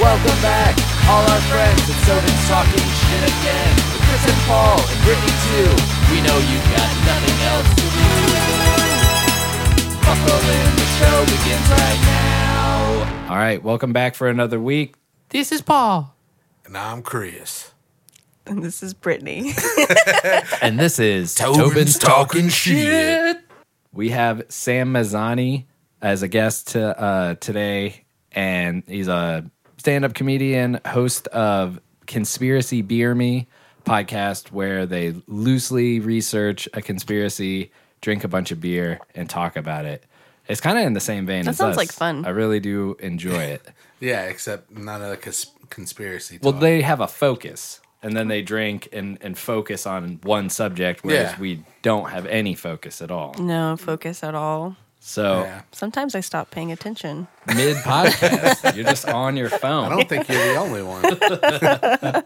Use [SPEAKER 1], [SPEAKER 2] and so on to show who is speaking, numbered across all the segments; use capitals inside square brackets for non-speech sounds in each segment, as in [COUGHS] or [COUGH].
[SPEAKER 1] welcome back, all our friends. It's Soden talking shit again. With Chris and Paul and Brittany too. We know you've got nothing else to do. Buckle in, the show begins right now. All right, welcome back for another week. This is Paul,
[SPEAKER 2] And I'm Chris.
[SPEAKER 3] And this is Brittany. [LAUGHS]
[SPEAKER 1] and this is
[SPEAKER 2] Tobin's talking shit.
[SPEAKER 1] We have Sam Mazzani as a guest to, uh, today, and he's a stand up comedian, host of Conspiracy Beer Me podcast, where they loosely research a conspiracy, drink a bunch of beer, and talk about it. It's kind of in the same vein.
[SPEAKER 3] That
[SPEAKER 1] as
[SPEAKER 3] sounds
[SPEAKER 1] us.
[SPEAKER 3] like fun.
[SPEAKER 1] I really do enjoy it.
[SPEAKER 2] Yeah, except none of the cons- conspiracy.
[SPEAKER 1] well,
[SPEAKER 2] talk.
[SPEAKER 1] they have a focus, and then they drink and, and focus on one subject, whereas
[SPEAKER 2] Yeah.
[SPEAKER 1] we don't have any focus at all.
[SPEAKER 3] no focus at all.
[SPEAKER 1] So
[SPEAKER 2] Yeah. [LAUGHS]
[SPEAKER 3] Sometimes I stop paying attention.
[SPEAKER 1] mid podcast. You're just on your phone.
[SPEAKER 2] I don't think you're the
[SPEAKER 1] [LAUGHS]
[SPEAKER 2] only one.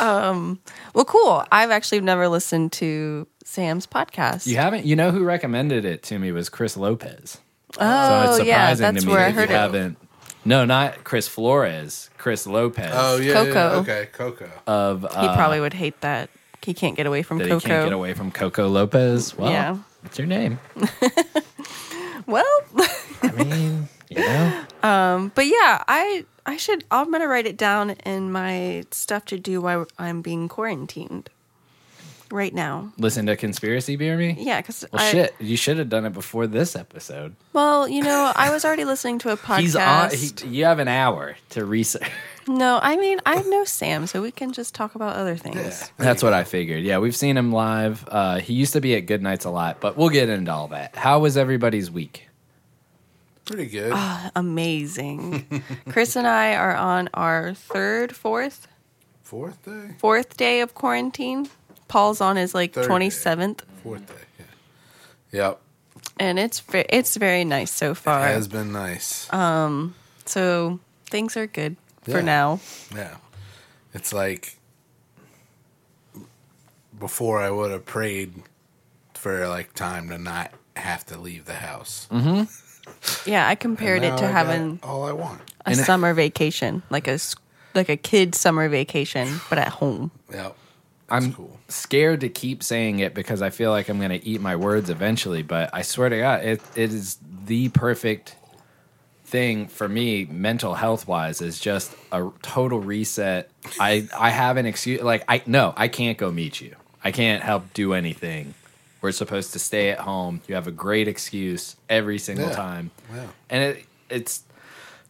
[SPEAKER 3] Well, cool. I've actually never listened to Sam's podcast.
[SPEAKER 1] you haven't. You know who recommended it to me was Chris Lopez.
[SPEAKER 3] Oh, yeah, that's where I heard
[SPEAKER 1] you
[SPEAKER 3] it.
[SPEAKER 1] haven't. No, not Chris Flores. Chris Lopez.
[SPEAKER 2] Oh yeah, yeah,
[SPEAKER 3] Coco.
[SPEAKER 2] okay, Coco.
[SPEAKER 1] of
[SPEAKER 3] he
[SPEAKER 1] uh,
[SPEAKER 3] probably would hate that. He can't get away from
[SPEAKER 1] that
[SPEAKER 3] Coco.
[SPEAKER 1] he can't get away from Coco Lopez. Well,
[SPEAKER 3] Yeah.
[SPEAKER 1] it's your name.
[SPEAKER 3] Well,
[SPEAKER 1] I mean, you know,
[SPEAKER 3] but yeah, I I should I'm gonna write it down in my stuff to do while I'm being quarantined right now.
[SPEAKER 1] listen to conspiracy beer me.
[SPEAKER 3] Yeah, because
[SPEAKER 1] Well, shit, you should have done it before this episode.
[SPEAKER 3] Well, you know, I was already listening to a podcast.
[SPEAKER 1] [LAUGHS] He's on. He, you have an hour to research.
[SPEAKER 3] no, I mean I know Sam, so we can [LAUGHS] just talk about other things.
[SPEAKER 1] That's what I figured. Yeah, we've seen him live. Uh, he used to be at Good Nights a lot, but we'll get into all that. How was everybody's week?
[SPEAKER 2] Pretty good.
[SPEAKER 3] Ah.
[SPEAKER 2] [LAUGHS]
[SPEAKER 3] amazing. Chris and I are on our third, fourth,
[SPEAKER 2] Fourth day,
[SPEAKER 3] fourth day of quarantine. Paul's on his like
[SPEAKER 2] Third day.
[SPEAKER 3] twenty seventh,
[SPEAKER 2] fourth day. Yeah. Yep,
[SPEAKER 3] and it's ve- it's very nice so far.
[SPEAKER 2] has been nice.
[SPEAKER 3] so things are good
[SPEAKER 2] Yeah.
[SPEAKER 3] for now.
[SPEAKER 2] yeah, it's like before I would have prayed for like time to not have to leave the house.
[SPEAKER 3] Yeah, I compared it
[SPEAKER 2] Now
[SPEAKER 3] to
[SPEAKER 2] I got
[SPEAKER 3] having
[SPEAKER 2] all I want.
[SPEAKER 3] a
[SPEAKER 1] And it-
[SPEAKER 3] summer vacation, like a s- like a kid summer vacation, but at home.
[SPEAKER 2] Yep.
[SPEAKER 1] I'm
[SPEAKER 2] cool.
[SPEAKER 1] scared to keep saying it because I feel like I'm going to eat my words eventually, but I swear to God, it, it is the perfect thing for me mental health wise is just a total reset. I I have an excuse like I no, I can't go meet you. I can't help do anything. We're supposed to stay at home. You have a great excuse every single
[SPEAKER 2] Yeah.
[SPEAKER 1] time.
[SPEAKER 2] Yeah.
[SPEAKER 1] And it it's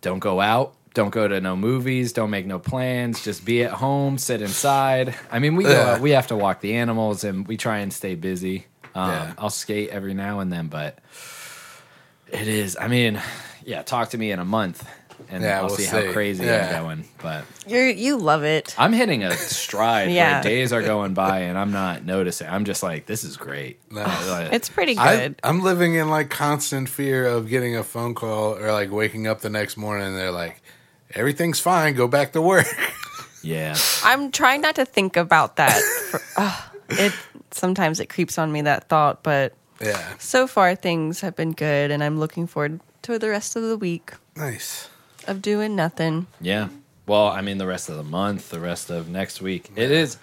[SPEAKER 1] don't go out, don't go to no movies, don't make no plans, just be at home, sit inside. I mean, we go
[SPEAKER 2] Yeah.
[SPEAKER 1] out, we have to walk the animals and we try and stay busy. Um,
[SPEAKER 2] Yeah.
[SPEAKER 1] I'll skate every now and then, but it is, I mean, yeah, talk to me in a month and
[SPEAKER 2] Yeah,
[SPEAKER 1] I'll
[SPEAKER 2] we'll
[SPEAKER 1] see,
[SPEAKER 2] see.
[SPEAKER 1] how crazy
[SPEAKER 2] Yeah.
[SPEAKER 1] I'm going. But
[SPEAKER 3] You you love it.
[SPEAKER 1] I'm hitting a stride
[SPEAKER 3] Yeah.
[SPEAKER 1] where days are going by and I'm not noticing. I'm just like, this is great.
[SPEAKER 2] Nice.
[SPEAKER 1] Like,
[SPEAKER 3] It's pretty
[SPEAKER 2] I,
[SPEAKER 3] good.
[SPEAKER 2] I'm living in like constant fear of getting a phone call or like waking up the next morning and they're like, everything's fine, go back to work. [LAUGHS]
[SPEAKER 1] yeah.
[SPEAKER 3] I'm trying not to think about that. For, [LAUGHS] Ugh, it sometimes it creeps on me that thought, but
[SPEAKER 2] yeah,
[SPEAKER 3] so far things have been good, and I'm looking forward to the rest of the week
[SPEAKER 2] nice.
[SPEAKER 3] of doing nothing.
[SPEAKER 1] Yeah. Well, I mean, the rest of the month, the rest of next week. It is.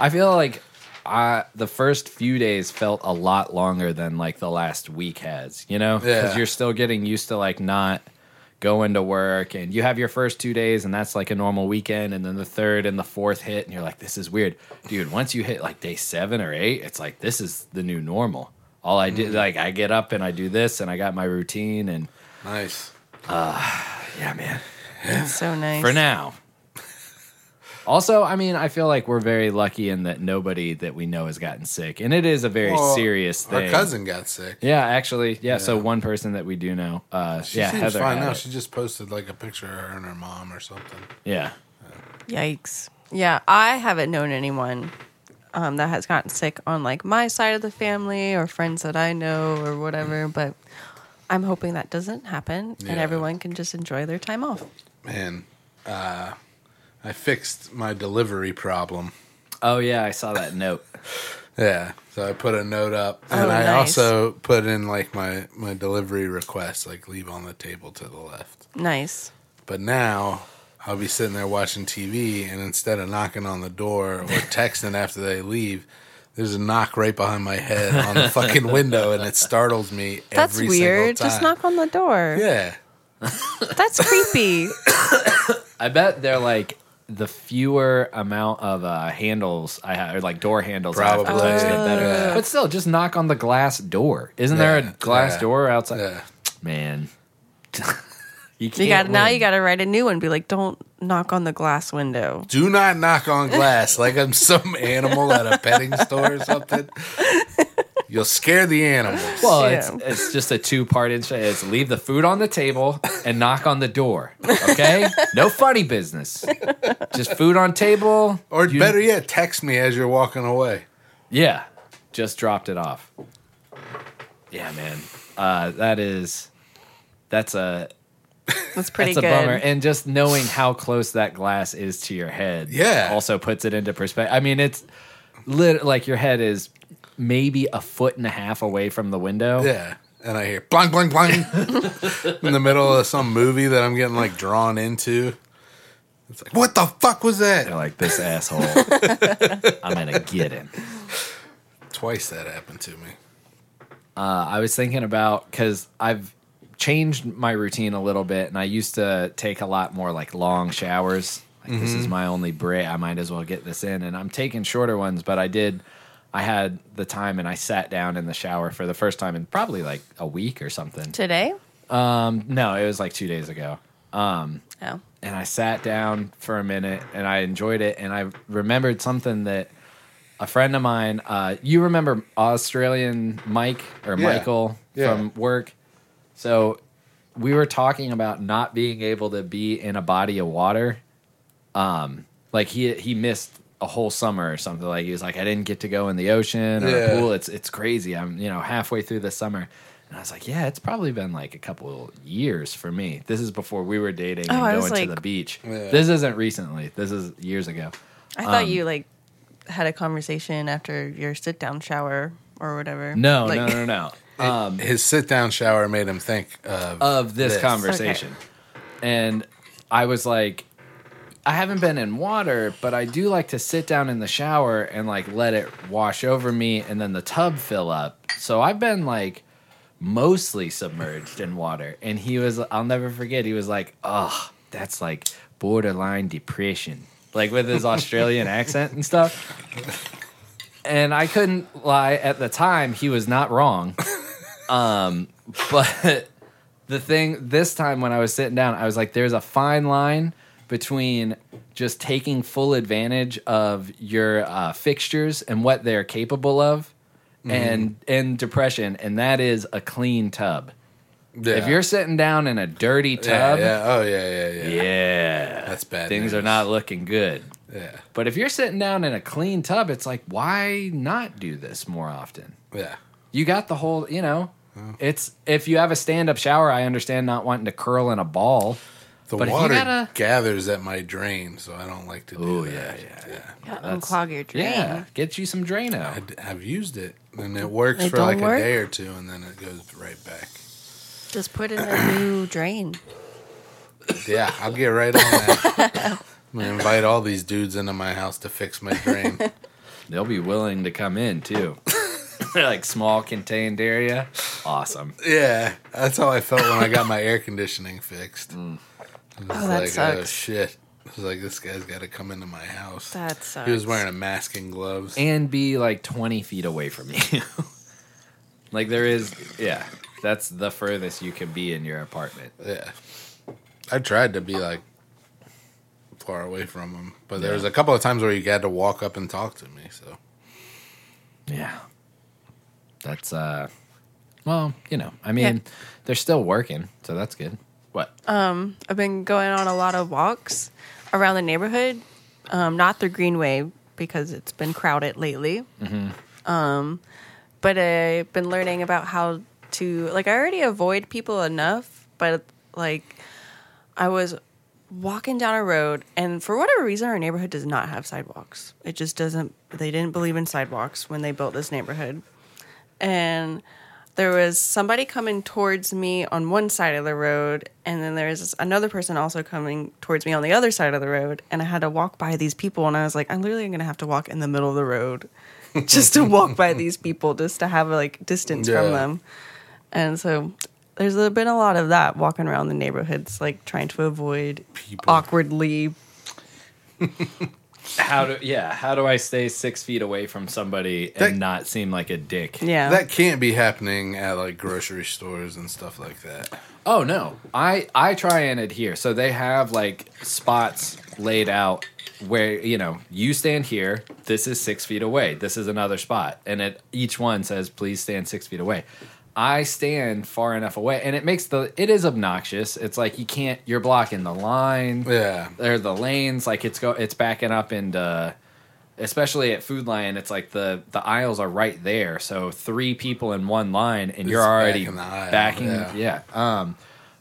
[SPEAKER 1] I feel like I, the first few days felt a lot longer than like the last week has, you know? Because
[SPEAKER 2] Yeah.
[SPEAKER 1] you're still getting used to like not going to work and you have your first two days and that's like a normal weekend. And then the third and the fourth hit and you're like, this is weird. Dude, once you hit like day seven or eight, it's like, this is the new normal. All I do, like, I get up and I do this and I got my routine. And
[SPEAKER 2] Nice.
[SPEAKER 1] yeah, man.
[SPEAKER 3] It's so nice.
[SPEAKER 1] for now. Also, I mean, I feel like we're very lucky in that nobody that we know has gotten sick, and it is a very
[SPEAKER 2] Well,
[SPEAKER 1] serious thing.
[SPEAKER 2] Our cousin got sick.
[SPEAKER 1] yeah, actually, yeah, So one person that we do know, uh,
[SPEAKER 2] She
[SPEAKER 1] yeah,
[SPEAKER 2] seems
[SPEAKER 1] Heather,
[SPEAKER 2] fine
[SPEAKER 1] had
[SPEAKER 2] now.
[SPEAKER 1] it.
[SPEAKER 2] She just posted like a picture of her and her mom or something.
[SPEAKER 1] yeah,
[SPEAKER 3] Yikes. Yeah, I haven't known anyone um, that has gotten sick on like my side of the family or friends that I know or whatever,
[SPEAKER 1] Mm.
[SPEAKER 3] but I'm hoping that doesn't happen
[SPEAKER 2] Yeah.
[SPEAKER 3] and everyone can just enjoy their time off.
[SPEAKER 2] Man, uh, I fixed my delivery problem.
[SPEAKER 1] oh yeah, I saw that note.
[SPEAKER 2] Yeah. So I put a note up and
[SPEAKER 3] Oh,
[SPEAKER 2] I
[SPEAKER 3] nice.
[SPEAKER 2] also put in like my, my delivery request, like leave on the table to the left.
[SPEAKER 3] Nice.
[SPEAKER 2] But now I'll be sitting there watching TV, and instead of knocking on the door
[SPEAKER 3] [LAUGHS]
[SPEAKER 2] or texting after they leave, there's a knock right behind my head on the fucking window, and it startles me.
[SPEAKER 3] That's
[SPEAKER 2] every Single
[SPEAKER 3] weird.
[SPEAKER 2] time.
[SPEAKER 3] Just knock on the door.
[SPEAKER 1] [LAUGHS]
[SPEAKER 2] Yeah,
[SPEAKER 3] That's creepy.
[SPEAKER 1] I bet they're like the fewer amount of uh, handles I have, or like door handles, I have
[SPEAKER 2] Probably.
[SPEAKER 1] to touch, the better.
[SPEAKER 2] Yeah.
[SPEAKER 1] But still, just knock on the glass door. Isn't there
[SPEAKER 2] Yeah,
[SPEAKER 1] a glass
[SPEAKER 2] yeah,
[SPEAKER 1] door outside?
[SPEAKER 2] yeah.
[SPEAKER 1] Man, [LAUGHS] you can't.
[SPEAKER 3] You got now.
[SPEAKER 1] win.
[SPEAKER 3] You got to write a new one. Be like, don't knock on the glass window.
[SPEAKER 2] Do not knock on glass like I'm some animal at a petting store or something. You'll scare the animals.
[SPEAKER 1] Well,
[SPEAKER 3] Yeah.
[SPEAKER 1] it's, it's just a two part intro. It's leave the food on the table and knock on the door. Okay, no funny business. Just food on table.
[SPEAKER 2] Or
[SPEAKER 1] You-
[SPEAKER 2] better yet, text me as you're walking away.
[SPEAKER 1] Yeah, just dropped it off. Yeah, man, uh, that is that's a
[SPEAKER 3] That's pretty
[SPEAKER 1] that's a
[SPEAKER 3] good.
[SPEAKER 1] bummer. And just knowing how close that glass is to your head,
[SPEAKER 2] Yeah.
[SPEAKER 1] also puts it into perspective. I mean, it's lit like your head is maybe a foot and a half away from the window.
[SPEAKER 2] Yeah. And I hear blank, blank, blank in the middle of some movie that I'm getting like drawn into. It's like, what the fuck was
[SPEAKER 1] They're
[SPEAKER 2] that?
[SPEAKER 1] like, this asshole, I'm gonna get him.
[SPEAKER 2] Twice that happened to me.
[SPEAKER 1] Uh, I was thinking about because I've changed my routine a little bit, and I used to take a lot more like long showers. Like this is my only break. I might as well get this in, and I'm taking shorter ones. But I did. I had the time, and I sat down in the shower for the first time in probably like a week or something.
[SPEAKER 3] Today?
[SPEAKER 1] No, it was like two days ago.
[SPEAKER 3] Oh,
[SPEAKER 1] and I sat down for a minute and I enjoyed it. And I remembered something that a friend of mine, uh, you remember Australian Mike or
[SPEAKER 2] Yeah.
[SPEAKER 1] Michael
[SPEAKER 2] Yeah.
[SPEAKER 1] from work. So we were talking about not being able to be in a body of water. Um, like he he missed a whole summer or something. Like he was like, I didn't get to go in the ocean or
[SPEAKER 2] Yeah.
[SPEAKER 1] a pool. It's it's crazy. I'm you know halfway through the summer. And I was like, yeah, it's probably been like a couple years for me. This is before we were dating
[SPEAKER 3] Oh,
[SPEAKER 1] and
[SPEAKER 3] I
[SPEAKER 1] going
[SPEAKER 3] was
[SPEAKER 1] to
[SPEAKER 3] like-
[SPEAKER 1] the beach.
[SPEAKER 2] Yeah.
[SPEAKER 1] This isn't recently. This is years ago.
[SPEAKER 3] I
[SPEAKER 1] Um,
[SPEAKER 3] thought you like had a conversation after your sit down shower or whatever.
[SPEAKER 1] No,
[SPEAKER 3] like,
[SPEAKER 1] no, no, no. Um,
[SPEAKER 2] His sit down shower made him think of.
[SPEAKER 1] Of this
[SPEAKER 2] This.
[SPEAKER 1] conversation. And I was like, I haven't been in water, but I do like to sit down in the shower and like let it wash over me and then the tub fill up. So I've been like mostly submerged in water. And he was, I'll never forget, he was like, oh, that's like borderline depression. Like with his Australian accent and stuff. and I couldn't lie at the time he was not wrong. Um, but the thing this time when I was sitting down, I was like, there's a fine line between just taking full advantage of your uh, fixtures and what they're capable of
[SPEAKER 2] Mm-hmm.
[SPEAKER 1] and and depression and that is a clean tub.
[SPEAKER 2] Yeah.
[SPEAKER 1] If you're sitting down in a dirty
[SPEAKER 2] Yeah,
[SPEAKER 1] tub, yeah,
[SPEAKER 2] yeah. Oh, yeah, yeah, yeah. That's bad.
[SPEAKER 1] things
[SPEAKER 2] news.
[SPEAKER 1] are not looking good.
[SPEAKER 2] Yeah.
[SPEAKER 1] But if you're sitting down in a clean tub, it's like why not do this more often?
[SPEAKER 2] Yeah.
[SPEAKER 1] you got the whole you know it's if you have a stand-up shower i understand not wanting to curl in a ball
[SPEAKER 2] The
[SPEAKER 1] But if you
[SPEAKER 2] water
[SPEAKER 1] gotta-
[SPEAKER 2] gathers at my drain, so I don't like to do
[SPEAKER 1] Oh,
[SPEAKER 2] that.
[SPEAKER 1] yeah,
[SPEAKER 2] yeah.
[SPEAKER 3] Yeah, unclog your drain.
[SPEAKER 1] yeah get you some
[SPEAKER 2] I
[SPEAKER 1] drano
[SPEAKER 2] d- I've used it, and it works
[SPEAKER 3] It
[SPEAKER 2] for
[SPEAKER 3] don't
[SPEAKER 2] like
[SPEAKER 3] work?
[SPEAKER 2] a day or two, and then it goes right back.
[SPEAKER 3] Just put in a new drain.
[SPEAKER 2] Yeah, I'll get right on that. I'm gonna invite all these dudes into my house to fix my
[SPEAKER 3] [LAUGHS]
[SPEAKER 2] drain.
[SPEAKER 1] they'll be willing to come in
[SPEAKER 2] [LAUGHS]
[SPEAKER 1] too they're like small contained area awesome
[SPEAKER 2] yeah, that's how I felt when I got my air conditioning fixed.
[SPEAKER 1] Mm.
[SPEAKER 2] It was
[SPEAKER 3] Oh, that
[SPEAKER 2] like, oh
[SPEAKER 3] sucks.
[SPEAKER 2] shit! I was like, this guy's got to come into my house.
[SPEAKER 3] That
[SPEAKER 2] he was
[SPEAKER 3] sucks.
[SPEAKER 2] wearing a mask and gloves.
[SPEAKER 1] and be like 20 feet away from you
[SPEAKER 2] [LAUGHS]
[SPEAKER 1] like there is yeah that's the furthest you can be in your apartment
[SPEAKER 2] Yeah. I tried to be like far away from him, but there was a couple of times where you had to walk up and talk to me. So
[SPEAKER 1] yeah that's uh well you know i mean they're still working so that's good what
[SPEAKER 3] I've been going on a lot of walks around the neighborhood, um, not through Greenway because it's been crowded lately. Um,
[SPEAKER 2] Mm-hmm.
[SPEAKER 3] but I've been learning about how to like I already avoid people enough, but like I was walking down a road and for whatever reason our neighborhood does not have sidewalks. It just doesn't they didn't believe in sidewalks when they built this neighborhood. And there was somebody coming towards me on one side of the road, and then there was another person also coming towards me on the other side of the road. And I had to walk by these people, and I was like, I'm literally going to have to walk in the middle of
[SPEAKER 2] [LAUGHS]
[SPEAKER 3] the road just to walk by these people, just to have like distance
[SPEAKER 2] Yeah.
[SPEAKER 3] from them. And so there's been a lot of that walking around the neighborhoods, like trying to avoid
[SPEAKER 2] People.
[SPEAKER 3] awkwardly.
[SPEAKER 1] How do yeah? How do I stay six feet away from somebody and
[SPEAKER 2] That-
[SPEAKER 1] not seem like a dick?
[SPEAKER 3] Yeah.
[SPEAKER 2] That can't be happening at like grocery stores and stuff like that.
[SPEAKER 1] Oh no, I I try and adhere. So they have like spots laid out where you know you stand here. This is six feet away. This is another spot, and it each one says please stand six feet away. I stand far enough away, and it makes the it is obnoxious. It's like you can't. You're blocking the line.
[SPEAKER 2] Yeah.
[SPEAKER 1] Or the lanes. Like it's go. It's backing up and. uh Especially at Food Lion, it's like the the aisles are right there, so three people in one line, and you're
[SPEAKER 2] It's
[SPEAKER 1] already
[SPEAKER 2] backing the aisle,
[SPEAKER 1] backing.
[SPEAKER 2] yeah.
[SPEAKER 1] yeah, um,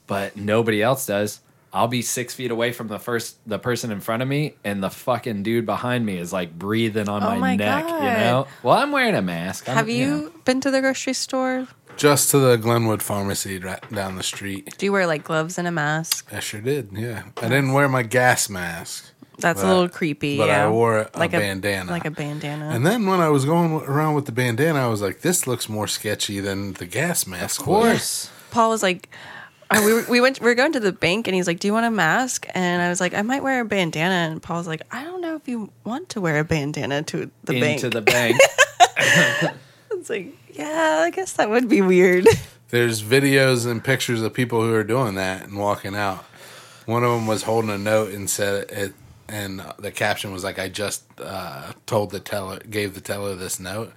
[SPEAKER 1] but nobody else does. I'll be six feet away from the first the person in front of me, and the fucking dude behind me is like breathing on
[SPEAKER 3] Oh
[SPEAKER 1] my,
[SPEAKER 3] my
[SPEAKER 1] neck. You
[SPEAKER 3] God.
[SPEAKER 1] know. Well, I'm wearing a mask. I'm-
[SPEAKER 3] have you
[SPEAKER 1] know.
[SPEAKER 3] been to the grocery store?
[SPEAKER 2] Just to the Glenwood Pharmacy right down the street.
[SPEAKER 3] Do you wear like gloves and a mask?
[SPEAKER 2] I sure did. Yeah. I didn't wear my gas mask.
[SPEAKER 3] That's
[SPEAKER 2] But-
[SPEAKER 3] a little creepy.
[SPEAKER 2] but I
[SPEAKER 3] yeah.
[SPEAKER 2] wore a bandana.
[SPEAKER 3] like a bandana.
[SPEAKER 2] And then when I was going around with the bandana, I was like, "This looks more sketchy than the gas mask."
[SPEAKER 1] Of course.
[SPEAKER 3] Paul was like, uh, we, were- we went, we were going to the bank, and he's like, "Do you want a mask?" And I was like, "I might wear a bandana." And Paul's like, "I don't know if you want to wear a bandana to the bank."
[SPEAKER 1] Into the
[SPEAKER 2] [LAUGHS]
[SPEAKER 1] bank.
[SPEAKER 3] [LAUGHS] it's like, yeah, I guess that would be weird.
[SPEAKER 2] There's videos and pictures of people who are doing that and walking out. One of them was holding a note and said it, and the caption was like, "I just uh, told the teller, gave the teller this note."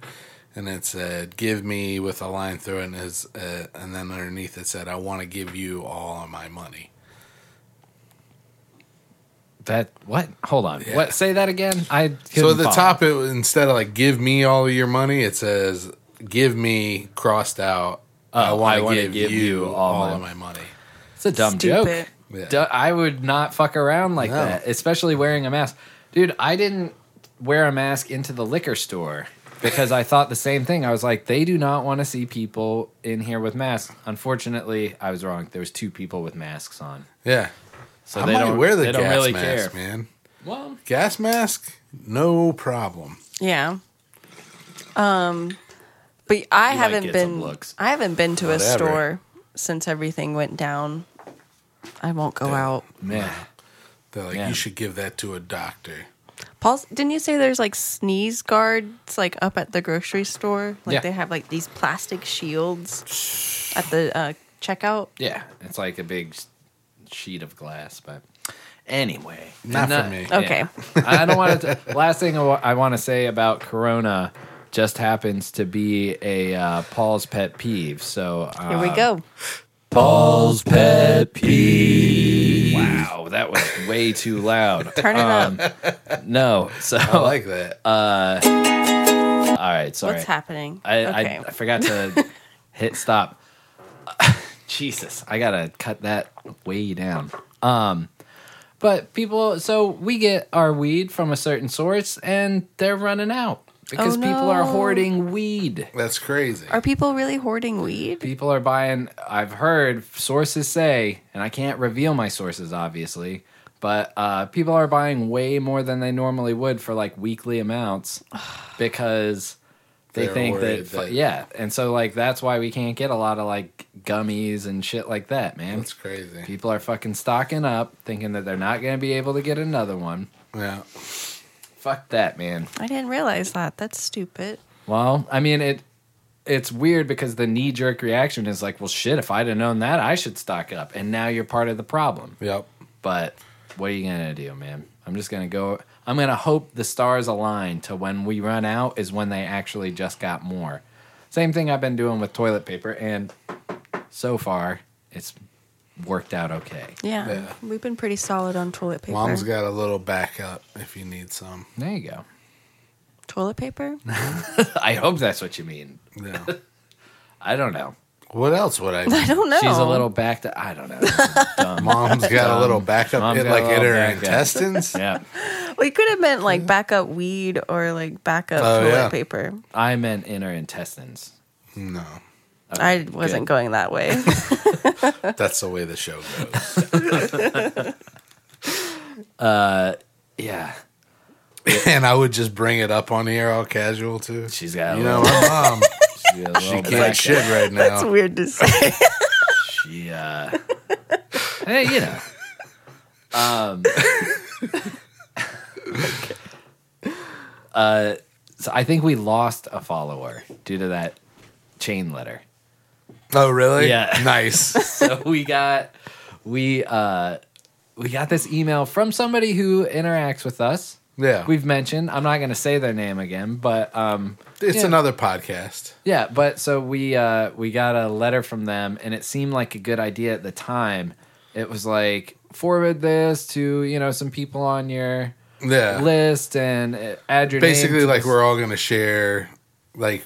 [SPEAKER 2] And it said, "Give me" with a line through it, and, his, uh, and then underneath it said, "I want to give you all of my money."
[SPEAKER 1] that what? Hold on.
[SPEAKER 2] Yeah.
[SPEAKER 1] What? Say that again. I
[SPEAKER 2] so
[SPEAKER 1] couldn't
[SPEAKER 2] at the
[SPEAKER 1] follow.
[SPEAKER 2] top, it was- instead of like "Give me all of your money," it says "Give me" crossed out. I
[SPEAKER 1] I
[SPEAKER 2] want
[SPEAKER 1] wanna
[SPEAKER 2] to give,
[SPEAKER 1] give
[SPEAKER 2] you
[SPEAKER 1] you all
[SPEAKER 2] all,
[SPEAKER 1] my-
[SPEAKER 2] of my money.
[SPEAKER 1] It's a [LAUGHS] dumb
[SPEAKER 3] Stupid.
[SPEAKER 1] joke.
[SPEAKER 2] Yeah.
[SPEAKER 1] Du- I would not fuck around like
[SPEAKER 2] No.
[SPEAKER 1] that, especially wearing a mask. Dude, I didn't wear a mask into the liquor store because I thought the same thing. I was like, they do not want to see people in here with masks. Unfortunately, I was wrong. There was two people with masks on.
[SPEAKER 2] Yeah,
[SPEAKER 1] So
[SPEAKER 2] I
[SPEAKER 1] they
[SPEAKER 2] might
[SPEAKER 1] don't
[SPEAKER 2] wear the
[SPEAKER 1] they
[SPEAKER 2] gas
[SPEAKER 1] don't really
[SPEAKER 2] mask,
[SPEAKER 1] care.
[SPEAKER 2] man.
[SPEAKER 1] Well,
[SPEAKER 2] Gas mask, no problem.
[SPEAKER 3] yeah. Um, but I
[SPEAKER 1] You like
[SPEAKER 3] haven't
[SPEAKER 1] get some
[SPEAKER 3] been.
[SPEAKER 1] looks.
[SPEAKER 3] I haven't been to a
[SPEAKER 2] Whatever.
[SPEAKER 3] store since everything went down. I won't go out.
[SPEAKER 1] man.
[SPEAKER 2] They're like,
[SPEAKER 1] Yeah.
[SPEAKER 2] you should give that to a doctor.
[SPEAKER 3] Paul, didn't you say there's like sneeze guards like up at the grocery store? Like
[SPEAKER 1] Yeah.
[SPEAKER 3] they have like these plastic shields at the uh, checkout.
[SPEAKER 1] Yeah, it's like a big s- sheet of glass, but anyway,
[SPEAKER 2] Not for
[SPEAKER 1] Eno-
[SPEAKER 2] me.
[SPEAKER 3] Okay.
[SPEAKER 1] Yeah. [LAUGHS] I don't want to. Last thing I want to say about Corona just happens to be a uh, Paul's pet peeve. So uh,
[SPEAKER 3] Here we go.
[SPEAKER 1] Paul's pet peeve. Wow, that was way too loud.
[SPEAKER 3] Turn it
[SPEAKER 1] um,
[SPEAKER 3] up.
[SPEAKER 1] No, so [LAUGHS]
[SPEAKER 2] I like that.
[SPEAKER 1] all right, sorry.
[SPEAKER 3] What's happening?
[SPEAKER 1] I,
[SPEAKER 3] okay.
[SPEAKER 1] I, I forgot
[SPEAKER 3] [LAUGHS]
[SPEAKER 1] to hit stop. [LAUGHS] Jesus, I gotta cut that way down. Um, but people, so we get our weed from a certain source, and they're running out because
[SPEAKER 3] Oh,
[SPEAKER 1] people are
[SPEAKER 3] no.
[SPEAKER 1] hoarding weed.
[SPEAKER 2] That's crazy.
[SPEAKER 3] Are people really hoarding weed?
[SPEAKER 1] People are buying. I've heard sources say, and I can't reveal my sources, obviously, but uh, people are buying way more than they normally would for like weekly amounts because they
[SPEAKER 2] They're
[SPEAKER 1] think
[SPEAKER 2] worried
[SPEAKER 1] that,
[SPEAKER 2] that-
[SPEAKER 1] yeah, and so like that's why we can't get a lot of like gummies and shit like that, man.
[SPEAKER 2] That's crazy.
[SPEAKER 1] People are fucking stocking up, thinking that they're not gonna be able to get another one.
[SPEAKER 2] Yeah.
[SPEAKER 1] Fuck that, man.
[SPEAKER 3] I didn't realize that. That's stupid.
[SPEAKER 1] Well, I mean it. It's weird because the knee jerk reaction is like, well, shit. If I'd have known that, I should stock up, and now you're part of the problem.
[SPEAKER 2] Yep.
[SPEAKER 1] But what are you gonna do, man? I'm just gonna go. I'm gonna hope the stars align to when we run out is when they actually just got more. Same thing I've been doing with toilet paper, and so far it's worked out okay.
[SPEAKER 3] Yeah.
[SPEAKER 2] Yeah.
[SPEAKER 3] We've been pretty solid on toilet paper.
[SPEAKER 2] Mom's got a little backup if you need some.
[SPEAKER 1] There you go. [LAUGHS]
[SPEAKER 3] toilet paper?
[SPEAKER 1] I hope that's what you mean.
[SPEAKER 2] Yeah.
[SPEAKER 1] I don't know.
[SPEAKER 2] what
[SPEAKER 1] [LAUGHS]
[SPEAKER 2] else would I?
[SPEAKER 3] I don't know.
[SPEAKER 1] She's a little back to. I don't know. [LAUGHS] Dumb.
[SPEAKER 2] Mom's got a little backup
[SPEAKER 1] Mom's
[SPEAKER 2] in
[SPEAKER 1] got a
[SPEAKER 2] like in
[SPEAKER 1] little
[SPEAKER 2] her
[SPEAKER 1] backup. [LAUGHS]
[SPEAKER 2] intestines.
[SPEAKER 1] yeah.
[SPEAKER 3] We could have meant like backup weed or like backup
[SPEAKER 2] Oh,
[SPEAKER 3] toilet
[SPEAKER 2] yeah.
[SPEAKER 3] paper.
[SPEAKER 1] I meant inner intestines.
[SPEAKER 2] No.
[SPEAKER 3] I wasn't going
[SPEAKER 1] [LAUGHS]
[SPEAKER 3] that way.
[SPEAKER 2] That's the way the show goes.
[SPEAKER 1] Yeah.
[SPEAKER 2] and I would just bring it up on here all casual too.
[SPEAKER 1] She's got a [LAUGHS]
[SPEAKER 2] you know,
[SPEAKER 1] little-
[SPEAKER 2] my mom
[SPEAKER 1] She, got a little
[SPEAKER 2] can't
[SPEAKER 1] black-
[SPEAKER 2] shit right
[SPEAKER 3] That's
[SPEAKER 2] now.
[SPEAKER 3] weird to say.
[SPEAKER 1] She,
[SPEAKER 2] [LAUGHS]
[SPEAKER 1] uh, hey, you know. Um, uh, so I think we lost a follower due to that chain letter.
[SPEAKER 2] Oh, really?
[SPEAKER 1] Yeah. [LAUGHS]
[SPEAKER 2] Nice.
[SPEAKER 1] so we got we uh we got this email from somebody who interacts with us.
[SPEAKER 2] Yeah.
[SPEAKER 1] We've mentioned. I'm not going to say their name again, but um
[SPEAKER 2] it's
[SPEAKER 1] Yeah.
[SPEAKER 2] another podcast.
[SPEAKER 1] yeah, but so we uh we got a letter from them and it seemed like a good idea at the time. It was like forward this to, you know, some people on your
[SPEAKER 2] Yeah.
[SPEAKER 1] list and uh, add your name
[SPEAKER 2] basically
[SPEAKER 1] to
[SPEAKER 2] like
[SPEAKER 1] this-
[SPEAKER 2] we're all gonna share like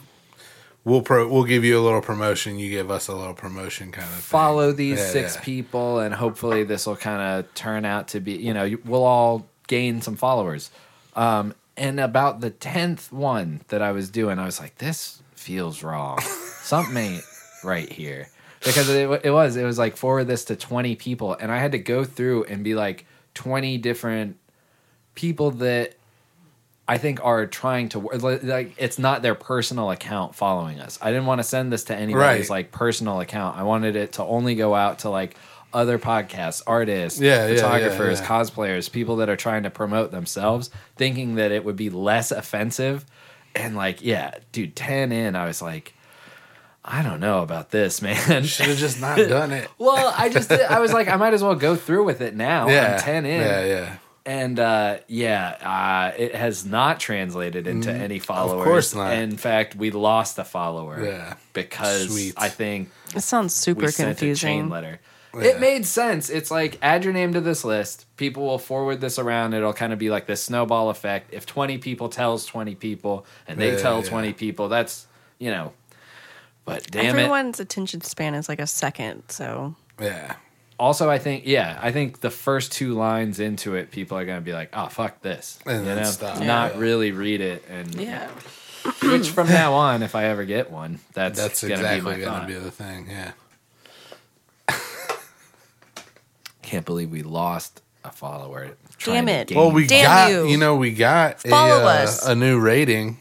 [SPEAKER 2] we'll pro we'll give you a little promotion you give us a little promotion kind of thing.
[SPEAKER 1] follow these
[SPEAKER 2] Yeah,
[SPEAKER 1] six
[SPEAKER 2] yeah.
[SPEAKER 1] people and hopefully this will kind of turn out to be you know you- we'll all gain some followers um and about the 10th one that i was doing i was like this feels
[SPEAKER 2] [LAUGHS]
[SPEAKER 1] wrong something ain't right here because it, wa- it was it was like forward this to 20 people and i had to go through and be like 20 different people that I think are trying to like it's not their personal account following us. I didn't want to send this to anybody's
[SPEAKER 2] Right.
[SPEAKER 1] like personal account. I wanted it to only go out to like other podcasts, artists,
[SPEAKER 2] Yeah, yeah, yeah,
[SPEAKER 1] photographers,
[SPEAKER 2] yeah.
[SPEAKER 1] cosplayers, people that are trying to promote themselves, thinking that it would be less offensive. And like, yeah, dude, 10 in, I was like, I don't know about this, [LAUGHS] man.
[SPEAKER 2] should have just not
[SPEAKER 1] [LAUGHS]
[SPEAKER 2] done it
[SPEAKER 1] well, I just I was like, I might as well go through with it now.
[SPEAKER 2] yeah
[SPEAKER 1] I'm 10 in.
[SPEAKER 2] yeah yeah
[SPEAKER 1] And uh, yeah, uh, it has not translated into any followers.
[SPEAKER 2] Mm, course not.
[SPEAKER 1] In fact, we lost a follower.
[SPEAKER 2] Yeah.
[SPEAKER 1] Because
[SPEAKER 2] Sweet.
[SPEAKER 1] I think
[SPEAKER 3] It sounds super
[SPEAKER 1] we sent a chain
[SPEAKER 3] confusing.
[SPEAKER 1] letter.
[SPEAKER 2] Yeah.
[SPEAKER 1] It made sense. It's like add your name to this list. People will forward this around. It'll kind of be like this snowball effect. If twenty people tells twenty people, and they
[SPEAKER 2] Yeah,
[SPEAKER 1] tell
[SPEAKER 2] yeah.
[SPEAKER 1] twenty people, that's you know. But damn it,
[SPEAKER 3] Everyone's attention span is like a second, so
[SPEAKER 2] yeah
[SPEAKER 1] also I think yeah, I think the first two lines into it, people are gonna be like, "Oh fuck this,"
[SPEAKER 2] And
[SPEAKER 1] you
[SPEAKER 2] then
[SPEAKER 1] know,
[SPEAKER 2] stop.
[SPEAKER 1] not
[SPEAKER 2] Yeah.
[SPEAKER 1] really read it. And which
[SPEAKER 2] [LAUGHS]
[SPEAKER 1] from now on, if I ever get one, that's
[SPEAKER 2] that's
[SPEAKER 1] gonna be my
[SPEAKER 2] exactly
[SPEAKER 1] thought.
[SPEAKER 2] gonna be the thing yeah
[SPEAKER 1] Can't believe we lost a follower.
[SPEAKER 3] Damn
[SPEAKER 1] trying to
[SPEAKER 3] it.
[SPEAKER 1] gain-
[SPEAKER 2] well we
[SPEAKER 3] Damn
[SPEAKER 2] got
[SPEAKER 3] you.
[SPEAKER 2] you. know we got a,
[SPEAKER 3] Follow
[SPEAKER 2] uh,
[SPEAKER 3] us.
[SPEAKER 2] a new rating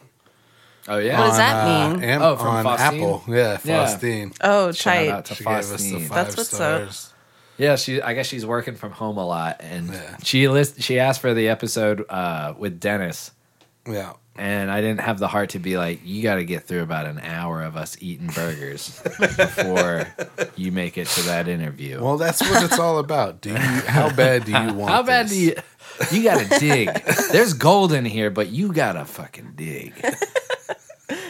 [SPEAKER 1] oh
[SPEAKER 3] What
[SPEAKER 1] yeah,
[SPEAKER 3] does that
[SPEAKER 2] uh,
[SPEAKER 3] mean?
[SPEAKER 2] Am-
[SPEAKER 1] Oh, from
[SPEAKER 2] on
[SPEAKER 1] Faustine?
[SPEAKER 2] apple yeah
[SPEAKER 1] Yeah.
[SPEAKER 2] Faustine
[SPEAKER 3] Oh,
[SPEAKER 1] Shout
[SPEAKER 3] tight.
[SPEAKER 1] out to
[SPEAKER 2] she gave us the
[SPEAKER 1] Faustine.
[SPEAKER 2] five
[SPEAKER 3] That's what's up.
[SPEAKER 2] stars
[SPEAKER 1] Yeah, she. I guess she's working from home a lot, and
[SPEAKER 2] Yeah.
[SPEAKER 1] she list. She asked for the episode uh, with Dennis,
[SPEAKER 2] yeah
[SPEAKER 1] and I didn't have the heart to be like, you got to get through about an hour of us eating
[SPEAKER 2] [LAUGHS]
[SPEAKER 1] burgers before you make it to that interview.
[SPEAKER 2] well that's what it's all about do you how bad do you want
[SPEAKER 1] How bad
[SPEAKER 2] this?
[SPEAKER 1] do you? You gotta dig. There's gold in here, but you gotta fucking dig.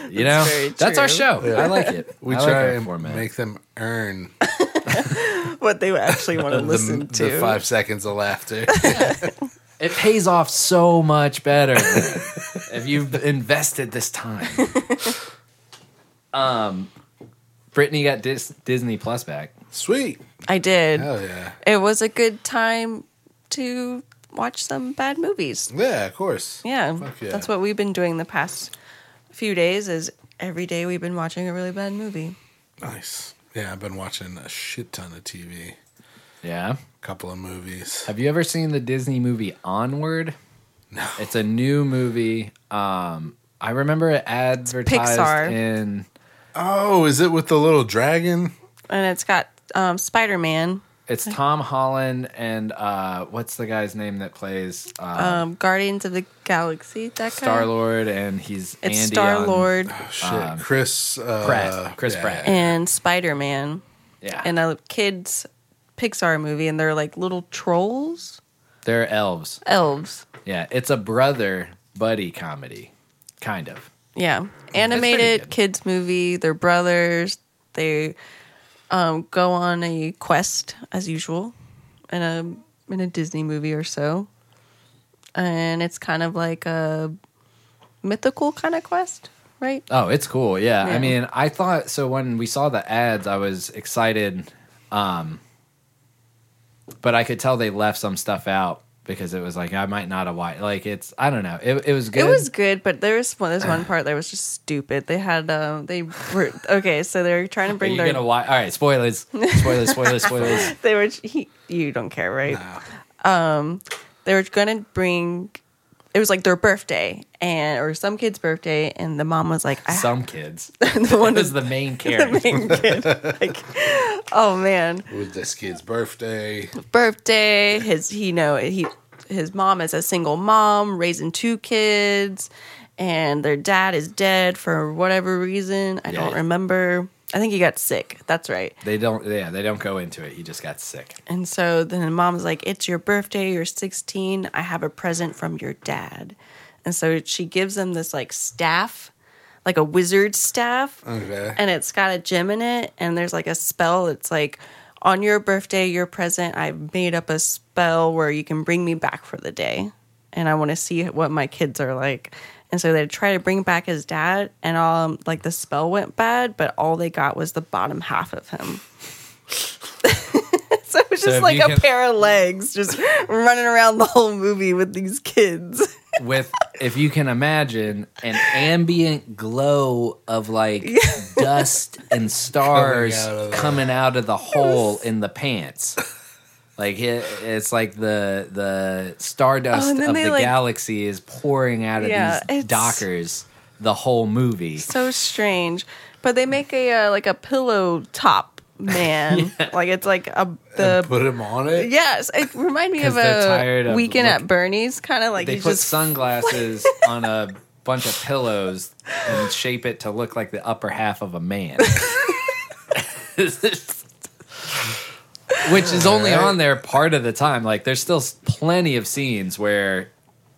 [SPEAKER 1] You know,
[SPEAKER 3] very
[SPEAKER 1] that's our
[SPEAKER 3] true.
[SPEAKER 1] show. I like it.
[SPEAKER 2] we
[SPEAKER 1] I like
[SPEAKER 2] try
[SPEAKER 1] our
[SPEAKER 2] and
[SPEAKER 1] format.
[SPEAKER 2] make them earn
[SPEAKER 3] What they actually want to
[SPEAKER 2] the-
[SPEAKER 3] listen
[SPEAKER 2] the,
[SPEAKER 3] to.
[SPEAKER 2] five seconds of laughter.
[SPEAKER 1] it pays off so much better if you've invested this time. Um, Brittany got Dis- Disney Plus back.
[SPEAKER 2] Sweet.
[SPEAKER 3] I did.
[SPEAKER 2] Hell yeah.
[SPEAKER 3] It was a good time to watch some bad movies.
[SPEAKER 2] Yeah, of course.
[SPEAKER 3] Yeah,
[SPEAKER 2] Fuck yeah.
[SPEAKER 3] that's what we've been doing the past few days. Is every day we've been watching a really bad movie.
[SPEAKER 2] Nice. Yeah, I've been watching a shit ton of TV,
[SPEAKER 1] Yeah.
[SPEAKER 2] couple of movies.
[SPEAKER 1] Have you ever seen the Disney movie Onward?
[SPEAKER 2] No.
[SPEAKER 1] It's a new movie. Um, I remember it advertised
[SPEAKER 3] Pixar.
[SPEAKER 1] in.
[SPEAKER 2] Oh, is it with the little dragon?
[SPEAKER 3] And it's got um, Spider Man,
[SPEAKER 1] It's Tom Holland and uh, what's the guy's name that plays uh,
[SPEAKER 3] um, Guardians of the Galaxy, that
[SPEAKER 1] Star
[SPEAKER 3] guy.
[SPEAKER 1] Lord, and he's
[SPEAKER 3] It's
[SPEAKER 1] Andy
[SPEAKER 3] Star
[SPEAKER 1] on-
[SPEAKER 3] Lord
[SPEAKER 2] Oh, shit. Chris uh,
[SPEAKER 1] Um, Pratt. Chris
[SPEAKER 2] yeah.
[SPEAKER 1] Pratt.
[SPEAKER 3] and Spider Man,
[SPEAKER 1] Yeah,
[SPEAKER 3] and uh, a kids Pixar movie, and they're like little trolls,
[SPEAKER 1] they're elves.
[SPEAKER 3] elves.
[SPEAKER 1] Yeah, it's a brother buddy comedy, kind of.
[SPEAKER 3] Yeah.
[SPEAKER 1] good.
[SPEAKER 3] Animated kids movie. They're brothers. They um, go on a quest as usual in a in a Disney movie or so. And it's kind of like a mythical kind of quest, right?
[SPEAKER 1] Oh, it's cool. Yeah. I
[SPEAKER 3] Yeah.
[SPEAKER 1] mean, I thought so when we saw the ads, I was excited um but I could tell they left some stuff out because it was like I might not have watched. Like it's I don't know. It it was good.
[SPEAKER 3] It was good, but there was one. There's one part that was just stupid. They had um, they were okay. So they were trying to
[SPEAKER 1] Are
[SPEAKER 3] bring
[SPEAKER 1] you
[SPEAKER 3] their.
[SPEAKER 1] gonna watch? All right, spoilers, spoilers,
[SPEAKER 3] [LAUGHS]
[SPEAKER 1] spoilers, spoilers.
[SPEAKER 3] they were. He, you don't care, right? Um, they were gonna bring. It was like their birthday and or some kid's birthday, and the mom was like, "I
[SPEAKER 1] Some kids.
[SPEAKER 3] the one
[SPEAKER 1] It was
[SPEAKER 2] [LAUGHS]
[SPEAKER 3] who's
[SPEAKER 1] the main
[SPEAKER 3] the
[SPEAKER 1] character.
[SPEAKER 3] main kid." Like, oh man,
[SPEAKER 2] It was this kid's birthday.
[SPEAKER 3] birthday. His you know he his mom is a single mom raising two kids, and their dad is dead for whatever reason. I
[SPEAKER 1] Yeah.
[SPEAKER 3] don't remember. I think he got sick. That's right.
[SPEAKER 1] They don't. Yeah, they don't go into it. He just got sick.
[SPEAKER 3] And so then mom's like, "It's your birthday. You're 16. I have a present from your dad." And so she gives him this like staff, like a wizard staff,
[SPEAKER 2] Okay.
[SPEAKER 3] and it's got a gem in it and there's like a spell it's like on your birthday your present i made up a spell where you can bring me back for the day and i want to see what my kids are like and so they try to bring back his dad and all um, like the spell went bad but all they got was the bottom half of him [LAUGHS] so it was
[SPEAKER 1] So
[SPEAKER 3] just
[SPEAKER 1] if
[SPEAKER 3] like
[SPEAKER 1] you
[SPEAKER 3] a
[SPEAKER 1] can-
[SPEAKER 3] pair of legs just running around the whole movie with these kids
[SPEAKER 1] With, if you can imagine, an ambient glow of like dust and stars
[SPEAKER 2] Coming out of the-
[SPEAKER 1] coming out of the hole in the pants. Like it, it's like the the stardust
[SPEAKER 3] Oh, and then
[SPEAKER 1] of
[SPEAKER 3] they,
[SPEAKER 1] the
[SPEAKER 3] like-
[SPEAKER 1] galaxy is pouring out of
[SPEAKER 3] Yeah,
[SPEAKER 1] these
[SPEAKER 3] it's-
[SPEAKER 1] dockers. The whole movie.
[SPEAKER 3] so strange. But they make a uh, like a pillow top
[SPEAKER 1] [LAUGHS]
[SPEAKER 3] man. Like it's like a the
[SPEAKER 2] Put him on it.
[SPEAKER 3] yes. It reminded me
[SPEAKER 1] 'Cause
[SPEAKER 3] of
[SPEAKER 1] they're tired
[SPEAKER 3] a
[SPEAKER 1] of
[SPEAKER 3] weekend
[SPEAKER 1] look-
[SPEAKER 3] at Bernie's kind of like
[SPEAKER 1] they
[SPEAKER 3] he's
[SPEAKER 1] put
[SPEAKER 3] just [LAUGHS]
[SPEAKER 1] sunglasses on a bunch of pillows and shape it to look like the upper half of a man. [LAUGHS] Which is only on there part of the time. Like, there's still s- plenty of scenes where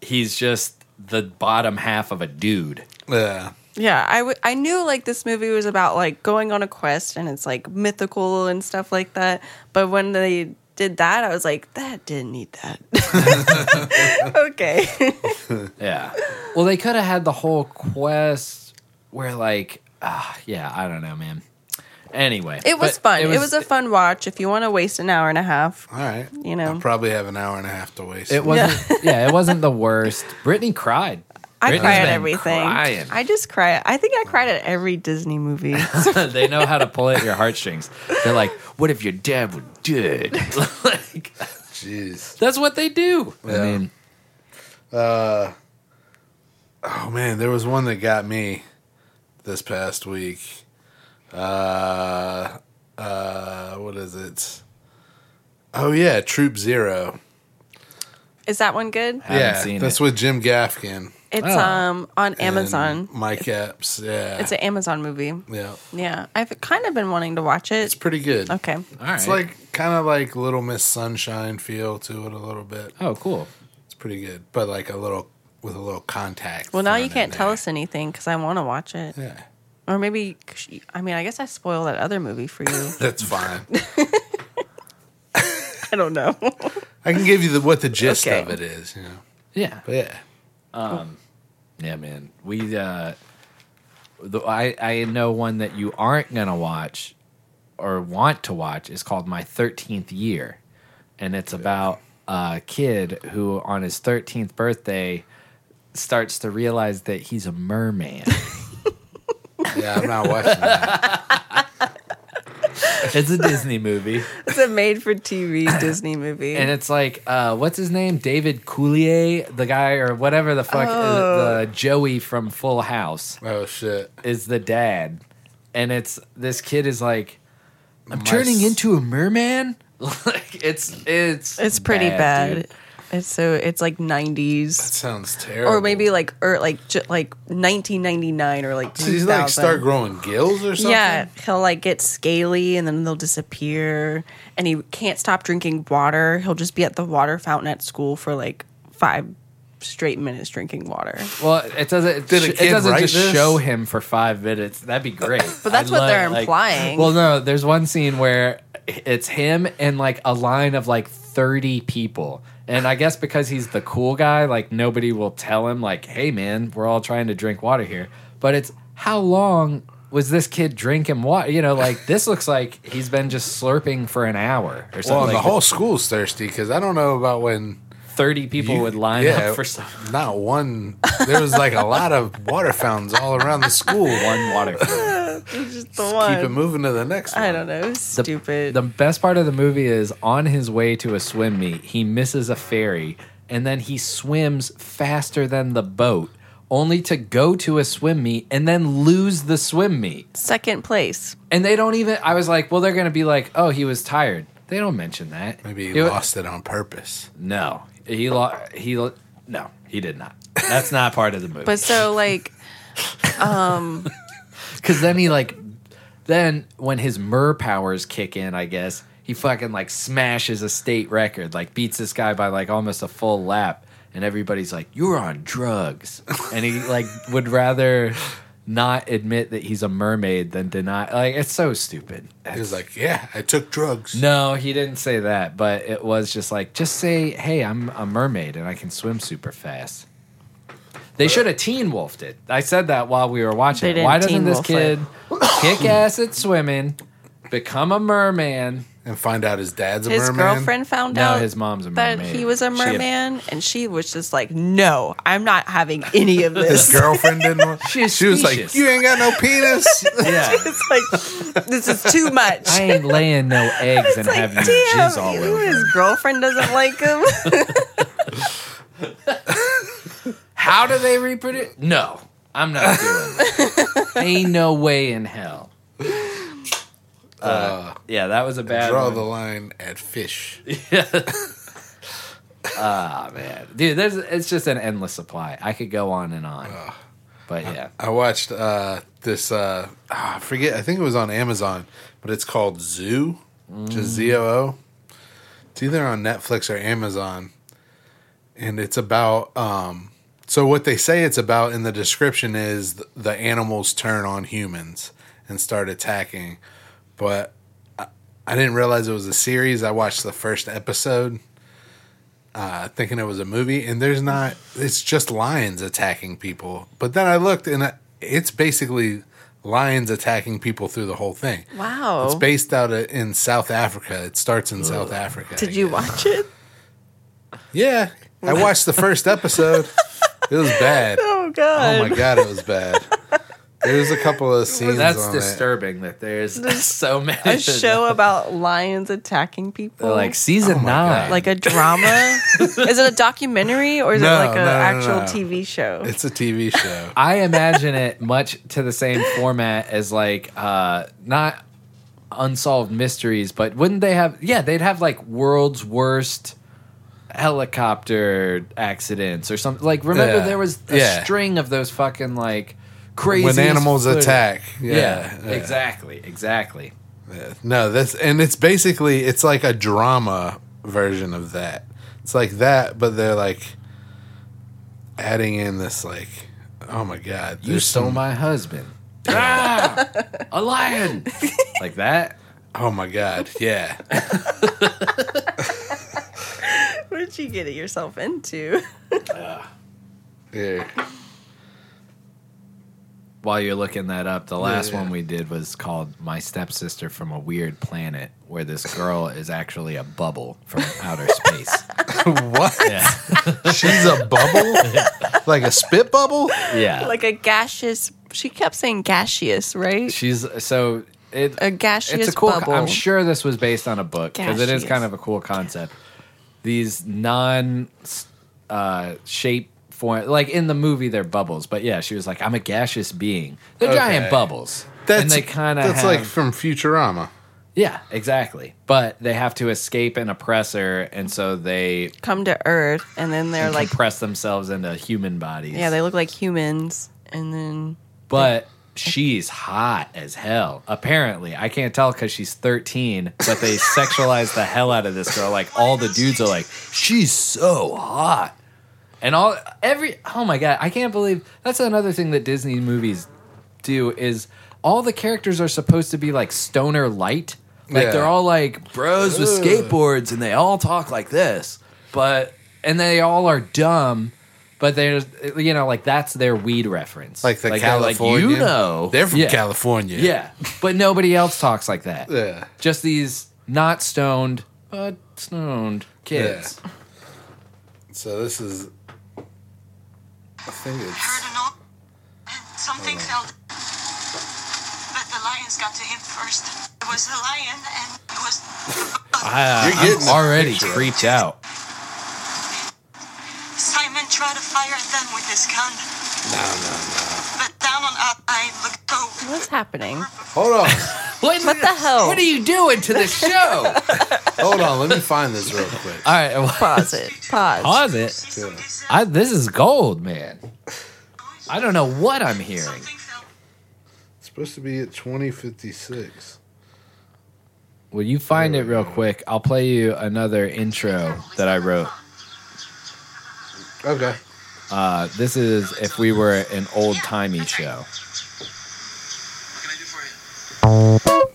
[SPEAKER 1] he's just the bottom half of a dude.
[SPEAKER 2] Yeah.
[SPEAKER 3] yeah. I w- I knew like this movie was about like going on a quest and it's like mythical and stuff like that. But when they did that, I was like, that didn't need
[SPEAKER 1] [LAUGHS]
[SPEAKER 3] that. [LAUGHS] okay.
[SPEAKER 1] Yeah. Well, they could have had the whole quest where, like, ah, yeah, I don't know, man. Anyway,
[SPEAKER 3] It was
[SPEAKER 1] but
[SPEAKER 3] fun. It was, a fun watch. If you want to waste an hour and a half,
[SPEAKER 2] All right.
[SPEAKER 3] You know.
[SPEAKER 2] I probably have an hour and a half to waste.
[SPEAKER 1] It wasn't.
[SPEAKER 3] [LAUGHS]
[SPEAKER 1] Yeah. it wasn't the worst. Brittany cried.
[SPEAKER 3] I
[SPEAKER 1] Britney's
[SPEAKER 3] cry at
[SPEAKER 1] been
[SPEAKER 3] everything.
[SPEAKER 1] crying.
[SPEAKER 3] I just cry. I think I cried at every
[SPEAKER 1] [LAUGHS]
[SPEAKER 3] Disney movie.
[SPEAKER 1] they know how to pull at your heartstrings. They're like, "What if your dad were dead?" [LAUGHS] like,
[SPEAKER 2] Jeez.
[SPEAKER 1] that's what they do.
[SPEAKER 2] Yeah.
[SPEAKER 1] I mean,
[SPEAKER 2] Oh man, there was one that got me this past week. Uh, uh, what is it? Oh yeah, Troop Zero.
[SPEAKER 3] Is that one good?
[SPEAKER 1] haven't
[SPEAKER 2] yeah,
[SPEAKER 1] seen
[SPEAKER 2] that's
[SPEAKER 1] it.
[SPEAKER 2] with Jim Gaffigan.
[SPEAKER 3] It's
[SPEAKER 1] Oh.
[SPEAKER 3] um on
[SPEAKER 2] and
[SPEAKER 3] Amazon.
[SPEAKER 2] Mike Epps. Yeah,
[SPEAKER 3] It's an Amazon movie.
[SPEAKER 2] yeah.
[SPEAKER 3] Yeah, I've kind of been wanting to watch
[SPEAKER 2] It's
[SPEAKER 3] it.
[SPEAKER 2] pretty good.
[SPEAKER 3] Okay.
[SPEAKER 1] All right.
[SPEAKER 2] It's like kind of like Little Miss Sunshine feel to it a little bit.
[SPEAKER 1] oh, cool.
[SPEAKER 2] It's pretty good, but like a little with a little contact.
[SPEAKER 3] Well, now
[SPEAKER 2] thrown
[SPEAKER 3] you
[SPEAKER 2] in
[SPEAKER 3] can't tell
[SPEAKER 2] there.
[SPEAKER 3] us anything because I want to watch it.
[SPEAKER 2] Yeah,
[SPEAKER 3] Or maybe, I mean, I guess I spoiled that other movie for you.
[SPEAKER 1] [LAUGHS]
[SPEAKER 2] that's
[SPEAKER 3] [LAUGHS]
[SPEAKER 2] fine.
[SPEAKER 3] I don't know. [LAUGHS]
[SPEAKER 2] I can give you the, what the gist
[SPEAKER 3] Okay.
[SPEAKER 2] of it is. You know,
[SPEAKER 1] Yeah,
[SPEAKER 2] but yeah.
[SPEAKER 1] yeah, man. We, uh, the, I, I know one that you aren't gonna watch or want to watch is called My Thirteenth Year, and it's about a kid who, on his thirteenth birthday, starts to realize that he's a [LAUGHS] merman.
[SPEAKER 2] Yeah, I'm not watching that. [LAUGHS]
[SPEAKER 1] it's a Disney movie.
[SPEAKER 3] it's a made
[SPEAKER 1] [LAUGHS]
[SPEAKER 3] for TV Disney movie.
[SPEAKER 1] and it's like uh, what's his name david coulier the guy or whatever the fuck uh,
[SPEAKER 3] Oh.
[SPEAKER 1] the joey from full house
[SPEAKER 2] Oh shit!
[SPEAKER 1] is the dad and it's this kid is like i'm
[SPEAKER 2] My
[SPEAKER 1] turning
[SPEAKER 2] s-
[SPEAKER 1] into a merman [LAUGHS] like it's it's
[SPEAKER 3] it's pretty bad.
[SPEAKER 1] dude.
[SPEAKER 3] It's so, it's like 90s.
[SPEAKER 2] That sounds terrible.
[SPEAKER 3] or maybe like or like j- like 1999 or like
[SPEAKER 2] so he's like
[SPEAKER 3] 2000.
[SPEAKER 2] start growing gills or something.
[SPEAKER 3] yeah he'll like get scaly and then they'll disappear and he can't stop drinking water he'll just be at the water fountain at school for like five straight minutes drinking water
[SPEAKER 1] well it doesn't
[SPEAKER 2] Did a
[SPEAKER 1] it,
[SPEAKER 2] kid
[SPEAKER 1] doesn't
[SPEAKER 2] write
[SPEAKER 1] just
[SPEAKER 2] this?
[SPEAKER 1] show him for five minutes that'd be great
[SPEAKER 3] But
[SPEAKER 1] I'd
[SPEAKER 3] that's what they're
[SPEAKER 1] like-
[SPEAKER 3] implying.
[SPEAKER 1] well no there's one scene where it's him and like a line of like 30 people and i guess because he's the cool guy like nobody will tell him like hey man we're all trying to drink water here but it's how long was this kid drinking water you know like this looks like he's been just slurping for an hour or something
[SPEAKER 2] Well,
[SPEAKER 1] like
[SPEAKER 2] the
[SPEAKER 1] that.
[SPEAKER 2] whole school's thirsty because I don't know about when
[SPEAKER 1] thirty people would line
[SPEAKER 2] yeah,
[SPEAKER 1] up for some
[SPEAKER 2] Not one. There was like a lot of water fountains all around the school.
[SPEAKER 3] [LAUGHS]
[SPEAKER 2] One
[SPEAKER 1] one water.
[SPEAKER 2] [LAUGHS]
[SPEAKER 3] Just the
[SPEAKER 2] keep it
[SPEAKER 3] one.
[SPEAKER 2] moving to the next one.
[SPEAKER 3] I don't know. It was
[SPEAKER 1] The-
[SPEAKER 3] stupid.
[SPEAKER 1] The best part of the movie is on his way to a swim meet, he misses a ferry and then he swims faster than the boat, only to go to a swim meet and then lose the swim meet.
[SPEAKER 3] Second place.
[SPEAKER 1] And they don't even, I was like, well, they're going to be like, oh, he was tired. They don't mention that.
[SPEAKER 2] Maybe he
[SPEAKER 1] It wa-
[SPEAKER 2] lost it on purpose.
[SPEAKER 1] No, he lost. He lo- no, he did not. That's not part of the movie.
[SPEAKER 3] But so like
[SPEAKER 1] Because then he like, then when his mer powers kick in, I guess he fucking like smashes a state record, like beats this guy by like almost a full lap, and everybody's like, "You're on drugs," and he like would rather not admit that he's a mermaid than deny. Like it's so stupid.
[SPEAKER 2] He was like, "Yeah, I took drugs."
[SPEAKER 1] No, he didn't say that, but it was just like, just say, "Hey, I'm a mermaid and I can swim super fast." They should have teen wolfed it. I said that while we were
[SPEAKER 3] They
[SPEAKER 1] watching. it.
[SPEAKER 3] didn't
[SPEAKER 1] Why doesn't
[SPEAKER 3] Teen
[SPEAKER 1] this
[SPEAKER 3] Wolf
[SPEAKER 1] kid
[SPEAKER 3] [COUGHS]
[SPEAKER 1] kick ass at swimming, become a merman?
[SPEAKER 2] And find out his dad's a
[SPEAKER 3] his
[SPEAKER 2] merman.
[SPEAKER 3] girlfriend found
[SPEAKER 1] No,
[SPEAKER 3] out
[SPEAKER 1] his mom's a
[SPEAKER 3] that
[SPEAKER 1] mermaid.
[SPEAKER 3] he was a
[SPEAKER 1] She had-
[SPEAKER 3] merman, and she was just like, "No, I'm not having any
[SPEAKER 1] [LAUGHS]
[SPEAKER 3] of
[SPEAKER 2] His
[SPEAKER 3] [LAUGHS] this."
[SPEAKER 2] girlfriend didn't. Want,
[SPEAKER 1] She is
[SPEAKER 2] she was like,
[SPEAKER 1] specious.
[SPEAKER 2] "You ain't got no penis."
[SPEAKER 1] Yeah,
[SPEAKER 3] it's like this is too much.
[SPEAKER 1] [LAUGHS] I
[SPEAKER 2] [LAUGHS]
[SPEAKER 1] ain't laying
[SPEAKER 3] [LAUGHS]
[SPEAKER 1] no eggs and
[SPEAKER 3] It's like,
[SPEAKER 1] having
[SPEAKER 3] damn,
[SPEAKER 1] jizz all
[SPEAKER 3] you-
[SPEAKER 1] over.
[SPEAKER 3] his girlfriend doesn't like
[SPEAKER 1] [LAUGHS]
[SPEAKER 3] him. [LAUGHS]
[SPEAKER 1] How do they reproduce? No, I'm not doing that.
[SPEAKER 3] [LAUGHS]
[SPEAKER 1] ain't no way in hell. Uh, [LAUGHS] yeah, that was a bad.
[SPEAKER 2] Draw
[SPEAKER 1] one.
[SPEAKER 2] the line at fish.
[SPEAKER 1] Ah man, dude, there's it's just an endless supply. I could go on and on, but yeah,
[SPEAKER 2] I watched uh, this. Uh, ah, I forget. I think it was on Amazon, but it's called Zoo, just Z O O. It's either on Netflix or Amazon, and it's about. Um, so what they say it's about in the description is th- the animals turn on humans and start attacking, but uh, I, I didn't realize it was a series. I watched the first episode. uh, thinking it was a movie, and there's not. It's just lions attacking people. But then I looked, and I, it's basically lions attacking people through the whole thing.
[SPEAKER 3] Wow.
[SPEAKER 2] It's based out of, in South Africa. It starts in South Africa. I
[SPEAKER 3] Did you
[SPEAKER 2] guess.
[SPEAKER 3] watch it?
[SPEAKER 2] Yeah, I watched the first
[SPEAKER 3] [LAUGHS]
[SPEAKER 2] episode. it was bad.
[SPEAKER 3] [LAUGHS] Oh god.
[SPEAKER 2] Oh my god, it was bad. There's a couple of scenes.
[SPEAKER 1] that's
[SPEAKER 2] on It.
[SPEAKER 1] disturbing that there's [LAUGHS] so many.
[SPEAKER 3] A show about lions attacking people.
[SPEAKER 1] like season nine.
[SPEAKER 2] Oh God.
[SPEAKER 3] like a drama? is it a documentary or is
[SPEAKER 2] No,
[SPEAKER 3] it like
[SPEAKER 2] no,
[SPEAKER 3] an
[SPEAKER 2] no,
[SPEAKER 3] actual
[SPEAKER 2] no.
[SPEAKER 3] TV show? [LAUGHS]
[SPEAKER 2] It's a TV show.
[SPEAKER 1] I imagine it much to the same format as like uh not unsolved mysteries, but wouldn't they have yeah, they'd have like world's worst helicopter accidents or something. Like remember
[SPEAKER 2] Yeah.
[SPEAKER 1] there was a
[SPEAKER 2] Yeah.
[SPEAKER 1] string of those fucking like crazy
[SPEAKER 2] when animals
[SPEAKER 1] footage.
[SPEAKER 2] attack,
[SPEAKER 1] Yeah,
[SPEAKER 2] yeah.
[SPEAKER 1] exactly, exactly.
[SPEAKER 2] No, that's and it's basically it's like a drama version of that. It's like that, but they're like adding in this like, oh my god,
[SPEAKER 1] You
[SPEAKER 2] there's
[SPEAKER 1] stole
[SPEAKER 2] some-
[SPEAKER 1] my husband. [LAUGHS] ah, a lion, [LAUGHS] like that.
[SPEAKER 2] Oh my god, yeah,
[SPEAKER 3] what did you get yourself into?
[SPEAKER 2] Here.
[SPEAKER 1] while you're looking that up, the last
[SPEAKER 2] yeah.
[SPEAKER 1] one we did was called My Stepsister from a Weird Planet, where this girl is actually a bubble from [LAUGHS] outer space.
[SPEAKER 2] [LAUGHS] what?
[SPEAKER 1] Yeah.
[SPEAKER 2] She's
[SPEAKER 1] [LAUGHS]
[SPEAKER 2] a bubble, like a spit bubble.
[SPEAKER 1] Yeah.
[SPEAKER 3] like a gaseous. She kept saying gaseous, right?
[SPEAKER 1] she's so it
[SPEAKER 3] A gaseous
[SPEAKER 1] it's a cool
[SPEAKER 3] bubble.
[SPEAKER 1] I'm sure this was based on a book because it is
[SPEAKER 3] Gaseous.
[SPEAKER 1] kind of a cool concept. These non uh shape form like in the movie they're bubbles, but yeah, she was like I'm a gaseous being. They're
[SPEAKER 2] Okay.
[SPEAKER 1] giant bubbles.
[SPEAKER 2] That's
[SPEAKER 1] and they kind of
[SPEAKER 2] that's like from Futurama.
[SPEAKER 1] Yeah, exactly. But they have to escape an oppressor, and so they
[SPEAKER 3] Come to Earth, and then they're like,
[SPEAKER 1] compress themselves into human bodies.
[SPEAKER 3] yeah, they look like humans, and then
[SPEAKER 1] but she's hot as hell. Apparently, I can't tell because she's 13, but
[SPEAKER 2] [LAUGHS]
[SPEAKER 1] they sexualize the hell out of this girl. Like all the dudes are like, she's so hot, and all every oh my god, I can't believe that's another thing that Disney movies do is all the characters are supposed to be like stoner light. Like
[SPEAKER 2] Yeah.
[SPEAKER 1] they're all like bros with
[SPEAKER 2] Ugh.
[SPEAKER 1] skateboards and they all talk like this. But and they all are dumb, but they're you know, like that's their weed reference.
[SPEAKER 2] Like the
[SPEAKER 1] they're
[SPEAKER 2] California,
[SPEAKER 1] you know.
[SPEAKER 2] they're from
[SPEAKER 1] Yeah.
[SPEAKER 2] California.
[SPEAKER 1] Yeah. But nobody else talks like that.
[SPEAKER 2] Yeah.
[SPEAKER 1] Just these not stoned but stoned kids.
[SPEAKER 2] So this is. I think
[SPEAKER 4] heard
[SPEAKER 2] it's.
[SPEAKER 4] an old something fell but the lions got to him first it was the lion and it was
[SPEAKER 1] I,
[SPEAKER 2] You're getting
[SPEAKER 1] am
[SPEAKER 2] the
[SPEAKER 1] already
[SPEAKER 2] picture.
[SPEAKER 1] creeped out.
[SPEAKER 4] simon tried to fire at them with his gun
[SPEAKER 2] No, no, no.
[SPEAKER 4] but down on our i looked over
[SPEAKER 3] What's happening?
[SPEAKER 2] Hold on.
[SPEAKER 1] What,
[SPEAKER 3] What the hell?
[SPEAKER 1] What are you doing to the
[SPEAKER 2] [LAUGHS]
[SPEAKER 1] show?
[SPEAKER 2] Hold on. Let me find this real quick.
[SPEAKER 1] All right, well,
[SPEAKER 3] Pause it. Pause.
[SPEAKER 1] pause it.
[SPEAKER 4] Some dis-
[SPEAKER 1] I, this is gold, man. I don't know what I'm hearing.
[SPEAKER 4] something fell
[SPEAKER 2] It's supposed to be at 2056.
[SPEAKER 1] Will you find it real quick? I'll play you another intro that I wrote.
[SPEAKER 2] [LAUGHS] Okay.
[SPEAKER 1] Uh, this is if we were an old timey show.
[SPEAKER 5] What can I do for you?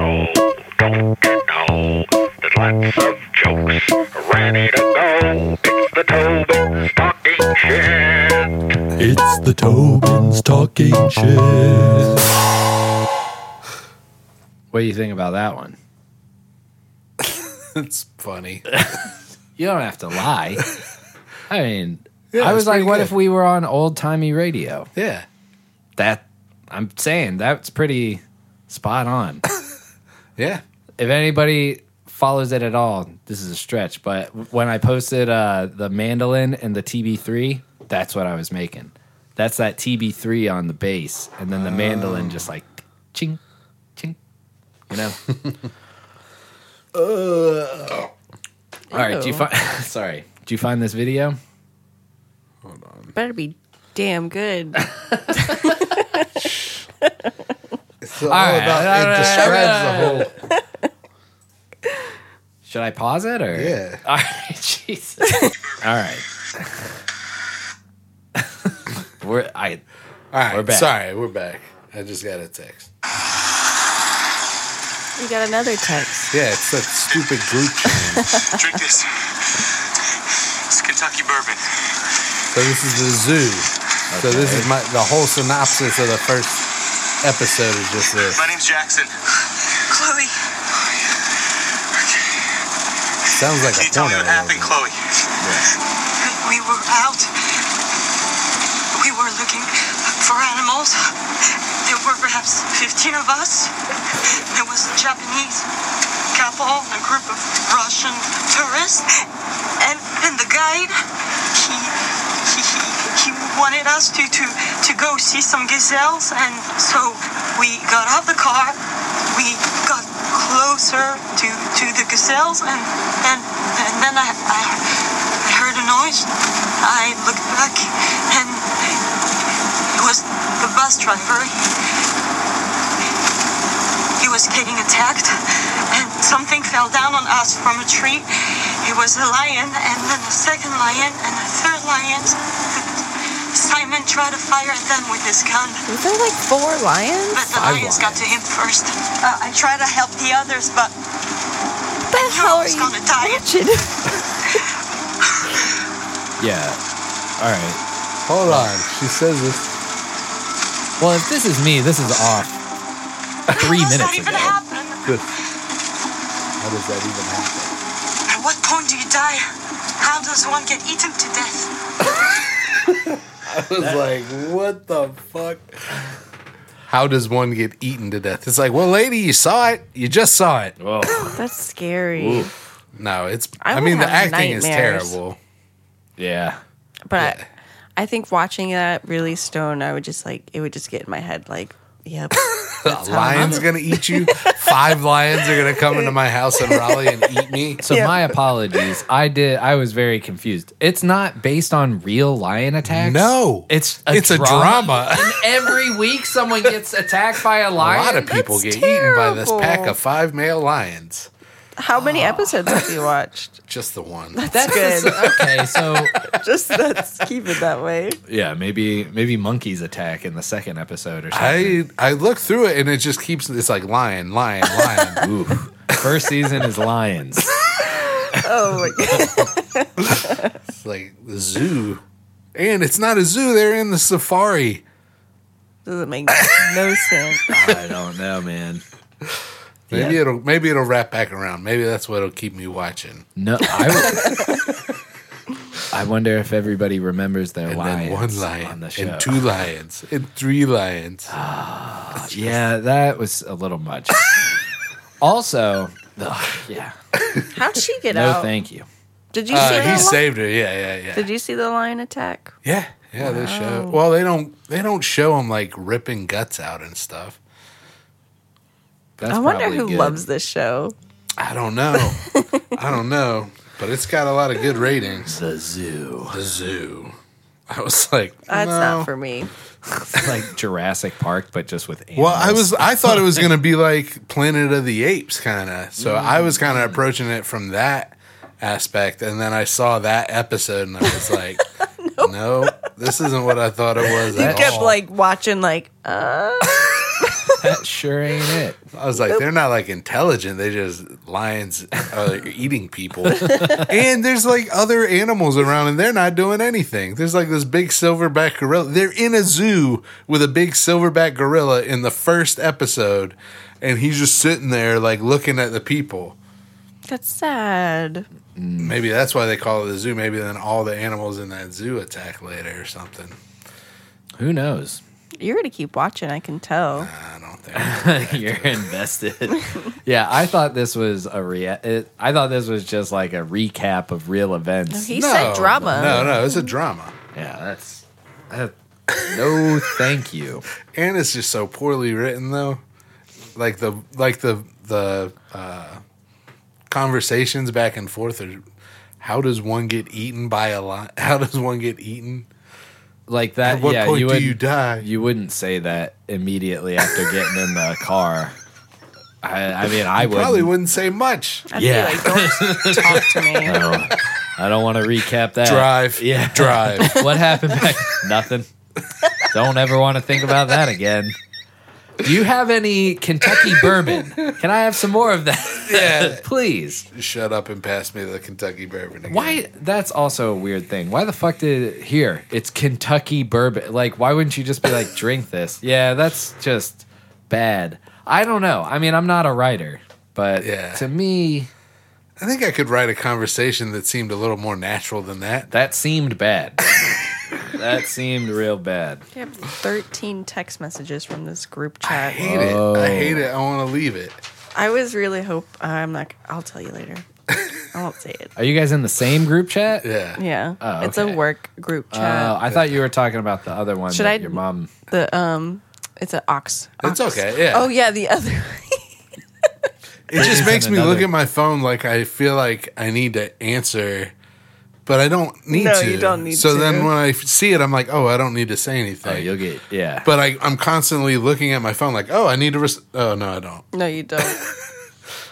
[SPEAKER 6] don't get old. There's lots of jokes ready to go. It's the Tobin's talking shit.
[SPEAKER 7] It's the Tobin's talking shit.
[SPEAKER 1] What do you think about that one?
[SPEAKER 2] It's funny.
[SPEAKER 1] You don't have to
[SPEAKER 2] [LAUGHS]
[SPEAKER 1] lie. I mean,
[SPEAKER 2] Yeah,
[SPEAKER 1] I was
[SPEAKER 2] it's
[SPEAKER 1] like,
[SPEAKER 2] pretty
[SPEAKER 1] what
[SPEAKER 2] good.
[SPEAKER 1] if we were on old timey radio?
[SPEAKER 2] [LAUGHS] Yeah.
[SPEAKER 1] That I'm saying that's pretty spot on.
[SPEAKER 2] Yeah.
[SPEAKER 1] if anybody follows it at all, this is a stretch. But when I posted uh, the mandolin and the TB3, that's what I was making. That's that TB3 on the bass, and then the mandolin just like ching, ching. You know. All right. Do you
[SPEAKER 3] Ew.
[SPEAKER 1] find? [LAUGHS] sorry. Do you find this video?
[SPEAKER 3] Better be damn good.
[SPEAKER 2] It's all
[SPEAKER 1] right.
[SPEAKER 2] about it describes the whole
[SPEAKER 1] Should I pause it or?
[SPEAKER 2] Yeah.
[SPEAKER 1] [LAUGHS] All right. Jesus. all right. [LAUGHS] We're I.
[SPEAKER 2] All right,
[SPEAKER 1] We're back.
[SPEAKER 2] Sorry, we're back. I just got a text.
[SPEAKER 3] you got another text.
[SPEAKER 2] Yeah, it's that stupid group change.
[SPEAKER 5] Drink this. It's Kentucky bourbon.
[SPEAKER 2] so this is the zoo. So this is my the whole synopsis of the first episode is just this.
[SPEAKER 5] My name's Jackson.
[SPEAKER 4] chloe
[SPEAKER 2] Sounds like
[SPEAKER 5] Can
[SPEAKER 2] a
[SPEAKER 5] you tell me
[SPEAKER 2] porno.
[SPEAKER 5] what happened,
[SPEAKER 2] logo.
[SPEAKER 5] Chloe?
[SPEAKER 4] we were out we were looking for animals there were perhaps 15 of us there was a japanese couple a group of russian tourists and and the guide he he he, he wanted us to, to to go see some gazelles and so we got out the car we got closer to to the gazelles and and and then i i, I heard a noise i looked back and it was the bus driver he was getting attacked and something fell down on us from a tree it was a lion and then a second lion and a third lion simon tried to fire at them with his gun
[SPEAKER 3] Was there like four lions?
[SPEAKER 4] but the lions got to him first uh, i tried to help the others but
[SPEAKER 3] What the hell are
[SPEAKER 4] He's
[SPEAKER 3] you
[SPEAKER 4] gonna die.
[SPEAKER 3] watching?
[SPEAKER 4] [LAUGHS]
[SPEAKER 1] Yeah. All right.
[SPEAKER 2] Hold on. She says this.
[SPEAKER 1] Well, if this is me, this is off
[SPEAKER 4] [LAUGHS]
[SPEAKER 1] three
[SPEAKER 4] How does that
[SPEAKER 1] minutes
[SPEAKER 4] even
[SPEAKER 1] ago.
[SPEAKER 4] happen
[SPEAKER 2] this. How does that even happen?
[SPEAKER 4] At what point do you die? How does one get eaten to death?
[SPEAKER 2] I was like, what the fuck? How does one get eaten to death? It's like, well, lady, you saw it. You just saw it.
[SPEAKER 1] Well,
[SPEAKER 3] That's scary.
[SPEAKER 2] No, it's.
[SPEAKER 3] I
[SPEAKER 2] I,
[SPEAKER 3] would
[SPEAKER 2] mean, the
[SPEAKER 3] have
[SPEAKER 2] acting is
[SPEAKER 3] nightmares.
[SPEAKER 2] terrible.
[SPEAKER 1] yeah.
[SPEAKER 3] But I, I think watching that really stoned, I would just like it would just get in my head like, [LAUGHS] yep.
[SPEAKER 2] A [LAUGHS] lion's gonna eat you. Five lions are gonna come into my house in Raleigh and eat me.
[SPEAKER 1] [LAUGHS] So my apologies. I did. I was very confused. It's not based on real lion attacks.
[SPEAKER 2] No.
[SPEAKER 1] it's a
[SPEAKER 2] It's a drama.
[SPEAKER 1] and every week someone gets attacked by a
[SPEAKER 2] [LAUGHS] A
[SPEAKER 1] lion.
[SPEAKER 2] lot of people
[SPEAKER 3] That's
[SPEAKER 2] get eaten by this pack
[SPEAKER 3] terrible.
[SPEAKER 2] of five male lions.
[SPEAKER 3] How many episodes have you [LAUGHS] watched?
[SPEAKER 2] Just the one.
[SPEAKER 1] That's
[SPEAKER 3] good.
[SPEAKER 1] the- okay.
[SPEAKER 2] [LAUGHS]
[SPEAKER 1] So
[SPEAKER 3] Just let's keep it that way.
[SPEAKER 1] yeah, maybe maybe monkeys attack in the second episode or something.
[SPEAKER 2] I I look through it and it just keeps. It's like lion, lion, lion. [LAUGHS]
[SPEAKER 1] Ooh. First season is lions.
[SPEAKER 3] Oh my god.
[SPEAKER 2] it's like the zoo, and it's not a zoo. They're in the safari.
[SPEAKER 3] [LAUGHS] Doesn't make no sense.
[SPEAKER 1] I don't know, man.
[SPEAKER 2] Maybe it'll maybe it'll wrap back around. Maybe that's what'll keep me watching.
[SPEAKER 1] No,
[SPEAKER 2] [LAUGHS]
[SPEAKER 1] I, I wonder if everybody remembers their
[SPEAKER 2] And
[SPEAKER 1] lions
[SPEAKER 2] then one lion,
[SPEAKER 1] on the show.
[SPEAKER 2] and two lions, and three lions.
[SPEAKER 1] Yeah, that was a little much. also, ugh, yeah,
[SPEAKER 3] How'd she get
[SPEAKER 1] no,
[SPEAKER 3] out?
[SPEAKER 1] thank you.
[SPEAKER 3] Did you see
[SPEAKER 2] Uh,
[SPEAKER 3] the
[SPEAKER 2] he
[SPEAKER 3] li-
[SPEAKER 2] saved her. Yeah, yeah, yeah.
[SPEAKER 3] Did you see the lion attack?
[SPEAKER 2] Yeah, yeah. They show. Well, they don't. They don't show them like ripping guts out and stuff.
[SPEAKER 1] That's
[SPEAKER 3] I wonder
[SPEAKER 1] probably
[SPEAKER 3] who
[SPEAKER 1] good.
[SPEAKER 3] loves this show.
[SPEAKER 2] I don't
[SPEAKER 3] [LAUGHS]
[SPEAKER 2] know. I don't know. But it's got a lot of good ratings.
[SPEAKER 1] the zoo.
[SPEAKER 2] The zoo. I was like,
[SPEAKER 3] That's
[SPEAKER 2] no.
[SPEAKER 3] not for me.
[SPEAKER 1] It's like Jurassic Park, but just with animals.
[SPEAKER 2] Well, I was. I thought it
[SPEAKER 3] [LAUGHS]
[SPEAKER 2] was going to be like Planet of the Apes, kind of. So
[SPEAKER 3] Mm.
[SPEAKER 2] I was kind of approaching it from that aspect, and then I saw that episode, and I was
[SPEAKER 3] [LAUGHS]
[SPEAKER 2] like, no, this isn't what I thought it was.
[SPEAKER 3] You
[SPEAKER 2] at
[SPEAKER 3] kept
[SPEAKER 2] all.
[SPEAKER 3] like watching, like, uh,
[SPEAKER 1] that sure ain't it.
[SPEAKER 2] I was like, they're not like intelligent. They just lions are like, eating people. and there's like other animals around and they're not doing anything. There's like this big silverback gorilla. They're in a zoo with a big silverback gorilla in the first episode. And he's just sitting there like looking at the people.
[SPEAKER 3] that's sad.
[SPEAKER 2] Maybe that's why they call it the zoo. Maybe then all the animals in that zoo attack later or something.
[SPEAKER 1] Who knows?
[SPEAKER 3] You're gonna keep watching. I can tell.
[SPEAKER 2] I don't think.
[SPEAKER 1] You're invested. [LAUGHS] yeah, I thought this was a rea- it, I thought this was just like a recap of real events.
[SPEAKER 3] He said drama.
[SPEAKER 2] No, no, it's a drama.
[SPEAKER 1] yeah, that's that, no, thank you.
[SPEAKER 2] and it's just so poorly written though like the like the the uh conversations back and forth are how does one get eaten by a lion [LAUGHS] how does one get eaten
[SPEAKER 1] Like that.
[SPEAKER 2] at what
[SPEAKER 1] yeah,
[SPEAKER 2] point
[SPEAKER 1] you
[SPEAKER 2] do
[SPEAKER 1] would.
[SPEAKER 2] you die
[SPEAKER 1] You wouldn't say that immediately after getting in the car. I, I mean, I wouldn't. Uh,
[SPEAKER 2] probably wouldn't say much
[SPEAKER 3] I'd
[SPEAKER 1] Yeah.
[SPEAKER 3] be like, don't talk to me.
[SPEAKER 1] No, I don't want to recap that.
[SPEAKER 2] drive
[SPEAKER 1] Yeah. [LAUGHS]
[SPEAKER 2] drive
[SPEAKER 1] What happened? Back? [LAUGHS] Nothing. Don't ever want to think about that again. Do you have any Kentucky bourbon? Can I have some more of that? [LAUGHS]
[SPEAKER 2] Yeah.
[SPEAKER 1] Please.
[SPEAKER 2] shut up and pass me the kentucky bourbon again.
[SPEAKER 1] Why? That's also a weird thing. Why the fuck did here? It's Kentucky bourbon. Like, why wouldn't you just be like, drink this? Yeah, that's just bad. I don't know. I mean, I'm not a writer, but
[SPEAKER 2] Yeah.
[SPEAKER 1] to me,
[SPEAKER 2] i think i could write a conversation that seemed a little more natural than that
[SPEAKER 1] that seemed bad. that seemed real bad.
[SPEAKER 3] I have 13 text messages from this group
[SPEAKER 2] i
[SPEAKER 3] chat.
[SPEAKER 2] hate it i hate
[SPEAKER 1] Oh.
[SPEAKER 2] it i want to leave it
[SPEAKER 3] I was really hope I'm like I'll tell you later. I won't say it.
[SPEAKER 1] Are you guys in the same group chat?
[SPEAKER 2] yeah
[SPEAKER 3] Yeah,
[SPEAKER 1] Oh,
[SPEAKER 3] it's a
[SPEAKER 1] okay.
[SPEAKER 3] work group
[SPEAKER 1] Oh,
[SPEAKER 3] chat.
[SPEAKER 1] I thought you were talking about the other one.
[SPEAKER 3] Should
[SPEAKER 1] that
[SPEAKER 3] I-
[SPEAKER 1] Your mom.
[SPEAKER 3] the um, it's an ox.
[SPEAKER 2] it's
[SPEAKER 3] Ox.
[SPEAKER 2] okay yeah
[SPEAKER 3] Oh yeah, the other.
[SPEAKER 2] It just makes me
[SPEAKER 1] another-
[SPEAKER 2] look at my phone like I feel like I need to answer, but I don't need
[SPEAKER 3] No,
[SPEAKER 2] to.
[SPEAKER 3] you don't need
[SPEAKER 2] so
[SPEAKER 3] to.
[SPEAKER 2] then when I f- see it, I'm like, oh, I don't need to say anything.
[SPEAKER 1] Oh, you'll get yeah.
[SPEAKER 2] but I, I'm constantly looking at my phone like, oh, I need to. Res- oh no, I don't.
[SPEAKER 3] No, you don't.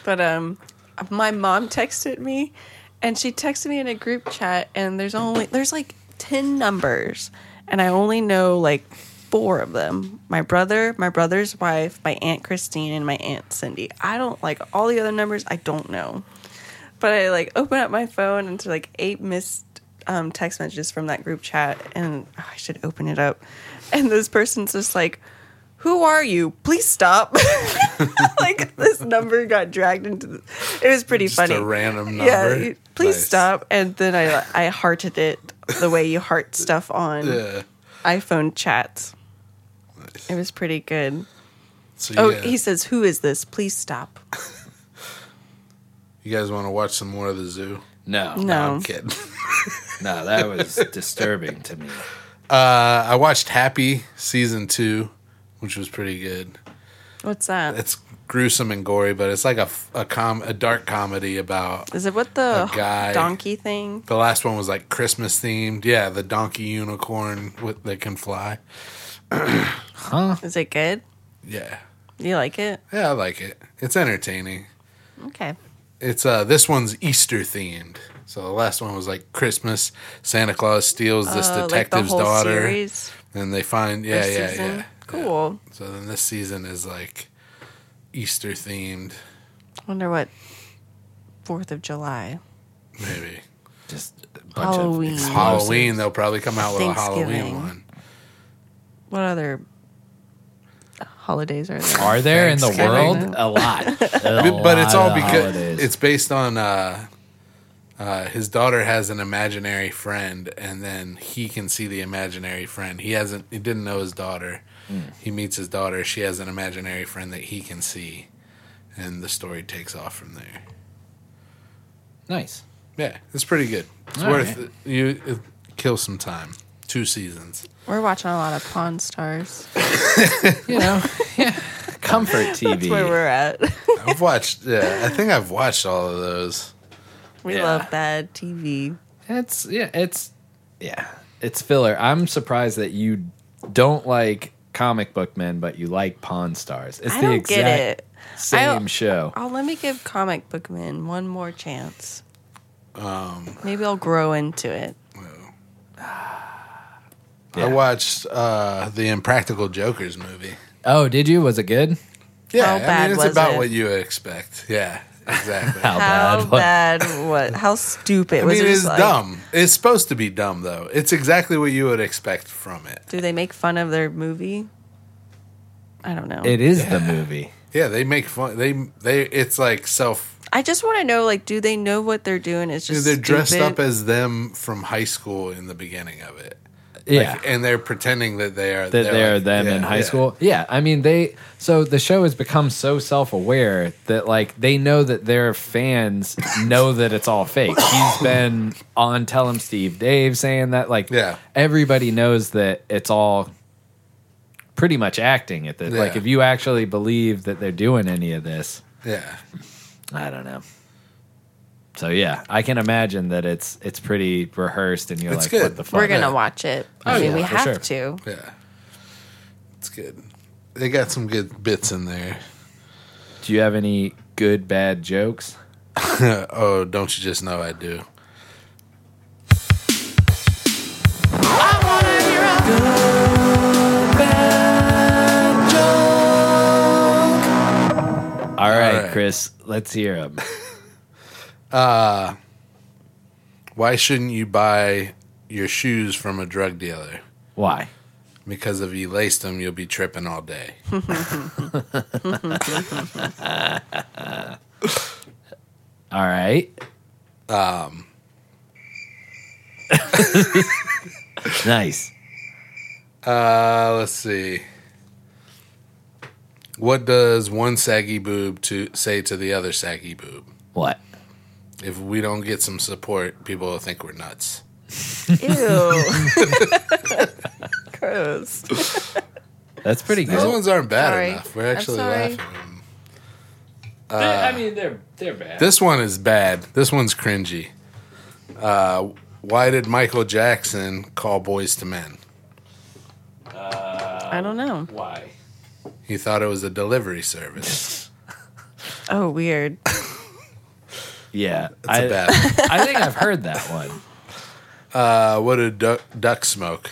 [SPEAKER 3] but um, my mom texted me, and she texted me in a group chat, and there's only there's like ten numbers, and I only know like four of them: my brother, my brother's wife, my aunt Christine, and my aunt Cindy. I don't like all the other numbers. I don't know, but I like open up my phone and to like eight missed. Um, text messages from that group chat, and oh, I should open it up. And this person's just like, "Who are you? Please stop!" [LAUGHS] like this number got dragged into the, it was pretty
[SPEAKER 2] Just
[SPEAKER 3] funny
[SPEAKER 2] a random number.
[SPEAKER 3] yeah you- please
[SPEAKER 2] Nice.
[SPEAKER 3] stop and then i i hearted it the way you heart stuff on
[SPEAKER 2] Yeah.
[SPEAKER 3] iphone chats it was pretty good
[SPEAKER 2] So
[SPEAKER 3] oh
[SPEAKER 2] yeah,
[SPEAKER 3] he says who is this please stop
[SPEAKER 2] you guys want to watch some more of the zoo?
[SPEAKER 1] no, no,
[SPEAKER 3] no
[SPEAKER 2] I'm kidding.
[SPEAKER 1] no, that was disturbing to me.
[SPEAKER 2] Uh, [LAUGHS] I watched Happy season two, which was pretty good.
[SPEAKER 3] what's that
[SPEAKER 2] It's gruesome and gory, but it's like a f- a com a dark comedy about
[SPEAKER 3] is it what the
[SPEAKER 2] A guy-
[SPEAKER 3] donkey thing
[SPEAKER 2] The last one was like Christmas themed. Yeah, the donkey unicorn with, that can fly.
[SPEAKER 3] is it good
[SPEAKER 2] Yeah,
[SPEAKER 3] you like it
[SPEAKER 2] yeah, I like it. It's entertaining.
[SPEAKER 3] okay
[SPEAKER 2] It's uh, this one's Easter themed. So the last one was like Christmas. Santa Claus steals this
[SPEAKER 3] Uh, like the
[SPEAKER 2] detective's
[SPEAKER 3] whole
[SPEAKER 2] daughter,
[SPEAKER 3] series
[SPEAKER 2] and they find
[SPEAKER 3] or
[SPEAKER 2] yeah, yeah,
[SPEAKER 3] season?
[SPEAKER 2] yeah.
[SPEAKER 3] cool
[SPEAKER 2] So then this season is like Easter themed,
[SPEAKER 3] wonder what fourth of july
[SPEAKER 2] maybe
[SPEAKER 1] Just a bunch
[SPEAKER 3] Halloween.
[SPEAKER 1] Of
[SPEAKER 2] Halloween. They'll probably come out with a Halloween
[SPEAKER 3] Thanksgiving.
[SPEAKER 2] one.
[SPEAKER 3] what other holidays are there?
[SPEAKER 1] Are there in the
[SPEAKER 3] Thanksgiving.
[SPEAKER 1] world a lot?
[SPEAKER 3] [LAUGHS]
[SPEAKER 1] A
[SPEAKER 2] But- but it's
[SPEAKER 1] lot
[SPEAKER 2] all
[SPEAKER 1] of
[SPEAKER 2] because
[SPEAKER 1] holidays.
[SPEAKER 2] it's based on uh, uh, his daughter has an imaginary friend, and then he can see the imaginary friend. He hasn't. He didn't know his daughter.
[SPEAKER 1] Hmm.
[SPEAKER 2] He meets his daughter. She has an imaginary friend that he can see, and the story takes off from there.
[SPEAKER 1] nice.
[SPEAKER 2] Yeah, it's pretty good. It's
[SPEAKER 1] All
[SPEAKER 2] worth
[SPEAKER 1] right.
[SPEAKER 2] you it kill some time. Two seasons.
[SPEAKER 3] We're watching a lot of Pawn Stars.
[SPEAKER 1] You know, yeah. Comfort TV.
[SPEAKER 3] That's where we're at. [LAUGHS]
[SPEAKER 2] I've watched. Yeah, I think I've watched all of those.
[SPEAKER 3] we
[SPEAKER 1] Yeah.
[SPEAKER 3] love bad TV.
[SPEAKER 1] It's yeah, it's yeah, it's filler. I'm surprised that you don't like comic book men, but you like Pawn Stars. It's
[SPEAKER 3] I
[SPEAKER 1] the
[SPEAKER 3] don't
[SPEAKER 1] exact
[SPEAKER 3] get it.
[SPEAKER 1] same
[SPEAKER 3] I-
[SPEAKER 1] show.
[SPEAKER 3] Oh, let me give Comic Book Men one more chance. Um, Maybe I'll grow into it.
[SPEAKER 2] I
[SPEAKER 1] Yeah.
[SPEAKER 2] watched uh, the Impractical Jokers movie.
[SPEAKER 1] Oh, did you? Was it good?
[SPEAKER 2] Yeah,
[SPEAKER 3] How
[SPEAKER 2] I
[SPEAKER 3] bad
[SPEAKER 2] mean, it's
[SPEAKER 3] was
[SPEAKER 2] about
[SPEAKER 3] it?
[SPEAKER 2] what you would expect. Yeah,
[SPEAKER 1] [LAUGHS]
[SPEAKER 2] exactly.
[SPEAKER 1] How,
[SPEAKER 3] How
[SPEAKER 1] was-
[SPEAKER 3] [LAUGHS] bad?
[SPEAKER 2] [LAUGHS]
[SPEAKER 3] What? How stupid?
[SPEAKER 2] I
[SPEAKER 3] was
[SPEAKER 2] mean,
[SPEAKER 3] it
[SPEAKER 2] it's
[SPEAKER 3] just like-
[SPEAKER 2] dumb. It's supposed to be dumb, though. It's exactly what you would expect from it.
[SPEAKER 3] Do they make fun of their movie? I don't know.
[SPEAKER 1] It is the movie.
[SPEAKER 2] Yeah, they make fun. They they. It's like self.
[SPEAKER 3] I just want to know, like, do they know what they're doing? It's just
[SPEAKER 2] They're dressed
[SPEAKER 3] stupid?
[SPEAKER 2] up as them from high school in the beginning of it.
[SPEAKER 1] Yeah.
[SPEAKER 2] Like, and they're pretending that they are
[SPEAKER 1] that they're,
[SPEAKER 2] like-
[SPEAKER 1] them
[SPEAKER 2] yeah,
[SPEAKER 1] in high
[SPEAKER 2] yeah.
[SPEAKER 1] school. Yeah, I mean they. So the show has become so self-aware that like they know that their
[SPEAKER 2] [LAUGHS]
[SPEAKER 1] fans know that it's all fake. He's been on Tell Him Steve Dave saying that like
[SPEAKER 2] Yeah.
[SPEAKER 1] everybody knows that it's all pretty much acting at this. Like
[SPEAKER 2] Yeah.
[SPEAKER 1] if you actually believe that they're doing any of this,
[SPEAKER 2] Yeah,
[SPEAKER 1] I don't know. So yeah, I can imagine that it's it's pretty rehearsed, and you're
[SPEAKER 2] It's
[SPEAKER 1] like,
[SPEAKER 2] good.
[SPEAKER 1] "What the fuck?"
[SPEAKER 3] We're gonna
[SPEAKER 2] Yeah.
[SPEAKER 3] watch it.
[SPEAKER 1] Oh,
[SPEAKER 3] I mean,
[SPEAKER 1] yeah,
[SPEAKER 3] we
[SPEAKER 1] for
[SPEAKER 3] have
[SPEAKER 1] sure.
[SPEAKER 3] to.
[SPEAKER 2] yeah. It's good. They got some good bits in there.
[SPEAKER 1] Do you have any good bad jokes?
[SPEAKER 2] oh, don't you just know I do?
[SPEAKER 1] All right,
[SPEAKER 2] All right.
[SPEAKER 1] Chris, let's hear them.
[SPEAKER 2] Why shouldn't you buy your shoes from a drug dealer?
[SPEAKER 1] Why?
[SPEAKER 2] Because if you lace them, you'll be tripping all day.
[SPEAKER 1] All right. Um. [LAUGHS] nice.
[SPEAKER 2] Uh, let's see. What does one saggy boob to say to the other saggy boob?
[SPEAKER 1] What?
[SPEAKER 2] If we don't get some support, people will think we're nuts.
[SPEAKER 3] Ew.
[SPEAKER 1] [LAUGHS]
[SPEAKER 3] Gross.
[SPEAKER 1] That's pretty
[SPEAKER 2] Those
[SPEAKER 1] good.
[SPEAKER 2] ones aren't bad
[SPEAKER 3] Oh, Sorry.
[SPEAKER 2] enough. We're
[SPEAKER 3] I'm
[SPEAKER 2] actually
[SPEAKER 3] sorry.
[SPEAKER 2] laughing. at them.
[SPEAKER 1] I mean, they're they're bad.
[SPEAKER 2] Uh, This one is bad. This one's cringy. Uh, why did Michael Jackson call boys to men?
[SPEAKER 3] I don't know.
[SPEAKER 1] Why?
[SPEAKER 2] He thought it was a delivery service.
[SPEAKER 3] Oh, weird.
[SPEAKER 1] Yeah,
[SPEAKER 2] It's
[SPEAKER 1] I,
[SPEAKER 2] a bad
[SPEAKER 1] [LAUGHS]
[SPEAKER 2] one.
[SPEAKER 1] I think I've heard that
[SPEAKER 2] [LAUGHS]
[SPEAKER 1] one.
[SPEAKER 2] Uh, what did duck, duck smoke?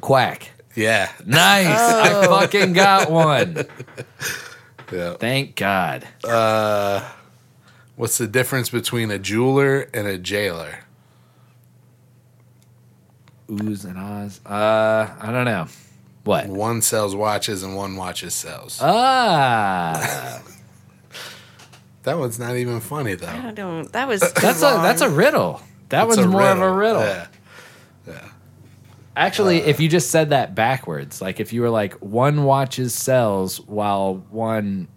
[SPEAKER 1] Quack.
[SPEAKER 2] Yeah.
[SPEAKER 1] Nice. I fucking got one.
[SPEAKER 2] yeah.
[SPEAKER 1] Thank God.
[SPEAKER 2] What's the difference between a jeweler and a jailer?
[SPEAKER 1] Oohs and ahs. Uh, I don't know. What?
[SPEAKER 2] One sells watches and one watches sells.
[SPEAKER 1] Uh, Ah,
[SPEAKER 2] [LAUGHS] that one's not even funny though.
[SPEAKER 3] I don't. That was.
[SPEAKER 1] that's a that's a riddle. That
[SPEAKER 2] It's
[SPEAKER 1] one's more of a riddle.
[SPEAKER 2] Yeah. Uh.
[SPEAKER 1] Actually, if you just said that backwards, like if you were like one watches sells while one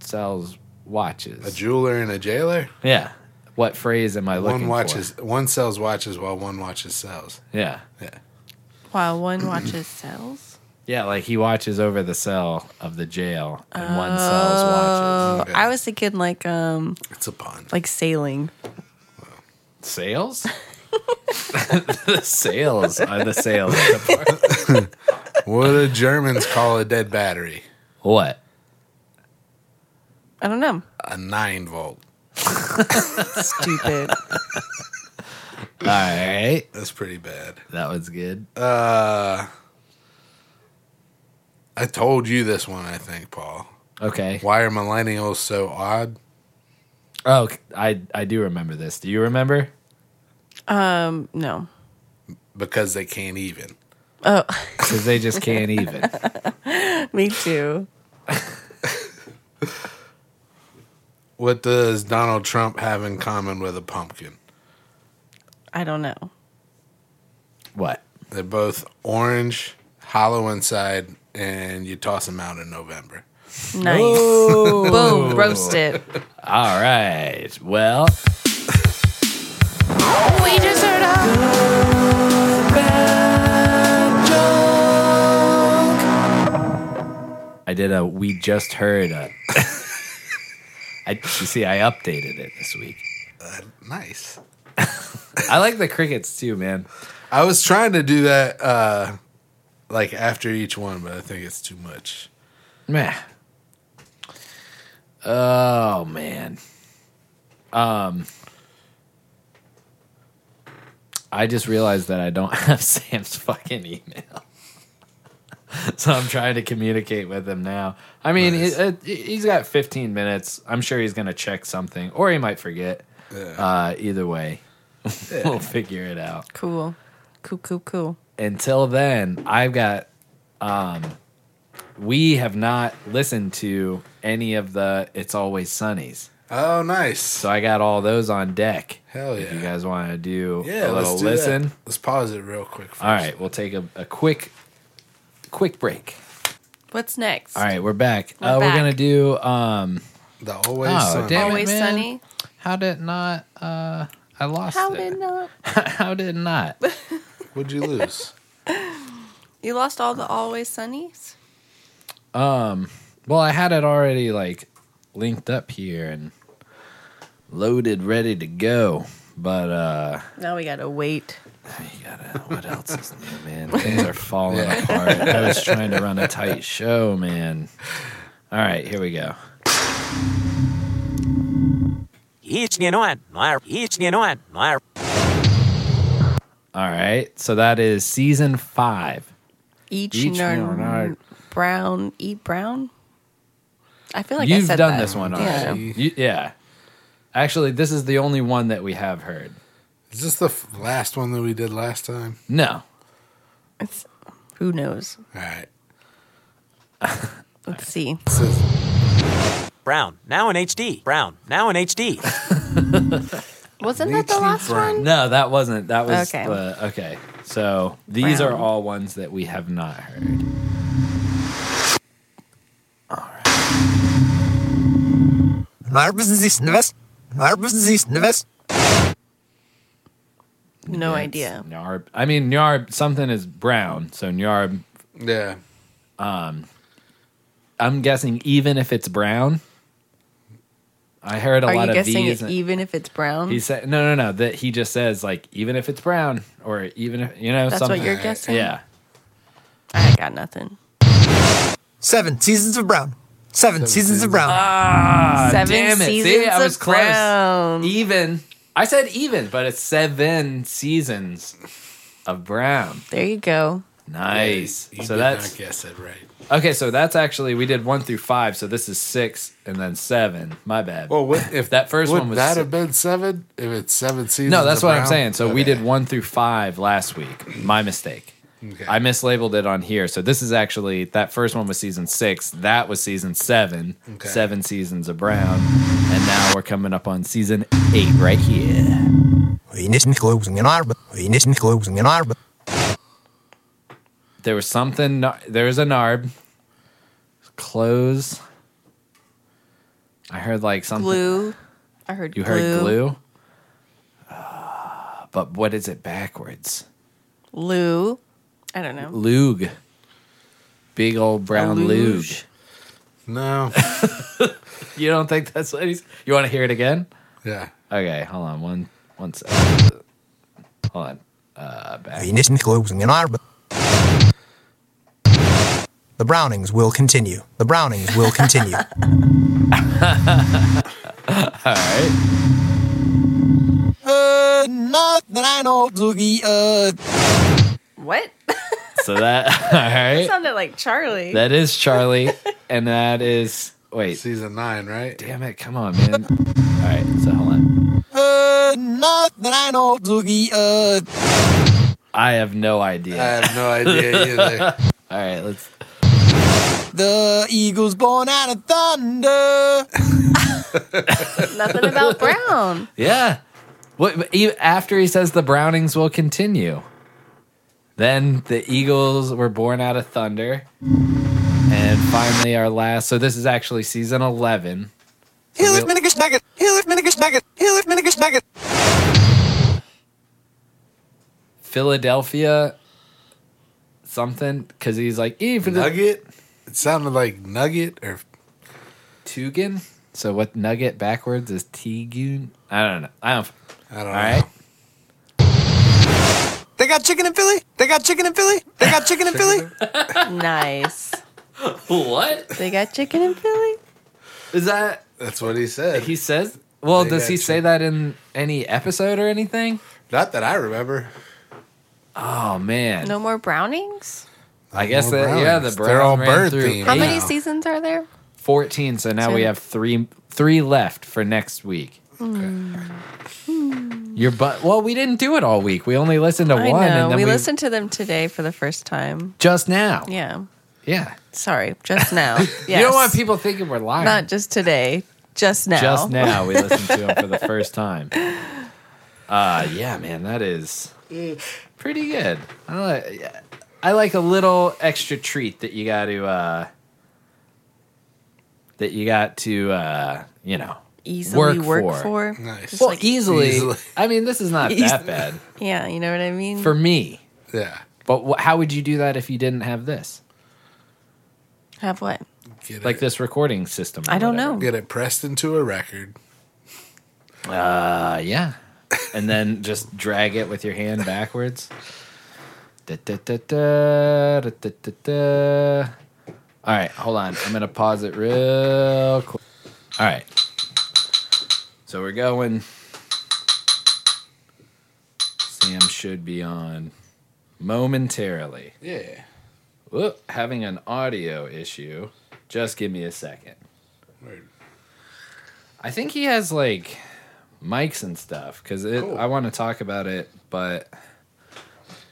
[SPEAKER 1] sells
[SPEAKER 2] A
[SPEAKER 1] watches.
[SPEAKER 2] jeweler and a jailer.
[SPEAKER 1] yeah. What phrase am I looking
[SPEAKER 2] One watches.
[SPEAKER 1] for?
[SPEAKER 2] One sells watches while one watches sells.
[SPEAKER 1] Yeah.
[SPEAKER 2] Yeah.
[SPEAKER 3] While one watches cells.
[SPEAKER 1] Yeah, like he watches over the cell of the jail and one sells watches.
[SPEAKER 3] Oh,
[SPEAKER 2] Okay.
[SPEAKER 3] I was thinking like um
[SPEAKER 2] It's a pun.
[SPEAKER 3] like sailing.
[SPEAKER 1] Sales? [LAUGHS] the sales are the
[SPEAKER 2] [LAUGHS]
[SPEAKER 1] sales. of the bar.
[SPEAKER 2] what do Germans call a dead battery?
[SPEAKER 1] What?
[SPEAKER 3] I don't know.
[SPEAKER 2] A nine volt.
[SPEAKER 3] Stupid.
[SPEAKER 1] All right.
[SPEAKER 2] That's pretty bad.
[SPEAKER 1] That was good.
[SPEAKER 2] Uh, I told you this one. I think, Paul.
[SPEAKER 1] Okay.
[SPEAKER 2] Why are millennials so odd?
[SPEAKER 1] Oh, I I do remember this. Do you remember?
[SPEAKER 3] no.
[SPEAKER 2] Because they can't even.
[SPEAKER 3] Oh,
[SPEAKER 1] because they just can't even.
[SPEAKER 3] me too.
[SPEAKER 2] What does Donald Trump have in common with a pumpkin?
[SPEAKER 3] I don't know.
[SPEAKER 1] What?
[SPEAKER 2] They're both orange, hollow inside, and you toss them out in November.
[SPEAKER 3] Nice. Boom. Roast it.
[SPEAKER 1] All right. Well,
[SPEAKER 3] We just heard
[SPEAKER 1] I did a. We just heard a. [LAUGHS] I you see. I updated it this week.
[SPEAKER 2] Nice.
[SPEAKER 1] I like the crickets too, man.
[SPEAKER 2] I was trying to do that uh like after each one, but I think it's too much.
[SPEAKER 1] Meh. Oh man. Um I just realized that I don't [LAUGHS] have Sam's fucking email. [LAUGHS] so I'm trying to communicate with him now. I mean, it, it, he's got 15 minutes. I'm sure he's going to check something or he might forget. Uh either way, [LAUGHS] we'll figure it out
[SPEAKER 3] Cool. Cool, cool, cool.
[SPEAKER 1] until then, I've got um we have not listened to any of the It's Always Sunnies.
[SPEAKER 2] Oh, nice.
[SPEAKER 1] So I got all those on deck.
[SPEAKER 2] Hell
[SPEAKER 1] If you
[SPEAKER 2] yeah.
[SPEAKER 1] guys want to do
[SPEAKER 2] Yeah,
[SPEAKER 1] a
[SPEAKER 2] let's
[SPEAKER 1] little
[SPEAKER 2] do
[SPEAKER 1] listen.
[SPEAKER 2] That. Let's pause it real quick. First.
[SPEAKER 1] All right, we'll take a, a quick quick break.
[SPEAKER 3] What's next?
[SPEAKER 1] All right, we're back.
[SPEAKER 3] We're
[SPEAKER 1] uh,
[SPEAKER 3] back.
[SPEAKER 1] We're gonna do um
[SPEAKER 2] The always
[SPEAKER 1] Oh,
[SPEAKER 2] Sunny.
[SPEAKER 1] damn it.
[SPEAKER 3] Always
[SPEAKER 1] man.
[SPEAKER 3] sunny.
[SPEAKER 1] how did not uh I lost
[SPEAKER 3] How
[SPEAKER 1] it.
[SPEAKER 3] did not?
[SPEAKER 1] [LAUGHS] how did
[SPEAKER 3] [LAUGHS]
[SPEAKER 1] not?
[SPEAKER 2] What'd you
[SPEAKER 1] [LAUGHS]
[SPEAKER 2] lose?
[SPEAKER 3] You lost all the always sunnies?
[SPEAKER 1] Well, I had it already like linked up here and loaded, ready to go. But uh
[SPEAKER 3] Now we gotta wait.
[SPEAKER 1] you gotta, what else is new, man? Things are falling apart. I was trying to run a tight show, man. All right, here we go. All right, so that is season five.
[SPEAKER 3] Each,
[SPEAKER 1] Each
[SPEAKER 3] nerd,
[SPEAKER 1] nerd.
[SPEAKER 3] brown eat brown. I feel like I
[SPEAKER 1] You've
[SPEAKER 3] said
[SPEAKER 1] done
[SPEAKER 3] that.
[SPEAKER 1] this one
[SPEAKER 3] Yeah.
[SPEAKER 1] already. You- yeah. Actually, this is the only one that we have heard.
[SPEAKER 2] Is this the f- last one that we did last time?
[SPEAKER 1] No,
[SPEAKER 3] It's, who knows?
[SPEAKER 2] All right.
[SPEAKER 3] Let's see.
[SPEAKER 2] This is-
[SPEAKER 8] Brown, now in HD. Brown, now in HD.
[SPEAKER 3] Wasn't that the
[SPEAKER 2] Leech
[SPEAKER 3] last
[SPEAKER 2] Brown.
[SPEAKER 3] one?
[SPEAKER 1] No, that wasn't. That was
[SPEAKER 3] Okay.
[SPEAKER 1] the okay. So these are
[SPEAKER 3] Brown.
[SPEAKER 1] all ones that we have not heard.
[SPEAKER 3] No
[SPEAKER 1] It's
[SPEAKER 3] idea.
[SPEAKER 1] Nyarb. I mean, Nyarb. Something is brown. So Nyarb.
[SPEAKER 2] yeah.
[SPEAKER 1] I'm guessing even if it's brown. I heard a
[SPEAKER 3] Are
[SPEAKER 1] lot
[SPEAKER 3] you
[SPEAKER 1] of
[SPEAKER 3] guessing
[SPEAKER 1] these.
[SPEAKER 3] it even if it's brown?
[SPEAKER 1] he said, "No, no, no." That he just says like, even if it's brown, or even if you know
[SPEAKER 3] That's
[SPEAKER 1] something.
[SPEAKER 3] what you're guessing?
[SPEAKER 1] yeah.
[SPEAKER 3] I got nothing.
[SPEAKER 9] [LAUGHS] Seven seasons of Brown. Seven, seasons, of Brown.
[SPEAKER 1] Ah,
[SPEAKER 3] Seven
[SPEAKER 1] Damn it!
[SPEAKER 3] seasons
[SPEAKER 1] See, I was
[SPEAKER 3] of
[SPEAKER 1] close.
[SPEAKER 3] brown.
[SPEAKER 1] Even. I said even, but it's seven seasons of brown.
[SPEAKER 3] There you go.
[SPEAKER 1] Nice.
[SPEAKER 2] You
[SPEAKER 1] so
[SPEAKER 2] did
[SPEAKER 1] that's
[SPEAKER 2] not guess it right.
[SPEAKER 1] Okay, so that's actually we did one through five, so this is six and then seven. My bad.
[SPEAKER 2] Well, what, if
[SPEAKER 1] That first
[SPEAKER 2] would
[SPEAKER 1] one was
[SPEAKER 2] that
[SPEAKER 1] si-
[SPEAKER 2] have been seven? If it's seven seasons,
[SPEAKER 1] no, that's
[SPEAKER 2] of
[SPEAKER 1] what I'm
[SPEAKER 2] Brown?
[SPEAKER 1] saying. So we
[SPEAKER 2] Okay.
[SPEAKER 1] did one through five last week. My mistake.
[SPEAKER 2] Okay.
[SPEAKER 1] I mislabeled it on here. So this is actually that first one was season six. That was season seven.
[SPEAKER 2] Okay.
[SPEAKER 1] Seven seasons of Brown, and now we're coming up on season eight right here. There was something. There was a narb. Clothes. I heard like something.
[SPEAKER 3] Glue. I heard
[SPEAKER 1] You
[SPEAKER 3] glue.
[SPEAKER 1] heard glue. Ah, but what is it backwards?
[SPEAKER 3] Lou. I don't know.
[SPEAKER 1] Lug. Big old brown lug.
[SPEAKER 3] luge.
[SPEAKER 1] [LAUGHS]
[SPEAKER 2] No.
[SPEAKER 1] You don't think that's what he's. You want to hear it again?
[SPEAKER 2] yeah.
[SPEAKER 1] Okay, hold on. One, one second. Hold on. Uh, back.
[SPEAKER 9] The Brownings will continue. The Brownings will [LAUGHS] continue.
[SPEAKER 1] Alright.
[SPEAKER 9] uh, not that I know to be, uh,
[SPEAKER 3] What? [LAUGHS]
[SPEAKER 1] So that. [LAUGHS] Alright.
[SPEAKER 3] sounded like Charlie.
[SPEAKER 1] That is Charlie. And that is. Wait.
[SPEAKER 2] Season nine, right?
[SPEAKER 1] Damn it. Come on, man. Alright, so hold on.
[SPEAKER 9] uh, not that I know to be, uh,
[SPEAKER 1] I have no
[SPEAKER 2] I
[SPEAKER 1] idea.
[SPEAKER 2] have no idea
[SPEAKER 1] [LAUGHS]
[SPEAKER 2] either.
[SPEAKER 1] All right, let's.
[SPEAKER 9] The eagle's born out of thunder.
[SPEAKER 1] [LAUGHS]
[SPEAKER 3] Nothing about Brown.
[SPEAKER 1] Yeah. What e- after he says the Brownings will continue? Then the Eagles were born out of thunder, and finally our last. So this is actually season eleven.
[SPEAKER 9] He'll lift minigus nugget. He'll lift minigus nugget. He'll lift minigus nugget.
[SPEAKER 1] Philadelphia something because he's like "E, even
[SPEAKER 2] Nugget? It sounded like nugget or
[SPEAKER 1] Tugan. So what nugget backwards is Tegun? I don't know. I don't.
[SPEAKER 2] I don't
[SPEAKER 1] All
[SPEAKER 2] know.
[SPEAKER 1] right.
[SPEAKER 9] They got chicken in Philly. They got chicken in Philly. They got chicken in Philly.
[SPEAKER 3] Nice.
[SPEAKER 1] [LAUGHS] What
[SPEAKER 3] They got chicken in Philly.
[SPEAKER 1] is that?
[SPEAKER 2] That's what he said.
[SPEAKER 1] He says. Well,
[SPEAKER 2] They
[SPEAKER 1] does
[SPEAKER 2] got
[SPEAKER 1] he
[SPEAKER 2] you.
[SPEAKER 1] say that in any episode or anything?
[SPEAKER 2] Not that I remember.
[SPEAKER 1] Oh man.
[SPEAKER 3] No more Brownings.
[SPEAKER 1] I guess
[SPEAKER 2] More
[SPEAKER 1] that yeah, the
[SPEAKER 2] Browns.
[SPEAKER 1] brown
[SPEAKER 2] They're all
[SPEAKER 1] ran
[SPEAKER 2] bird
[SPEAKER 1] through
[SPEAKER 2] themed.
[SPEAKER 3] How
[SPEAKER 1] eight-
[SPEAKER 3] many
[SPEAKER 2] Wow.
[SPEAKER 3] seasons are there?
[SPEAKER 1] Fourteen. So now we
[SPEAKER 3] Ten.
[SPEAKER 1] have three three left for next week.
[SPEAKER 3] Hmm.
[SPEAKER 1] Your butt. Well, we didn't do it all week. We only listened to
[SPEAKER 3] I
[SPEAKER 1] one,
[SPEAKER 3] know.
[SPEAKER 1] and then
[SPEAKER 3] We,
[SPEAKER 1] we,
[SPEAKER 3] listened to them today for the first time.
[SPEAKER 1] just now. Yeah.
[SPEAKER 3] Yeah. Sorry, just now.
[SPEAKER 1] [LAUGHS]
[SPEAKER 3] Yes.
[SPEAKER 1] You don't want people thinking we're lying.
[SPEAKER 3] Not just today. Just now.
[SPEAKER 1] Just now, we listened to them for
[SPEAKER 3] [LAUGHS]
[SPEAKER 1] the first time. Uh yeah, man, that is
[SPEAKER 3] Eh.
[SPEAKER 1] pretty good. I like, I like a little extra treat that you got to uh, that you got to uh, you know
[SPEAKER 3] Easily
[SPEAKER 1] Work
[SPEAKER 3] work,
[SPEAKER 1] for.
[SPEAKER 3] for.
[SPEAKER 2] Nice.
[SPEAKER 3] Just
[SPEAKER 1] well
[SPEAKER 3] like-
[SPEAKER 1] easily,
[SPEAKER 2] Easily.
[SPEAKER 1] I mean, this is
[SPEAKER 3] [LAUGHS]
[SPEAKER 1] not that
[SPEAKER 3] Easily.
[SPEAKER 1] bad
[SPEAKER 3] yeah, you know what I mean?
[SPEAKER 1] for me.
[SPEAKER 2] Yeah.
[SPEAKER 1] But wh- how would you do that if you didn't have this,
[SPEAKER 3] Have what?
[SPEAKER 2] Get
[SPEAKER 1] like
[SPEAKER 2] it,
[SPEAKER 1] this recording system? or
[SPEAKER 3] I don't
[SPEAKER 1] whatever?
[SPEAKER 3] know.
[SPEAKER 2] Get it pressed into a record.
[SPEAKER 1] Uh, yeah. And then just drag it with your hand backwards. Da, da, da, da, da, da, da, da. All right, hold on. I'm going to pause it real quick. All right. So we're going. Sam should be on momentarily.
[SPEAKER 2] Yeah.
[SPEAKER 1] Whoop, having an audio issue. Just give me a second.
[SPEAKER 2] Word.
[SPEAKER 1] I think he has like mics and stuff because
[SPEAKER 2] Cool.
[SPEAKER 1] I want to talk about it, but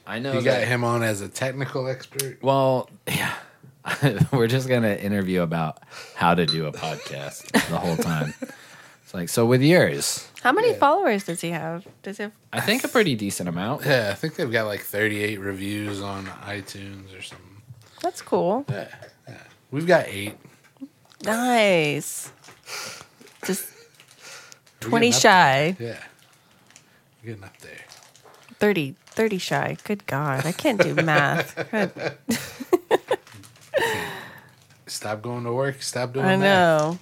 [SPEAKER 1] I know
[SPEAKER 2] You got
[SPEAKER 1] that.
[SPEAKER 2] him on as a technical expert.
[SPEAKER 1] Well, [LAUGHS] yeah, we're just gonna interview about how to do a podcast the whole time. It's like so with yours.
[SPEAKER 3] How many followers does he have? Does he have
[SPEAKER 1] I think a pretty decent amount.
[SPEAKER 2] Yeah, I think they've got like 38 reviews on iTunes or something.
[SPEAKER 3] That's cool.
[SPEAKER 2] We've got eight.
[SPEAKER 3] Nice. Just
[SPEAKER 2] We're
[SPEAKER 3] 20
[SPEAKER 2] getting up
[SPEAKER 3] shy.
[SPEAKER 2] there. Yeah. We're getting up there.
[SPEAKER 3] 30, 30 shy. Good God. I can't do math. Good
[SPEAKER 2] Stop going to work. Stop doing
[SPEAKER 3] I
[SPEAKER 2] meth.
[SPEAKER 3] know.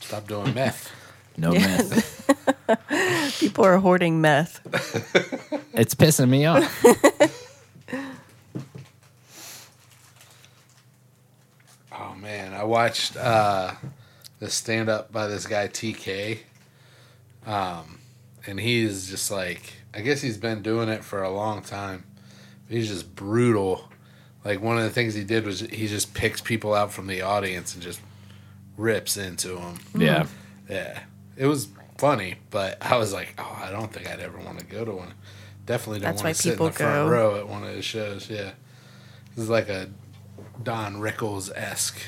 [SPEAKER 2] Stop doing meth.
[SPEAKER 1] No meth.
[SPEAKER 3] People are hoarding meth.
[SPEAKER 1] It's pissing me
[SPEAKER 3] [LAUGHS]
[SPEAKER 1] off.
[SPEAKER 2] Oh man, I watched uh the stand up by this guy TK. Um and he's just like I guess he's been doing it for a long time. He's just brutal. Like one of the things he did was he just picks people out from the audience and just rips into them.
[SPEAKER 1] Yeah.
[SPEAKER 2] Yeah. It was funny, but I was like, "Oh, I don't think I'd ever want to go to one." Definitely don't
[SPEAKER 3] That's
[SPEAKER 2] want
[SPEAKER 3] why
[SPEAKER 2] to sit in
[SPEAKER 3] people
[SPEAKER 2] the front
[SPEAKER 3] go.
[SPEAKER 2] row at one of his shows. Yeah. This is like a Don Rickles-esque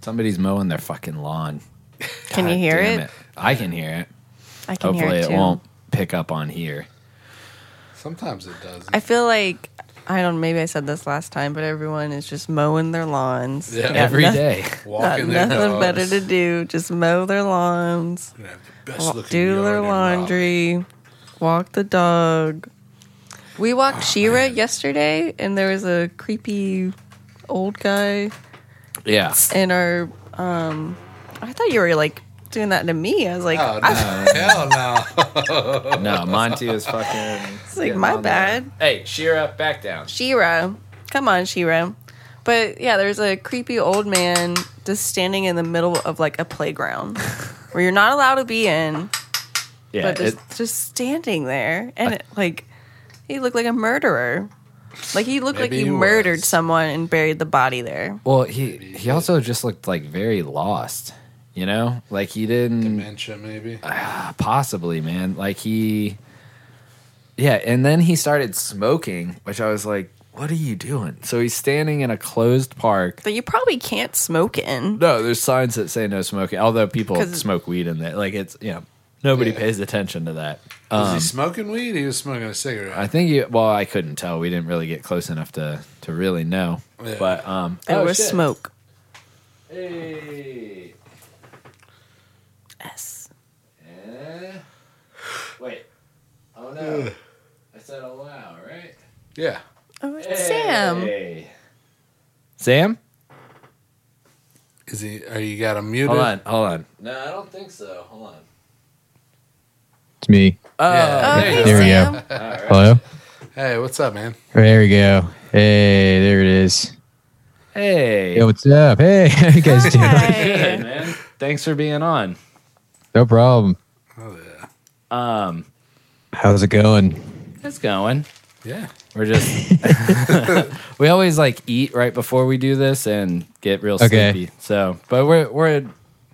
[SPEAKER 1] Somebody's mowing their fucking lawn.
[SPEAKER 3] Can you hear
[SPEAKER 1] Damn
[SPEAKER 3] it?
[SPEAKER 1] I can hear it.
[SPEAKER 3] I can
[SPEAKER 1] Hopefully
[SPEAKER 3] hear it
[SPEAKER 1] it
[SPEAKER 3] too.
[SPEAKER 1] won't pick up on here.
[SPEAKER 2] Sometimes it does.
[SPEAKER 3] I feel like I don't. Maybe I said this last time, but everyone is just mowing their lawns.
[SPEAKER 2] Yeah.
[SPEAKER 1] Every day.
[SPEAKER 3] Got
[SPEAKER 2] Walking
[SPEAKER 3] nothing
[SPEAKER 2] their dogs.
[SPEAKER 3] better to do. Just mow their lawns,
[SPEAKER 2] Gonna have the best
[SPEAKER 3] wa-
[SPEAKER 2] looking
[SPEAKER 3] do
[SPEAKER 2] yard
[SPEAKER 3] their
[SPEAKER 2] in
[SPEAKER 3] laundry, walk the dog. We walked Shira yesterday, and there was a creepy old guy
[SPEAKER 1] [LAUGHS] Yeah.
[SPEAKER 3] in our. Um, I thought you were like doing that to me. I was like,
[SPEAKER 2] Raleigh.
[SPEAKER 3] [LAUGHS] I
[SPEAKER 2] Oh no! Hell no!
[SPEAKER 1] No, Monty is fucking.
[SPEAKER 3] was like, my bad.
[SPEAKER 1] Hey, Shira, back down.
[SPEAKER 3] Shira. Come on, Shira. But yeah, there's a creepy old man just standing in the middle of like a playground where you're not allowed to be in,
[SPEAKER 1] Yeah,
[SPEAKER 3] but just,
[SPEAKER 1] it-
[SPEAKER 3] just standing there. And it, like, he looked like a murderer. Like, he looked like
[SPEAKER 2] Maybe he
[SPEAKER 3] he, murdered
[SPEAKER 2] was.
[SPEAKER 3] someone and buried the body there.
[SPEAKER 1] well, he he also just looked like very lost. You know, like he didn't
[SPEAKER 2] Dementia, maybe.
[SPEAKER 1] possibly, man. Like he Yeah, and then he started smoking, which I was like, "What are you doing?" So he's standing in a closed park.
[SPEAKER 3] That you probably can't smoke in.
[SPEAKER 1] No, there's signs that say no smoking. Although people
[SPEAKER 3] 'Cause-
[SPEAKER 1] smoke weed in there, like it's you know nobody pays attention to that.
[SPEAKER 2] Was he smoking weed? He was smoking a cigarette.
[SPEAKER 1] I think you. Well, I couldn't tell. We didn't really get close enough to to really know.
[SPEAKER 2] Yeah.
[SPEAKER 1] But um,
[SPEAKER 3] There
[SPEAKER 1] oh,
[SPEAKER 3] was
[SPEAKER 1] shit.
[SPEAKER 3] smoke.
[SPEAKER 1] Hey.
[SPEAKER 3] Yes.
[SPEAKER 1] Eh. Wait. Oh no. I said allow, right?
[SPEAKER 2] yeah.
[SPEAKER 3] Oh, it's Sam.
[SPEAKER 1] Hey. Sam?
[SPEAKER 2] Is he? Are you got him muted?
[SPEAKER 1] Hold on, hold on. No, I don't think so. Hold on.
[SPEAKER 10] It's me.
[SPEAKER 1] Oh,
[SPEAKER 2] Yeah.
[SPEAKER 3] Oh,
[SPEAKER 1] there you
[SPEAKER 3] hey,
[SPEAKER 1] go.
[SPEAKER 10] There we
[SPEAKER 3] Sam.
[SPEAKER 10] go.
[SPEAKER 1] All right.
[SPEAKER 10] Hello?
[SPEAKER 2] Hey, what's up, man?
[SPEAKER 10] There we go. Hey, there it is.
[SPEAKER 1] Hey.
[SPEAKER 10] Hey, what's up? Hey, how you guys doing? [LAUGHS]
[SPEAKER 3] Hi.
[SPEAKER 1] Good, man. Thanks for being on.
[SPEAKER 10] No problem.
[SPEAKER 2] Oh yeah.
[SPEAKER 1] Um,
[SPEAKER 10] How's it going?
[SPEAKER 1] it's going.
[SPEAKER 2] Yeah.
[SPEAKER 1] We're
[SPEAKER 10] [LAUGHS]
[SPEAKER 1] just we always like eat right before we do this and get real
[SPEAKER 10] Okay.
[SPEAKER 1] sleepy. So, but we're we're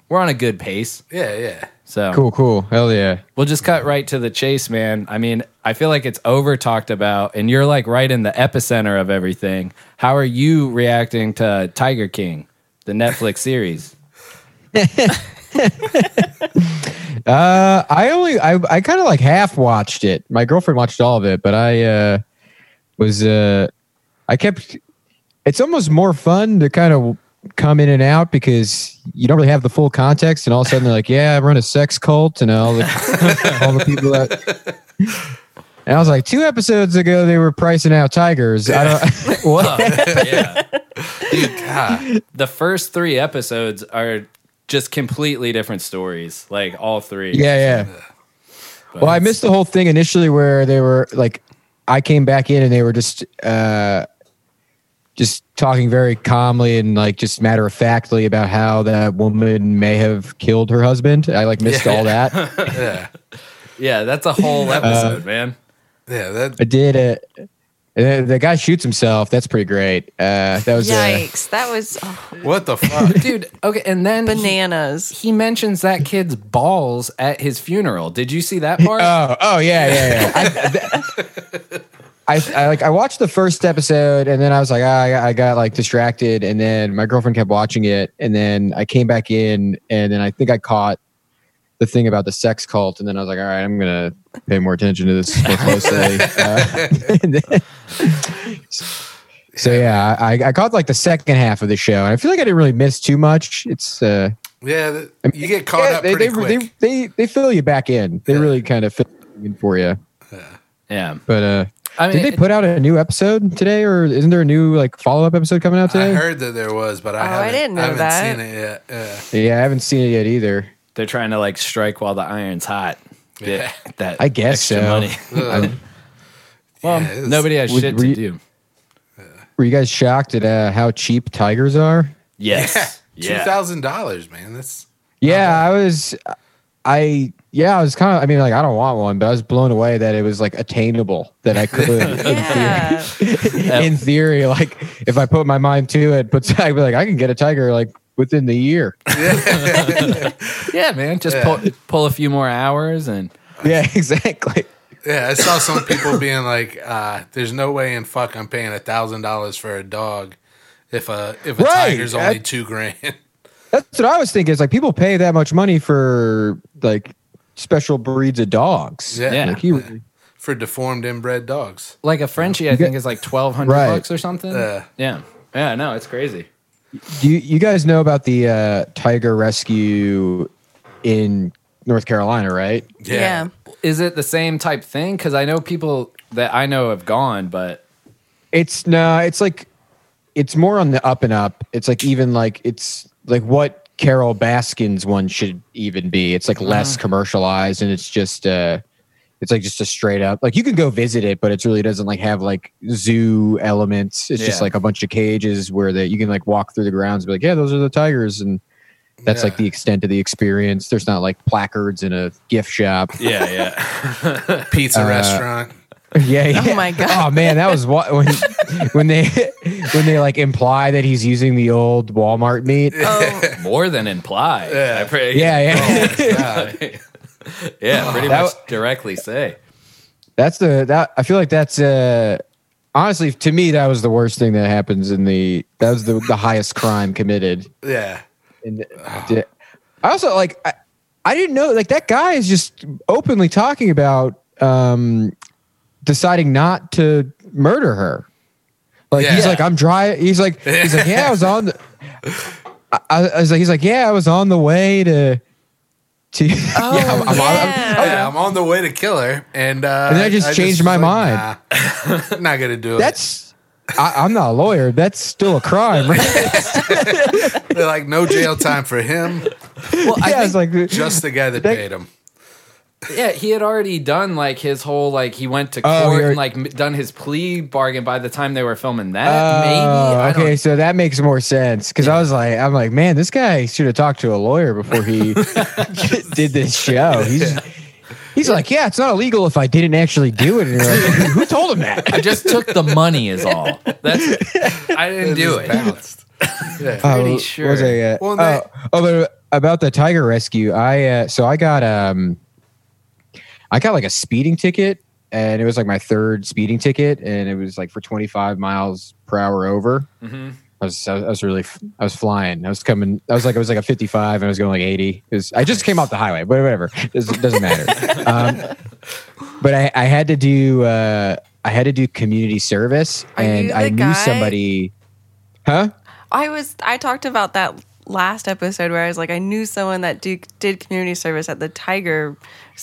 [SPEAKER 1] we're on a good pace.
[SPEAKER 2] Yeah. Yeah.
[SPEAKER 1] So
[SPEAKER 10] Cool, cool. Hell yeah.
[SPEAKER 1] We'll just cut right to the chase, man. I mean, I feel like it's over talked about, and you're like right in the epicenter of everything. How are you reacting to Tiger King, the Netflix [LAUGHS] series?
[SPEAKER 10] Uh, I only I I kind of like half watched it. My girlfriend watched all of it, but I uh was uh I kept it's almost more fun to kind of come in and out because you don't really have the full context and all of a sudden they're like, Yeah, I run a sex cult and all the [LAUGHS] all the people that and I was like, two episodes ago they were pricing out tigers. I don't [LAUGHS] what
[SPEAKER 1] yeah.
[SPEAKER 2] God.
[SPEAKER 1] The first three episodes are just completely different stories, like all three.
[SPEAKER 10] Yeah, yeah.
[SPEAKER 1] But
[SPEAKER 10] Well, I
[SPEAKER 1] it's-
[SPEAKER 10] missed the whole thing initially where they were like, I came back in and they were just, uh, just talking very calmly and like just matter of factly about how that woman may have killed her husband. I like missed all that.
[SPEAKER 2] Yeah.
[SPEAKER 1] Yeah, that's a whole
[SPEAKER 10] Uh,
[SPEAKER 1] episode, man.
[SPEAKER 2] Yeah. That.
[SPEAKER 10] I did it. And the- the guy shoots himself. That's pretty great. Uh, that was uh,
[SPEAKER 3] Yikes. That was oh,
[SPEAKER 2] What the fuck?
[SPEAKER 1] Dude, okay, and then
[SPEAKER 3] bananas.
[SPEAKER 1] he mentions that kid's balls at his funeral. Did you see that part?
[SPEAKER 10] Oh, oh yeah, yeah, yeah. I, th- I, I like I watched the first episode and then I was like ah, I, I got like distracted and then my girlfriend kept watching it and then I came back in and then I think I caught the thing about the sex cult and then I was like all right I'm gonna pay more attention to this more closely. Uh, [LAUGHS] and then- so yeah, I, I caught like the second half of the show and I feel like I didn't really miss too much. It's uh,
[SPEAKER 2] yeah. that- You get caught
[SPEAKER 10] yeah,
[SPEAKER 2] up
[SPEAKER 10] they,
[SPEAKER 2] pretty
[SPEAKER 10] they,
[SPEAKER 2] quick.
[SPEAKER 10] they they they fill you back in. They
[SPEAKER 2] Yeah.
[SPEAKER 10] really kind of fill you in for you.
[SPEAKER 1] Yeah.
[SPEAKER 10] But uh,
[SPEAKER 1] I mean,
[SPEAKER 10] did
[SPEAKER 1] it-
[SPEAKER 10] they put out a new episode today, or isn't there a new like follow up episode coming out
[SPEAKER 2] I
[SPEAKER 10] today?
[SPEAKER 2] heard that there was, but I
[SPEAKER 3] Oh, I
[SPEAKER 2] haven't,
[SPEAKER 3] didn't know
[SPEAKER 2] haven't
[SPEAKER 3] that.
[SPEAKER 2] seen it yet. Yeah.
[SPEAKER 10] yeah, I haven't seen it yet either.
[SPEAKER 1] They're trying to like strike while the iron's hot. Get
[SPEAKER 2] Yeah.
[SPEAKER 1] That
[SPEAKER 10] I guess
[SPEAKER 1] extra
[SPEAKER 10] so.
[SPEAKER 1] money.
[SPEAKER 10] [LAUGHS]
[SPEAKER 1] [LAUGHS] well,
[SPEAKER 2] Yeah, it's-
[SPEAKER 1] nobody has
[SPEAKER 10] Would-
[SPEAKER 1] shit
[SPEAKER 10] were
[SPEAKER 1] to
[SPEAKER 10] you-
[SPEAKER 1] do.
[SPEAKER 10] Were you guys shocked at uh, how cheap tigers are?
[SPEAKER 1] Yes.
[SPEAKER 2] Two thousand dollars, man. That's
[SPEAKER 10] Yeah, I was, I yeah, I was kind of. I mean, like I don't want one, but I was blown away that it was like attainable that
[SPEAKER 3] [LAUGHS]
[SPEAKER 10] I could. [LAUGHS]
[SPEAKER 3] Yeah.
[SPEAKER 10] in theory, like if I put my mind to it, but [LAUGHS] I'd be like, I can get a tiger like within the year.
[SPEAKER 1] Yeah, man. Just
[SPEAKER 2] Yeah.
[SPEAKER 1] pull pull a few more hours and
[SPEAKER 10] yeah, [LAUGHS] exactly.
[SPEAKER 2] [LAUGHS] yeah. I saw some people being like, uh, "There's no way in fuck I'm paying a thousand dollars for a dog if a if a
[SPEAKER 10] Right.
[SPEAKER 2] tiger's only
[SPEAKER 10] I-
[SPEAKER 2] two grand." [LAUGHS]
[SPEAKER 10] That's what I was thinking. It's like people pay that much money for like special breeds of dogs.
[SPEAKER 2] Yeah.
[SPEAKER 1] Yeah.
[SPEAKER 10] Like you really
[SPEAKER 2] for deformed inbred dogs. Uh,
[SPEAKER 1] like a Frenchie, I think is like twelve hundred
[SPEAKER 10] Right.
[SPEAKER 1] bucks or something.
[SPEAKER 10] Mm.
[SPEAKER 2] Yeah.
[SPEAKER 1] yeah. Yeah. No, it's crazy.
[SPEAKER 10] Do you, you guys know about the uh, tiger rescue in North Carolina, right?
[SPEAKER 3] yeah.
[SPEAKER 1] Is it the same type thing? Because I know people that I know have gone, but
[SPEAKER 10] It's no, it's like it's more on the up and up. It's like even like it's like what Carol Baskin's one should even be. It's like less commercialized and it's just uh it's like just a straight up like you can go visit it, but it's really doesn't like have like zoo elements. It's just
[SPEAKER 1] Yeah.
[SPEAKER 10] like a bunch of cages where that you can like walk through the grounds and be like, Yeah, those are the tigers and that's
[SPEAKER 2] Yeah.
[SPEAKER 10] like the extent of the experience. There's not like placards in a gift shop.
[SPEAKER 1] yeah, yeah.
[SPEAKER 2] Pizza
[SPEAKER 10] Uh,
[SPEAKER 2] restaurant.
[SPEAKER 3] [LAUGHS]
[SPEAKER 10] Yeah, yeah.
[SPEAKER 3] my God.
[SPEAKER 10] Oh man, that was what [LAUGHS] when when they when they like imply that he's using the old Walmart meat.
[SPEAKER 3] Oh,
[SPEAKER 1] [LAUGHS] More than implied.
[SPEAKER 2] Yeah.
[SPEAKER 1] I pray-
[SPEAKER 10] Yeah, yeah.
[SPEAKER 1] yeah. Pretty
[SPEAKER 10] That
[SPEAKER 1] much directly say.
[SPEAKER 10] [LAUGHS] That's the that I feel like that's uh honestly to me that was the worst thing that happens in the that was the, the highest crime committed.
[SPEAKER 2] Yeah.
[SPEAKER 10] And I also like I, I didn't know like that guy is just openly talking about um deciding not to murder her. Like he's
[SPEAKER 2] Yeah.
[SPEAKER 10] like I'm dry. He's like he's like yeah I was on. The, I, I was like he's like yeah I was on the way to to [LAUGHS] yeah I'm, I'm on,
[SPEAKER 2] yeah, I'm on the way to kill her, and uh,
[SPEAKER 10] And then I just changed my
[SPEAKER 2] was like, Nah, [LAUGHS] not gonna do it.
[SPEAKER 10] that's I, I'm not a lawyer. That's still a crime. [LAUGHS] Right?
[SPEAKER 2] They're like no jail time for him.
[SPEAKER 10] well, yeah, it's like
[SPEAKER 2] Just the guy that
[SPEAKER 10] That-
[SPEAKER 2] paid him.
[SPEAKER 1] Yeah, he had already done like his whole like he went to
[SPEAKER 10] Oh,
[SPEAKER 1] court
[SPEAKER 10] you're-
[SPEAKER 1] and like m- done his plea bargain by the time they were filming that.
[SPEAKER 10] Oh,
[SPEAKER 1] maybe I
[SPEAKER 10] okay,
[SPEAKER 1] don't.
[SPEAKER 10] so that makes more sense because I was like, I'm like, man, this guy should have talked to a lawyer
[SPEAKER 1] [LAUGHS]
[SPEAKER 10] before he did this show. He's he's like, yeah, it's not illegal if I didn't actually do it. And you're like, who told him that?
[SPEAKER 1] I just took the money is all. That's I didn't do
[SPEAKER 2] It's
[SPEAKER 1] it.
[SPEAKER 2] balanced. yeah.
[SPEAKER 10] Oh,
[SPEAKER 1] pretty
[SPEAKER 10] what
[SPEAKER 1] sure.
[SPEAKER 10] was I, uh,
[SPEAKER 2] Well,
[SPEAKER 10] oh,
[SPEAKER 2] that-
[SPEAKER 10] oh, but about the tiger rescue, I uh, so I got um, I got like a speeding ticket, and it was like my third speeding ticket, and it was like for 25 miles per hour over.
[SPEAKER 3] Mm-hmm.
[SPEAKER 1] Mhm.
[SPEAKER 10] I was, I was I was really I was flying. I was coming. I was like I was like a 55, and I was going like 80. It was, I just came off the highway, but whatever. It doesn't- doesn't matter.
[SPEAKER 3] [LAUGHS]
[SPEAKER 10] um, but I, I had to do uh, I had to do community service,
[SPEAKER 3] Are you
[SPEAKER 10] and
[SPEAKER 3] the
[SPEAKER 10] I knew
[SPEAKER 3] guy-
[SPEAKER 10] somebody. Huh?
[SPEAKER 3] I was I talked about that last episode where I was like I knew someone that do, did community service at the tiger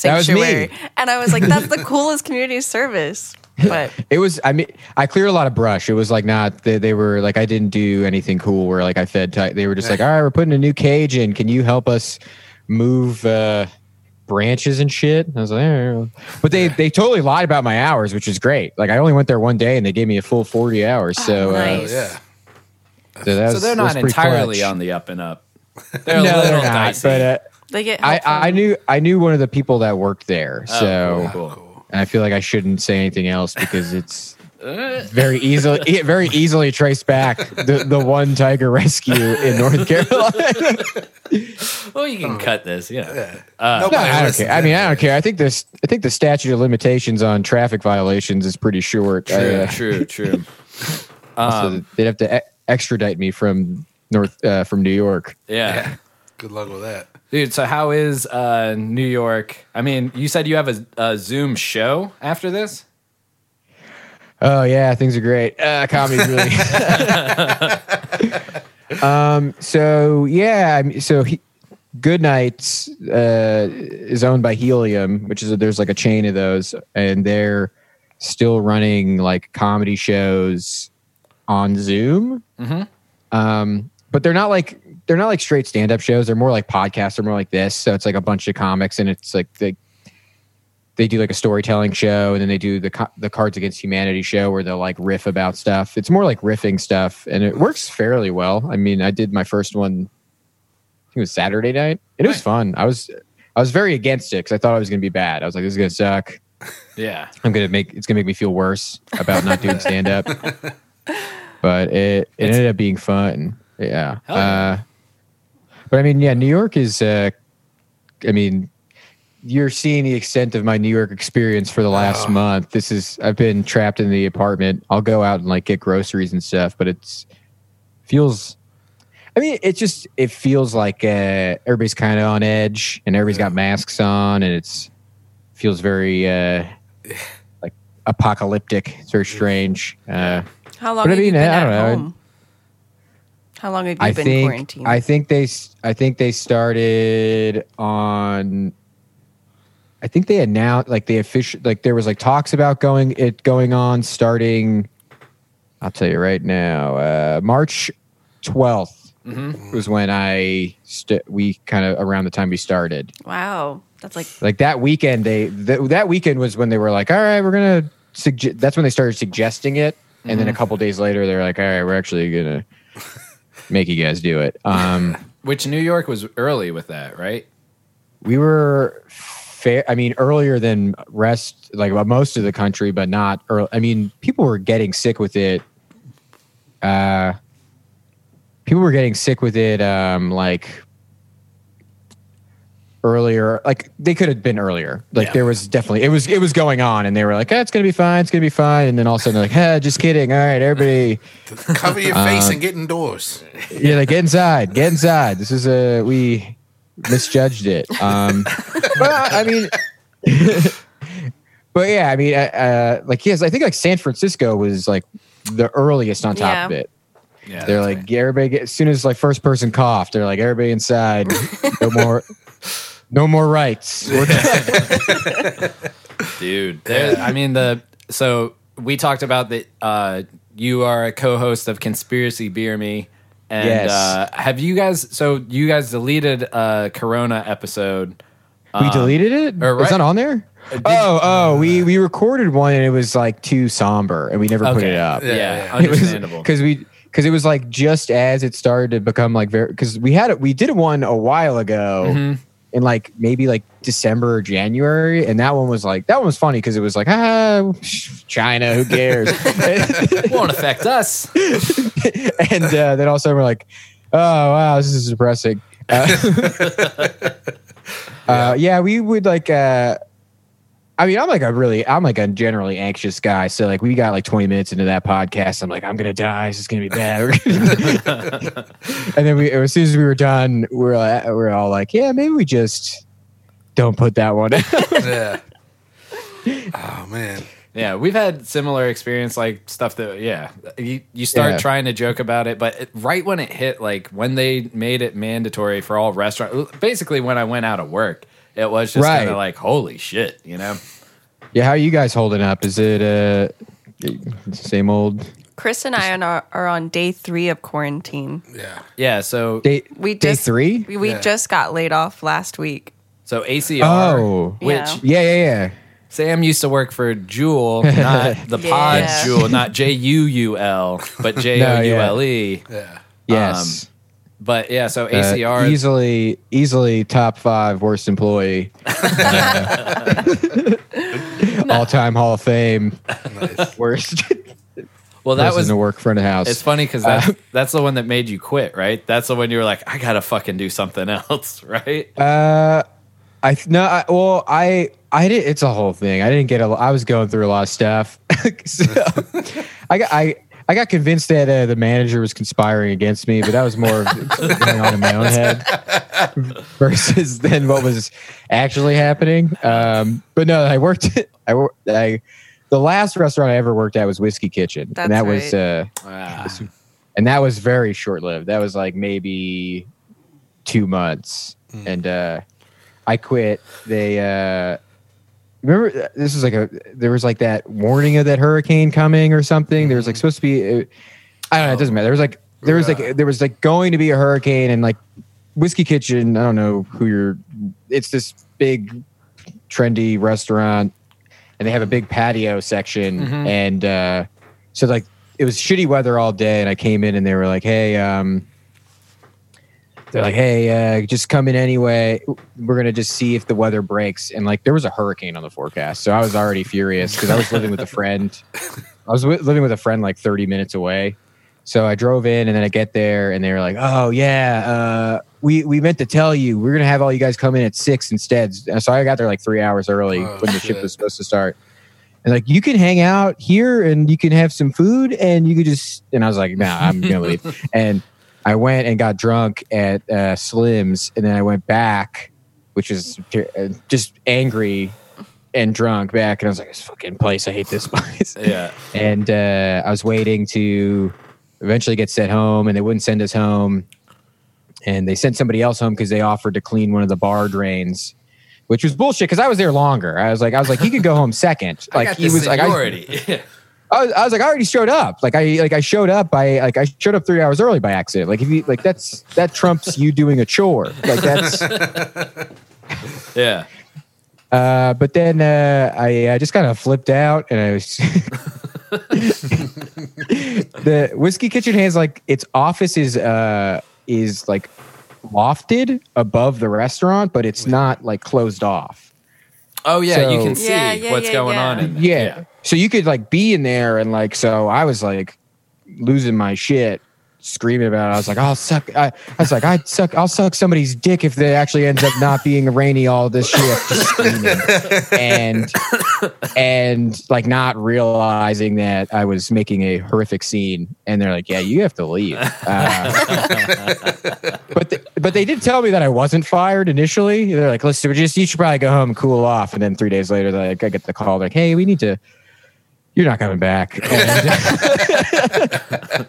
[SPEAKER 10] That was me.
[SPEAKER 3] sanctuary and I was like that's the [LAUGHS] coolest community service but
[SPEAKER 10] It was. I mean, I cleared a lot of brush. It was like not. They, they were like, I didn't do anything cool. Where like I fed. Ty- they were just like, all right, we're putting a new cage in. Can you help us move uh, branches and shit? And I was like, "Eh." but they they totally lied about my hours, which is great. Like I only went there one day, and they gave me a full forty hours. [LAUGHS] So,
[SPEAKER 2] Oh,
[SPEAKER 10] uh,
[SPEAKER 3] nice.
[SPEAKER 2] yeah.
[SPEAKER 10] so, that
[SPEAKER 1] So
[SPEAKER 10] was-
[SPEAKER 1] they're
[SPEAKER 10] that was
[SPEAKER 1] not
[SPEAKER 10] pretty
[SPEAKER 1] entirely
[SPEAKER 10] clutch.
[SPEAKER 1] on the up and up. They're a
[SPEAKER 10] [LAUGHS] no,
[SPEAKER 1] little
[SPEAKER 10] they're not.
[SPEAKER 1] dicey.
[SPEAKER 10] But uh,
[SPEAKER 3] they get
[SPEAKER 10] I
[SPEAKER 3] help from-
[SPEAKER 10] I knew I knew one of the people that worked there.
[SPEAKER 1] Oh,
[SPEAKER 10] so
[SPEAKER 1] cool, cool.
[SPEAKER 10] and I feel like I shouldn't say anything else because it's very easily it very easily traced back the, the one tiger rescue in North Carolina.
[SPEAKER 1] Well, you can cut this. Yeah.
[SPEAKER 10] No,
[SPEAKER 2] Nobody
[SPEAKER 10] I don't
[SPEAKER 2] listens
[SPEAKER 10] care. I mean, I don't
[SPEAKER 2] anyway.
[SPEAKER 10] care. I think this I think the statute of limitations on traffic violations is pretty short. I, uh,
[SPEAKER 1] True.
[SPEAKER 10] [LAUGHS]
[SPEAKER 1] True.
[SPEAKER 10] so they'd have to e- extradite me from North uh, from New York.
[SPEAKER 1] yeah.
[SPEAKER 2] Good luck with that.
[SPEAKER 1] Dude, so how is uh, New York? I mean, you said you have a, a Zoom show after this.
[SPEAKER 10] Oh yeah, things are great. Uh, comedy's really. [LAUGHS] um. So yeah. I mean, so he, Goodnights uh, is owned by Helium, which is there's like a chain of those, and they're still running like comedy shows on Zoom. Um. But they're not like they're not like straight stand up shows. They're more like podcasts. They're more like this. So it's like a bunch of comics, and it's like they they do like a storytelling show and then they do the co- the cards against humanity show where they'll like riff about stuff it's more like riffing stuff and it works fairly well i mean i did my first one i think it was saturday night and it was fun i was i was very against it because i thought i was going to be bad i was like this is going to suck
[SPEAKER 1] Yeah.
[SPEAKER 10] i'm going to make it's going to make me feel worse about not doing
[SPEAKER 1] [LAUGHS]
[SPEAKER 10] stand up but it, it ended up being fun yeah
[SPEAKER 1] Hell yeah.
[SPEAKER 10] uh, but i mean yeah new york is uh, i mean you're seeing the extent of my New York experience for the last
[SPEAKER 1] Ah.
[SPEAKER 10] month. This is I've been trapped in the apartment. I'll go out and like get groceries and stuff, but it's feels I mean, it just it feels like uh everybody's kind of on edge and everybody's got masks on and it's feels very uh like apocalyptic. It's
[SPEAKER 3] Mm-hmm.
[SPEAKER 10] very strange. Uh
[SPEAKER 3] how long
[SPEAKER 10] But I
[SPEAKER 3] have you
[SPEAKER 10] mean,
[SPEAKER 3] been
[SPEAKER 10] I
[SPEAKER 3] at
[SPEAKER 10] don't know.
[SPEAKER 3] home how long have you
[SPEAKER 10] I
[SPEAKER 3] been
[SPEAKER 10] think
[SPEAKER 3] quarantined
[SPEAKER 10] I think they s- I think they started on. I think they announced like they official like there was like talks about going it going on starting. I'll tell you right now, uh, March 12th
[SPEAKER 1] Mm-hmm.
[SPEAKER 3] Mm.
[SPEAKER 10] was when I st- we kind of around the time we started.
[SPEAKER 3] wow that's like
[SPEAKER 10] Like that weekend, they th- that weekend was when they were like, all right, we're gonna suggest. That's when they started suggesting it, and then a couple days later, they're like, all right, we're actually gonna make you guys do it. Um,
[SPEAKER 1] Which New York was early with that, right?
[SPEAKER 10] we were fair. I mean, earlier than rest, like well, most of the country, but not early. I mean, people were getting sick with it. Uh, people were getting sick with it. Um, like earlier. Like they could have been earlier. Like there was definitely it was it was going on, and they were like, eh, "It's gonna be fine. It's gonna be fine." And then all of a sudden, they're like, "Hey, just kidding. All right, everybody,
[SPEAKER 2] Cover your face
[SPEAKER 10] Uh,
[SPEAKER 2] and get indoors.
[SPEAKER 10] yeah, like, get inside, get inside. This is a we misjudged it." Um, well, I mean, [LAUGHS] but yeah, I mean, uh, uh, like yes, I think like San Francisco was like the earliest on top
[SPEAKER 3] Yeah.
[SPEAKER 10] of it.
[SPEAKER 1] Yeah,
[SPEAKER 10] They're
[SPEAKER 1] that's
[SPEAKER 10] like everybody. Get, as soon as like first person coughed, they're like everybody inside. No more, no
[SPEAKER 1] [LAUGHS]
[SPEAKER 10] more rights. We're
[SPEAKER 1] dude. There, I mean the so we talked about that. Uh, you are a co-host of Conspiracy Beer Me, and
[SPEAKER 10] Yes.
[SPEAKER 1] uh, have you guys? So you guys deleted a Corona episode.
[SPEAKER 10] We deleted it.
[SPEAKER 1] Um, or right-
[SPEAKER 10] It's
[SPEAKER 1] Uh,
[SPEAKER 10] not on there. Oh, oh, we we recorded one and it was like too somber, and we never put
[SPEAKER 1] Okay.
[SPEAKER 10] it up.
[SPEAKER 1] Yeah,
[SPEAKER 2] Yeah,
[SPEAKER 1] understandable.
[SPEAKER 10] because we because [LAUGHS] it was like just as it started to become like very because we had it we did one a while ago
[SPEAKER 1] Mm-hmm.
[SPEAKER 10] in like maybe like December or January and that one was like that one was funny because it was like ah China who cares
[SPEAKER 1] It won't affect us.
[SPEAKER 10] [LAUGHS] and uh, then all of a sudden we're like oh wow this is depressing uh, [LAUGHS] uh, yeah we would like uh I mean, I'm like a really, I'm like a generally anxious guy. So like, we got like 20 minutes into that podcast. I'm like, I'm gonna die. This is gonna be bad. [LAUGHS] and then we, as soon as we were done, we we're like- we we're all like, yeah, maybe we just don't put that one. out. [LAUGHS]
[SPEAKER 2] yeah. Oh man.
[SPEAKER 1] Yeah, we've had similar experience, like stuff that yeah, you, you start
[SPEAKER 10] Yeah.
[SPEAKER 1] trying to joke about it, but it, right when it hit, like when they made it mandatory for all restaurants, basically when I went out of work, it was just
[SPEAKER 10] Right.
[SPEAKER 1] kind of like holy shit, you know?
[SPEAKER 10] yeah, how are you guys holding up? Is it uh, same old
[SPEAKER 3] Chris and I on our, are on day three of quarantine.
[SPEAKER 2] Yeah.
[SPEAKER 1] Yeah, so
[SPEAKER 10] day?
[SPEAKER 3] We
[SPEAKER 10] day
[SPEAKER 3] just,
[SPEAKER 10] three.
[SPEAKER 3] We, we
[SPEAKER 2] Yeah.
[SPEAKER 3] just got laid off last week.
[SPEAKER 1] so ACR,
[SPEAKER 10] Oh.
[SPEAKER 1] which
[SPEAKER 3] Yeah.
[SPEAKER 10] Yeah, yeah, yeah.
[SPEAKER 1] Sam used to work for
[SPEAKER 10] [LAUGHS]
[SPEAKER 1] Jewel, not the Pod
[SPEAKER 3] Yeah.
[SPEAKER 1] Jewel, not J U U L,
[SPEAKER 10] [LAUGHS]
[SPEAKER 1] but J O U L E.
[SPEAKER 2] Yeah.
[SPEAKER 10] Yes.
[SPEAKER 1] But yeah, so
[SPEAKER 10] Uh,
[SPEAKER 1] ACR,
[SPEAKER 10] easily, easily top five worst employee, [LAUGHS] all time Hall of Fame,
[SPEAKER 2] Nice.
[SPEAKER 10] worst.
[SPEAKER 1] well,
[SPEAKER 10] That
[SPEAKER 1] that was
[SPEAKER 10] was to work front of house.
[SPEAKER 1] It's funny because
[SPEAKER 10] [LAUGHS]
[SPEAKER 1] that's, that's the one that made you quit, right? That's the one you were like, I gotta fucking do something [LAUGHS] else, right?
[SPEAKER 10] Uh, I th- no, I, well, I I did. It's a whole thing. I didn't get a. lo- I was going through a lot of stuff. [LAUGHS] so I got I. I got convinced that uh, the manager was conspiring against me, but that was more of going on in my own head [LAUGHS] versus than what was actually happening. Um, but no, I worked. [LAUGHS] I, wor- I the last restaurant I ever worked at was Whiskey Kitchen,
[SPEAKER 3] That's
[SPEAKER 10] and that was
[SPEAKER 3] right.
[SPEAKER 10] uh, [LAUGHS]
[SPEAKER 1] Ah,
[SPEAKER 10] and that was very short lived. That was like maybe two months, and uh, I quit. They uh, remember uh, this was like a there was like that warning of that hurricane coming or something. There was like supposed to be. Uh, I don't know. It doesn't matter. There was like there was
[SPEAKER 2] Yeah.
[SPEAKER 10] like there was like going to be a hurricane and like whiskey kitchen. I don't know who you're. It's this big trendy restaurant and they have a big patio section and uh, so like it was shitty weather all day and i came in and they were like hey um, they're like hey uh, just come in anyway we're gonna just see if the weather breaks and like there was a hurricane on the forecast so i was already furious because i was living with a
[SPEAKER 2] [LAUGHS]
[SPEAKER 10] friend i was wi- living with a friend like 30 minutes away so i drove in and then i get there and they were like oh yeah uh, we, we meant to tell you we are gonna have all you guys come in at six instead so i got there like three hours early
[SPEAKER 2] Oh,
[SPEAKER 10] when the
[SPEAKER 2] shit.
[SPEAKER 10] ship was supposed to start and like you can hang out here and you can have some food and you could just and I was like, nah, I'm gonna
[SPEAKER 2] [LAUGHS]
[SPEAKER 10] leave. And I went and got drunk at uh, Slim's and then I went back, which is uh, just angry and drunk back. And I was like, this fucking place, I hate this [LAUGHS] place.
[SPEAKER 1] yeah.
[SPEAKER 10] and uh, I was waiting to eventually get sent home, and they wouldn't send us home. And they sent somebody else home because they offered to clean one of the bar drains, which was bullshit. Because I was there longer. I was like, I was like, he could go home second.
[SPEAKER 1] [LAUGHS]
[SPEAKER 10] Like
[SPEAKER 1] I got
[SPEAKER 10] he
[SPEAKER 1] the
[SPEAKER 10] was like, I,
[SPEAKER 1] seniority. Yeah.
[SPEAKER 10] I was, I was like, I already showed up. Like I like I showed up by like I showed up three hours early by accident. Like if you like that's that trumps you doing a chore. Like that's.
[SPEAKER 1] [LAUGHS] yeah.
[SPEAKER 10] Uh, but then uh, I, I just kind of flipped out, and I was [LAUGHS] the whiskey kitchen has like its office is uh is like lofted above the restaurant, but it's not like closed off.
[SPEAKER 1] Oh yeah, you
[SPEAKER 10] So-
[SPEAKER 1] can see
[SPEAKER 3] Yeah, yeah,
[SPEAKER 1] what's
[SPEAKER 3] yeah,
[SPEAKER 1] going
[SPEAKER 3] yeah.
[SPEAKER 1] on
[SPEAKER 10] [LAUGHS]
[SPEAKER 1] in there.
[SPEAKER 10] Yeah. so you could like be in there, and like so I was like losing my shit. screaming about it. I was like, I'll suck. I, I was like, I'd suck. I'll suck somebody's dick if they actually ends up not being rainy all this shift. Just screaming. and and like not realizing that I was making a horrific scene. And they're like, Yeah, you have to leave. Uh, but they, but they did tell me that I wasn't fired initially. They're like, Let's do just you should probably go home, and cool off. And then three days later, they're like, I get the call. They're like, Hey, we need to. You're not coming back. [LAUGHS] I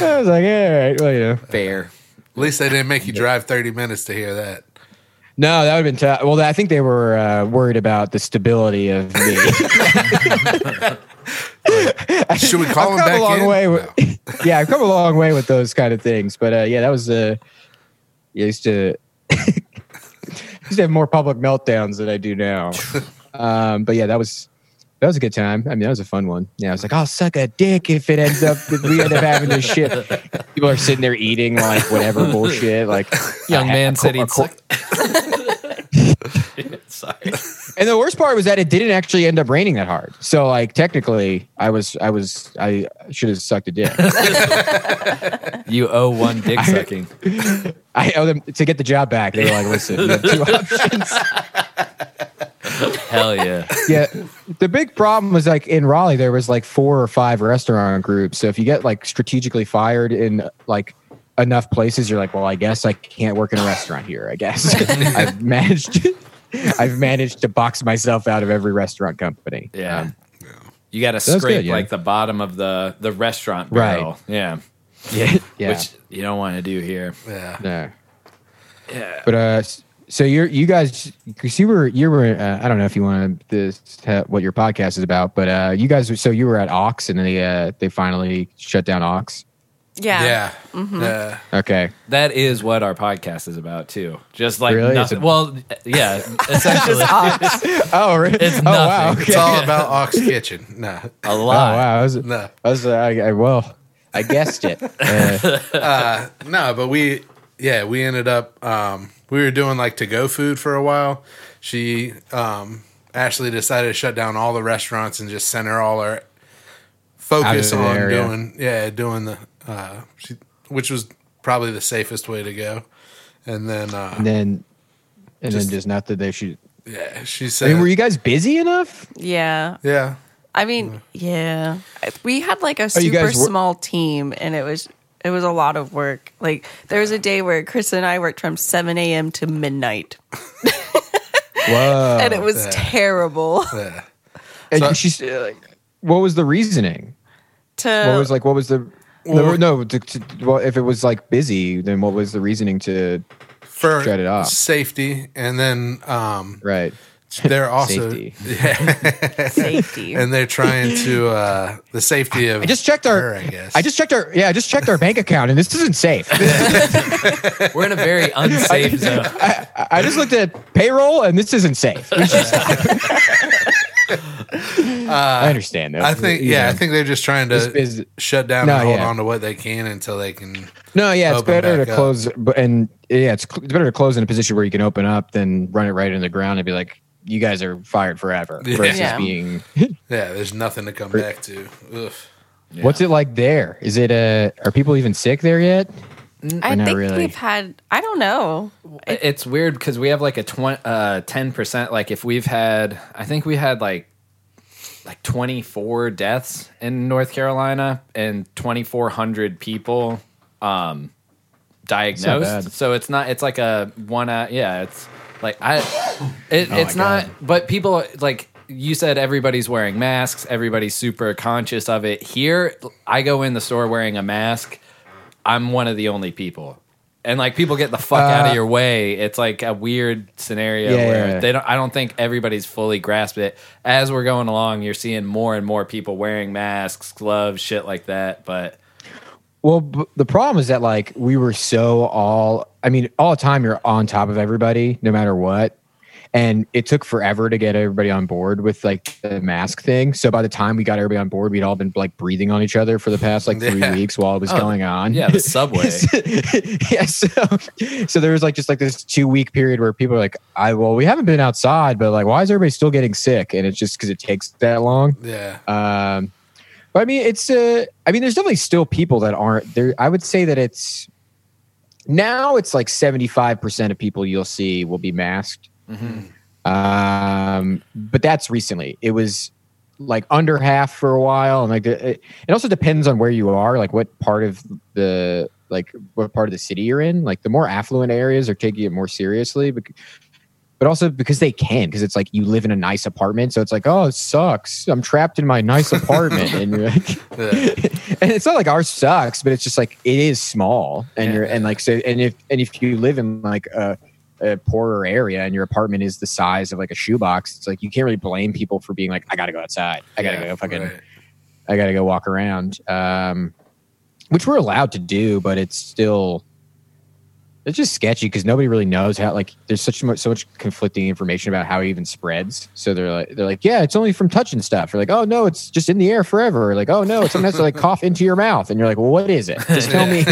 [SPEAKER 10] was like, yeah, all right, well, you know.
[SPEAKER 1] Fair.
[SPEAKER 2] At least they didn't make you drive 30 minutes to hear that.
[SPEAKER 10] No, that would have been tough. Well, I think they were uh, worried about the stability of me. [LAUGHS]
[SPEAKER 2] Should we call him
[SPEAKER 10] I've come
[SPEAKER 2] back
[SPEAKER 10] [LAUGHS] a long
[SPEAKER 2] in?
[SPEAKER 10] way. With, [LAUGHS] yeah, I've come a long way with those kind of things. But uh, yeah, that was uh, yeah, I used to [LAUGHS] used to have more public meltdowns than I
[SPEAKER 2] [LAUGHS]
[SPEAKER 10] do now. Um, but yeah, that was that was a good time. I mean, that was a fun one. Yeah, I was like, I'll suck a dick if it ends up if we end up having this
[SPEAKER 2] [LAUGHS]
[SPEAKER 10] shit. People are sitting there eating like whatever bullshit. Like
[SPEAKER 1] Young
[SPEAKER 10] a-
[SPEAKER 1] man
[SPEAKER 10] a
[SPEAKER 1] said
[SPEAKER 10] qu- a
[SPEAKER 1] he'd
[SPEAKER 10] qu-
[SPEAKER 1] suck. Sorry.
[SPEAKER 10] And the worst part was that it didn't actually end up raining that hard. So like technically, I was I was I should have sucked a dick.
[SPEAKER 1] You owe one
[SPEAKER 10] [LAUGHS]
[SPEAKER 1] dick sucking.
[SPEAKER 10] I owe them to get the job back. They were like, listen, you have
[SPEAKER 1] [LAUGHS]
[SPEAKER 10] two options.
[SPEAKER 1] Hell yeah.
[SPEAKER 10] Yeah, the big problem was like in Raleigh, there was like four or five restaurant groups. So if you get like strategically fired in like enough places, you're like, well, I guess I can't work in a restaurant here. I
[SPEAKER 1] [LAUGHS]
[SPEAKER 10] guess I've managed. I've managed to box myself out of every restaurant [LAUGHS] company.
[SPEAKER 1] Yeah. You got to
[SPEAKER 10] That's good,
[SPEAKER 1] scrape
[SPEAKER 10] yeah.
[SPEAKER 1] like the bottom of the the restaurant
[SPEAKER 10] Right.
[SPEAKER 1] barrel. Oh, Yeah.
[SPEAKER 10] yeah, yeah.
[SPEAKER 1] Which you don't want to do here.
[SPEAKER 2] Yeah.
[SPEAKER 10] No.
[SPEAKER 1] Yeah.
[SPEAKER 10] But uh, s- so you're you guys because you were you were uh, I don't know if you want to this ha- what your podcast is about, but uh, you guys were- so you were at Ox and they uh they finally shut down Ox.
[SPEAKER 3] Yeah.
[SPEAKER 2] Yeah. Uh,
[SPEAKER 10] Okay,
[SPEAKER 1] That is what our podcast is about too. Just like
[SPEAKER 10] Really?
[SPEAKER 1] nothing.
[SPEAKER 10] It's a-
[SPEAKER 1] well, yeah,
[SPEAKER 10] [LAUGHS]
[SPEAKER 1] essentially
[SPEAKER 10] oh really?
[SPEAKER 1] It's
[SPEAKER 10] oh wow,
[SPEAKER 1] nothing.
[SPEAKER 10] okay.
[SPEAKER 2] It's all about Ox Kitchen. No.
[SPEAKER 1] a
[SPEAKER 10] oh
[SPEAKER 1] lot.
[SPEAKER 10] wow, I was, I
[SPEAKER 2] No.
[SPEAKER 10] was uh, I, I, well, I guessed [LAUGHS] it. Uh,
[SPEAKER 2] No, but we yeah, we ended up um we were doing like to go food for a while. She um Ashley decided to shut down all the restaurants and just center all our focus
[SPEAKER 10] the
[SPEAKER 2] on
[SPEAKER 10] area.
[SPEAKER 2] doing yeah, doing the uh she, which was probably the safest way to go. And then uh
[SPEAKER 10] and then and
[SPEAKER 2] Just-
[SPEAKER 10] then just not that they should.
[SPEAKER 2] yeah, she
[SPEAKER 10] I
[SPEAKER 2] said
[SPEAKER 10] mean, were you guys busy enough?
[SPEAKER 3] Yeah.
[SPEAKER 2] Yeah.
[SPEAKER 3] I mean, yeah. We had like a
[SPEAKER 10] Oh, you
[SPEAKER 3] super
[SPEAKER 10] guys wor-
[SPEAKER 3] small team and it was it was a lot of work. Like there was a day where Chris and I worked from seven AM to midnight.
[SPEAKER 10] Whoa! Oh, [LAUGHS]
[SPEAKER 3] and it was terrible. [LAUGHS]
[SPEAKER 2] Yeah.
[SPEAKER 10] And she's uh, like, what was the reasoning?
[SPEAKER 3] to
[SPEAKER 10] what was like what was the
[SPEAKER 2] Well-
[SPEAKER 10] no, no to, to, well, if it was like busy then what was the reasoning to
[SPEAKER 2] For
[SPEAKER 10] Shut it off.
[SPEAKER 2] safety and then
[SPEAKER 10] [LAUGHS]
[SPEAKER 2] um
[SPEAKER 10] right
[SPEAKER 2] they're also
[SPEAKER 10] Safety.
[SPEAKER 2] [LAUGHS] Yeah. [LAUGHS]
[SPEAKER 10] [LAUGHS]
[SPEAKER 3] safety.
[SPEAKER 2] and they're trying to uh the safety of
[SPEAKER 10] i just checked our
[SPEAKER 2] her, I
[SPEAKER 10] I,
[SPEAKER 2] guess.
[SPEAKER 10] just checked our yeah i just checked our bank account and this isn't safe
[SPEAKER 1] We're in a very
[SPEAKER 10] [LAUGHS]
[SPEAKER 1] unsafe zone.
[SPEAKER 10] I, I just looked at payroll and this isn't
[SPEAKER 2] [LAUGHS]
[SPEAKER 10] safe We should stop. [LAUGHS] i understand though
[SPEAKER 2] I think
[SPEAKER 10] You
[SPEAKER 2] yeah, I
[SPEAKER 10] know,
[SPEAKER 2] think they're just trying
[SPEAKER 10] this
[SPEAKER 2] to
[SPEAKER 10] is-
[SPEAKER 2] shut down
[SPEAKER 10] No,
[SPEAKER 2] and hold
[SPEAKER 10] yeah.
[SPEAKER 2] on to what they can until they can.
[SPEAKER 10] no yeah it's
[SPEAKER 2] open
[SPEAKER 10] better
[SPEAKER 2] back
[SPEAKER 10] to
[SPEAKER 2] up.
[SPEAKER 10] close but and yeah it's, cl- it's better to close in a position where you can open up than run it right in the ground and be like you guys are fired forever
[SPEAKER 2] Yeah.
[SPEAKER 10] versus
[SPEAKER 3] Yeah.
[SPEAKER 10] being
[SPEAKER 2] Yeah, there's nothing to come back to. Ugh.
[SPEAKER 10] What's it like there? Is it uh are people even sick there yet?
[SPEAKER 3] I
[SPEAKER 10] not
[SPEAKER 3] think
[SPEAKER 10] really.
[SPEAKER 3] we've had I don't know.
[SPEAKER 1] It's weird because we have like a twen- uh, 10%. Like, if we've had, I think we had like like 24 deaths in North Carolina and 2,400 people um, diagnosed.
[SPEAKER 10] bad.
[SPEAKER 1] so it's not, it's like a one, uh, yeah, it's like, I, it, it's
[SPEAKER 10] Oh, God.
[SPEAKER 1] not, but people like, you said everybody's wearing masks. Everybody's super conscious of it. Here, I go in the store wearing a mask. I'm one of the only people. And like people get the fuck out of your way. It's like a weird scenario
[SPEAKER 10] Uh, Yeah,
[SPEAKER 1] where
[SPEAKER 10] yeah, yeah.
[SPEAKER 1] they don't I don't think everybody's fully grasped it. As we're going along, you're seeing more and more people wearing masks, gloves, shit like that, but
[SPEAKER 10] Well, b- the problem is that like we were so all I mean, all the time you're on top of everybody no matter what. And it took forever to get everybody on board with like the mask thing. So by the time we got everybody on board, we'd all been like breathing on each other for the past like 3
[SPEAKER 2] Yeah.
[SPEAKER 10] weeks while it was going on.
[SPEAKER 1] yeah, the subway.
[SPEAKER 10] [LAUGHS] yeah, so so there was like just like this two week period where people are like, I well, we haven't been Uh, outside, but like, why is everybody still getting sick? And it's just because it takes that long.
[SPEAKER 2] Yeah,
[SPEAKER 10] Um, But I mean, it's uh, I mean, there's definitely still people that aren't there. I would say that it's now it's like 75 percent of people you'll see will be masked.
[SPEAKER 1] Mm-hmm.
[SPEAKER 10] Um, but that's recently. It was like under half for a while, and like the- it, it also depends on where you are, like what part of the like what part of the city you're in. Like the more affluent areas are taking it more seriously, but but also because they can, because it's like you live in a nice apartment, so it's like oh, it sucks. I'm trapped in my nice apartment, and you're like, [LAUGHS] and it's not like ours sucks, but it's just like it is small, and you're and like so, and if and if you live in like a, a poorer area and your apartment is the size of like a shoebox, it's like you can't really blame people for being like, I gotta go outside, I gotta go fucking, I gotta go walk around, um, which we're allowed to do, but it's still. It's just sketchy because nobody really knows how. Like, there's such much, so much conflicting information about how it even spreads. So they're like, they're like, yeah, it's only from touching stuff. Or like, oh no, it's just in the air forever. Or like, oh no, it's something has to like cough into your mouth. And you're like, well, what is it? Just tell me.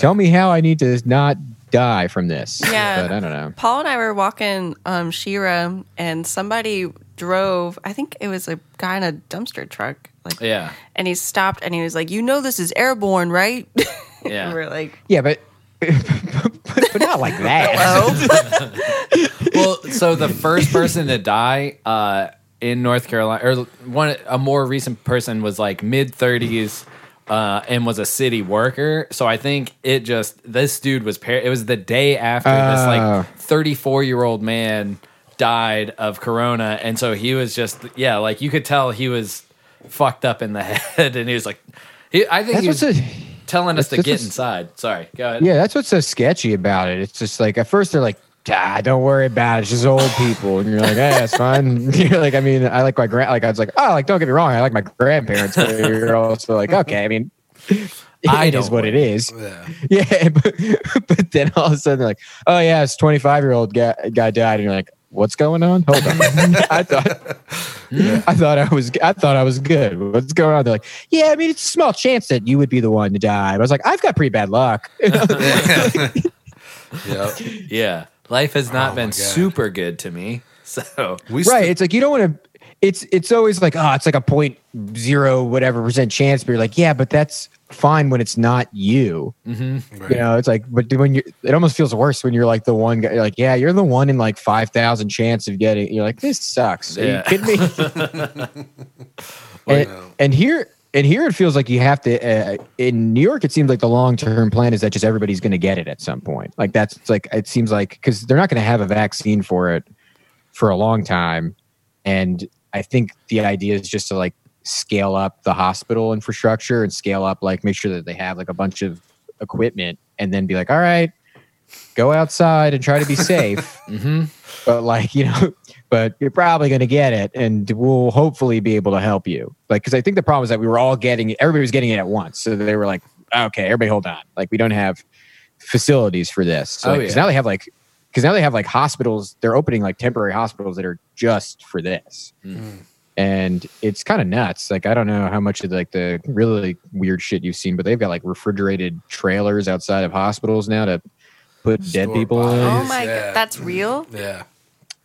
[SPEAKER 10] Tell me how I need to not die from this.
[SPEAKER 3] Yeah.
[SPEAKER 10] But I don't know.
[SPEAKER 3] Paul and I were walking um, Shira, and somebody drove. I think it was a guy in a dumpster truck. Like,
[SPEAKER 1] Yeah.
[SPEAKER 3] and he stopped, and he was like, "You know, this is airborne, right?" [LAUGHS]
[SPEAKER 1] Yeah.
[SPEAKER 3] and we're like,
[SPEAKER 10] Yeah, but [LAUGHS] but, but not like
[SPEAKER 3] "Oh."
[SPEAKER 10] [LAUGHS] that.
[SPEAKER 1] well, so the first person to die uh, in North Carolina, or one a more recent person was like mid thirties. Uh, and was a city worker, so I think it just this dude was. Par- it was the day after this
[SPEAKER 10] Oh.
[SPEAKER 1] like thirty four year old man died of corona, and so he was just yeah, like you could tell he was fucked up in the [LAUGHS] head, and he was like, he, I think
[SPEAKER 10] That's
[SPEAKER 1] he
[SPEAKER 10] what's
[SPEAKER 1] was
[SPEAKER 10] a,
[SPEAKER 1] telling us to
[SPEAKER 10] that's
[SPEAKER 1] get
[SPEAKER 10] what's-
[SPEAKER 1] inside. Sorry, go ahead.
[SPEAKER 10] yeah. That's what's so sketchy about it. It's just like at first they're like. Ah, don't worry about it. It's just old people, and you're like, "Hey, that's fine." [LAUGHS] You're like, I mean, I like my grand. Like, I was like, "Oh, like, don't get me wrong, I like my grandparents." But you're also like, "Okay, I mean,
[SPEAKER 1] [LAUGHS] I
[SPEAKER 10] it is
[SPEAKER 1] don't
[SPEAKER 10] what it is." [LAUGHS]
[SPEAKER 2] Yeah.
[SPEAKER 10] Yeah, but, but then all of a sudden they're like, "Oh yeah, this 25 year old guy, guy died," and you're like, "What's going on? Hold on." [LAUGHS] I thought, I thought I was, I thought I was good. What's going on? They're like, "Yeah, I mean, it's a small chance that you would be the one to die." But I was like, "I've got pretty bad luck." [LAUGHS]
[SPEAKER 2] Yep.
[SPEAKER 1] Yeah. Life has not
[SPEAKER 2] Oh my
[SPEAKER 1] been
[SPEAKER 2] God.
[SPEAKER 1] super good to me. [LAUGHS] So
[SPEAKER 2] We
[SPEAKER 10] right?
[SPEAKER 2] st-
[SPEAKER 10] It's like you don't want to. It's it's always like, oh, it's like a point zero whatever percent chance, but you're like, yeah, but that's fine when it's not you.
[SPEAKER 2] right.
[SPEAKER 10] You know, it's like, but when you, it almost feels worse when you're like the one guy. You're like, yeah, you're the one in like five thousand chance of getting. You're like, this sucks. Are
[SPEAKER 1] Yeah.
[SPEAKER 10] you kidding
[SPEAKER 2] [LAUGHS]
[SPEAKER 10] me? and, and here, and here, it feels like you have to. Uh, in New York, it seems like the long term plan is that just everybody's going to get it at some point. Like that's it's like it seems like because they're not going to have a vaccine for it for a long time, and I think the idea is just to like scale up the hospital infrastructure and scale up like make sure that they have like a bunch of equipment and then be like, all right, go outside and try to be safe.
[SPEAKER 1] hmm
[SPEAKER 10] but like, you know, [LAUGHS] but you're probably going to get it and we'll hopefully be able to help you. Like, cause I think the problem is that we were all getting it, everybody was getting it at once. So they were like, okay, everybody hold on. Like, we don't have facilities for this. So
[SPEAKER 1] Oh,
[SPEAKER 10] like, 'cause
[SPEAKER 1] yeah.
[SPEAKER 10] now they have like, cause now they have like hospitals, they're opening like temporary hospitals that are just for this
[SPEAKER 2] Mm,
[SPEAKER 10] and it's kind of nuts. Like I don't know how much of like the really weird shit you've seen, but they've got like refrigerated trailers outside of hospitals now to put dead
[SPEAKER 2] Store
[SPEAKER 10] people
[SPEAKER 2] bodies.
[SPEAKER 3] "Oh
[SPEAKER 10] in.
[SPEAKER 3] my
[SPEAKER 2] Yeah.
[SPEAKER 3] god, that's real!"
[SPEAKER 2] Yeah.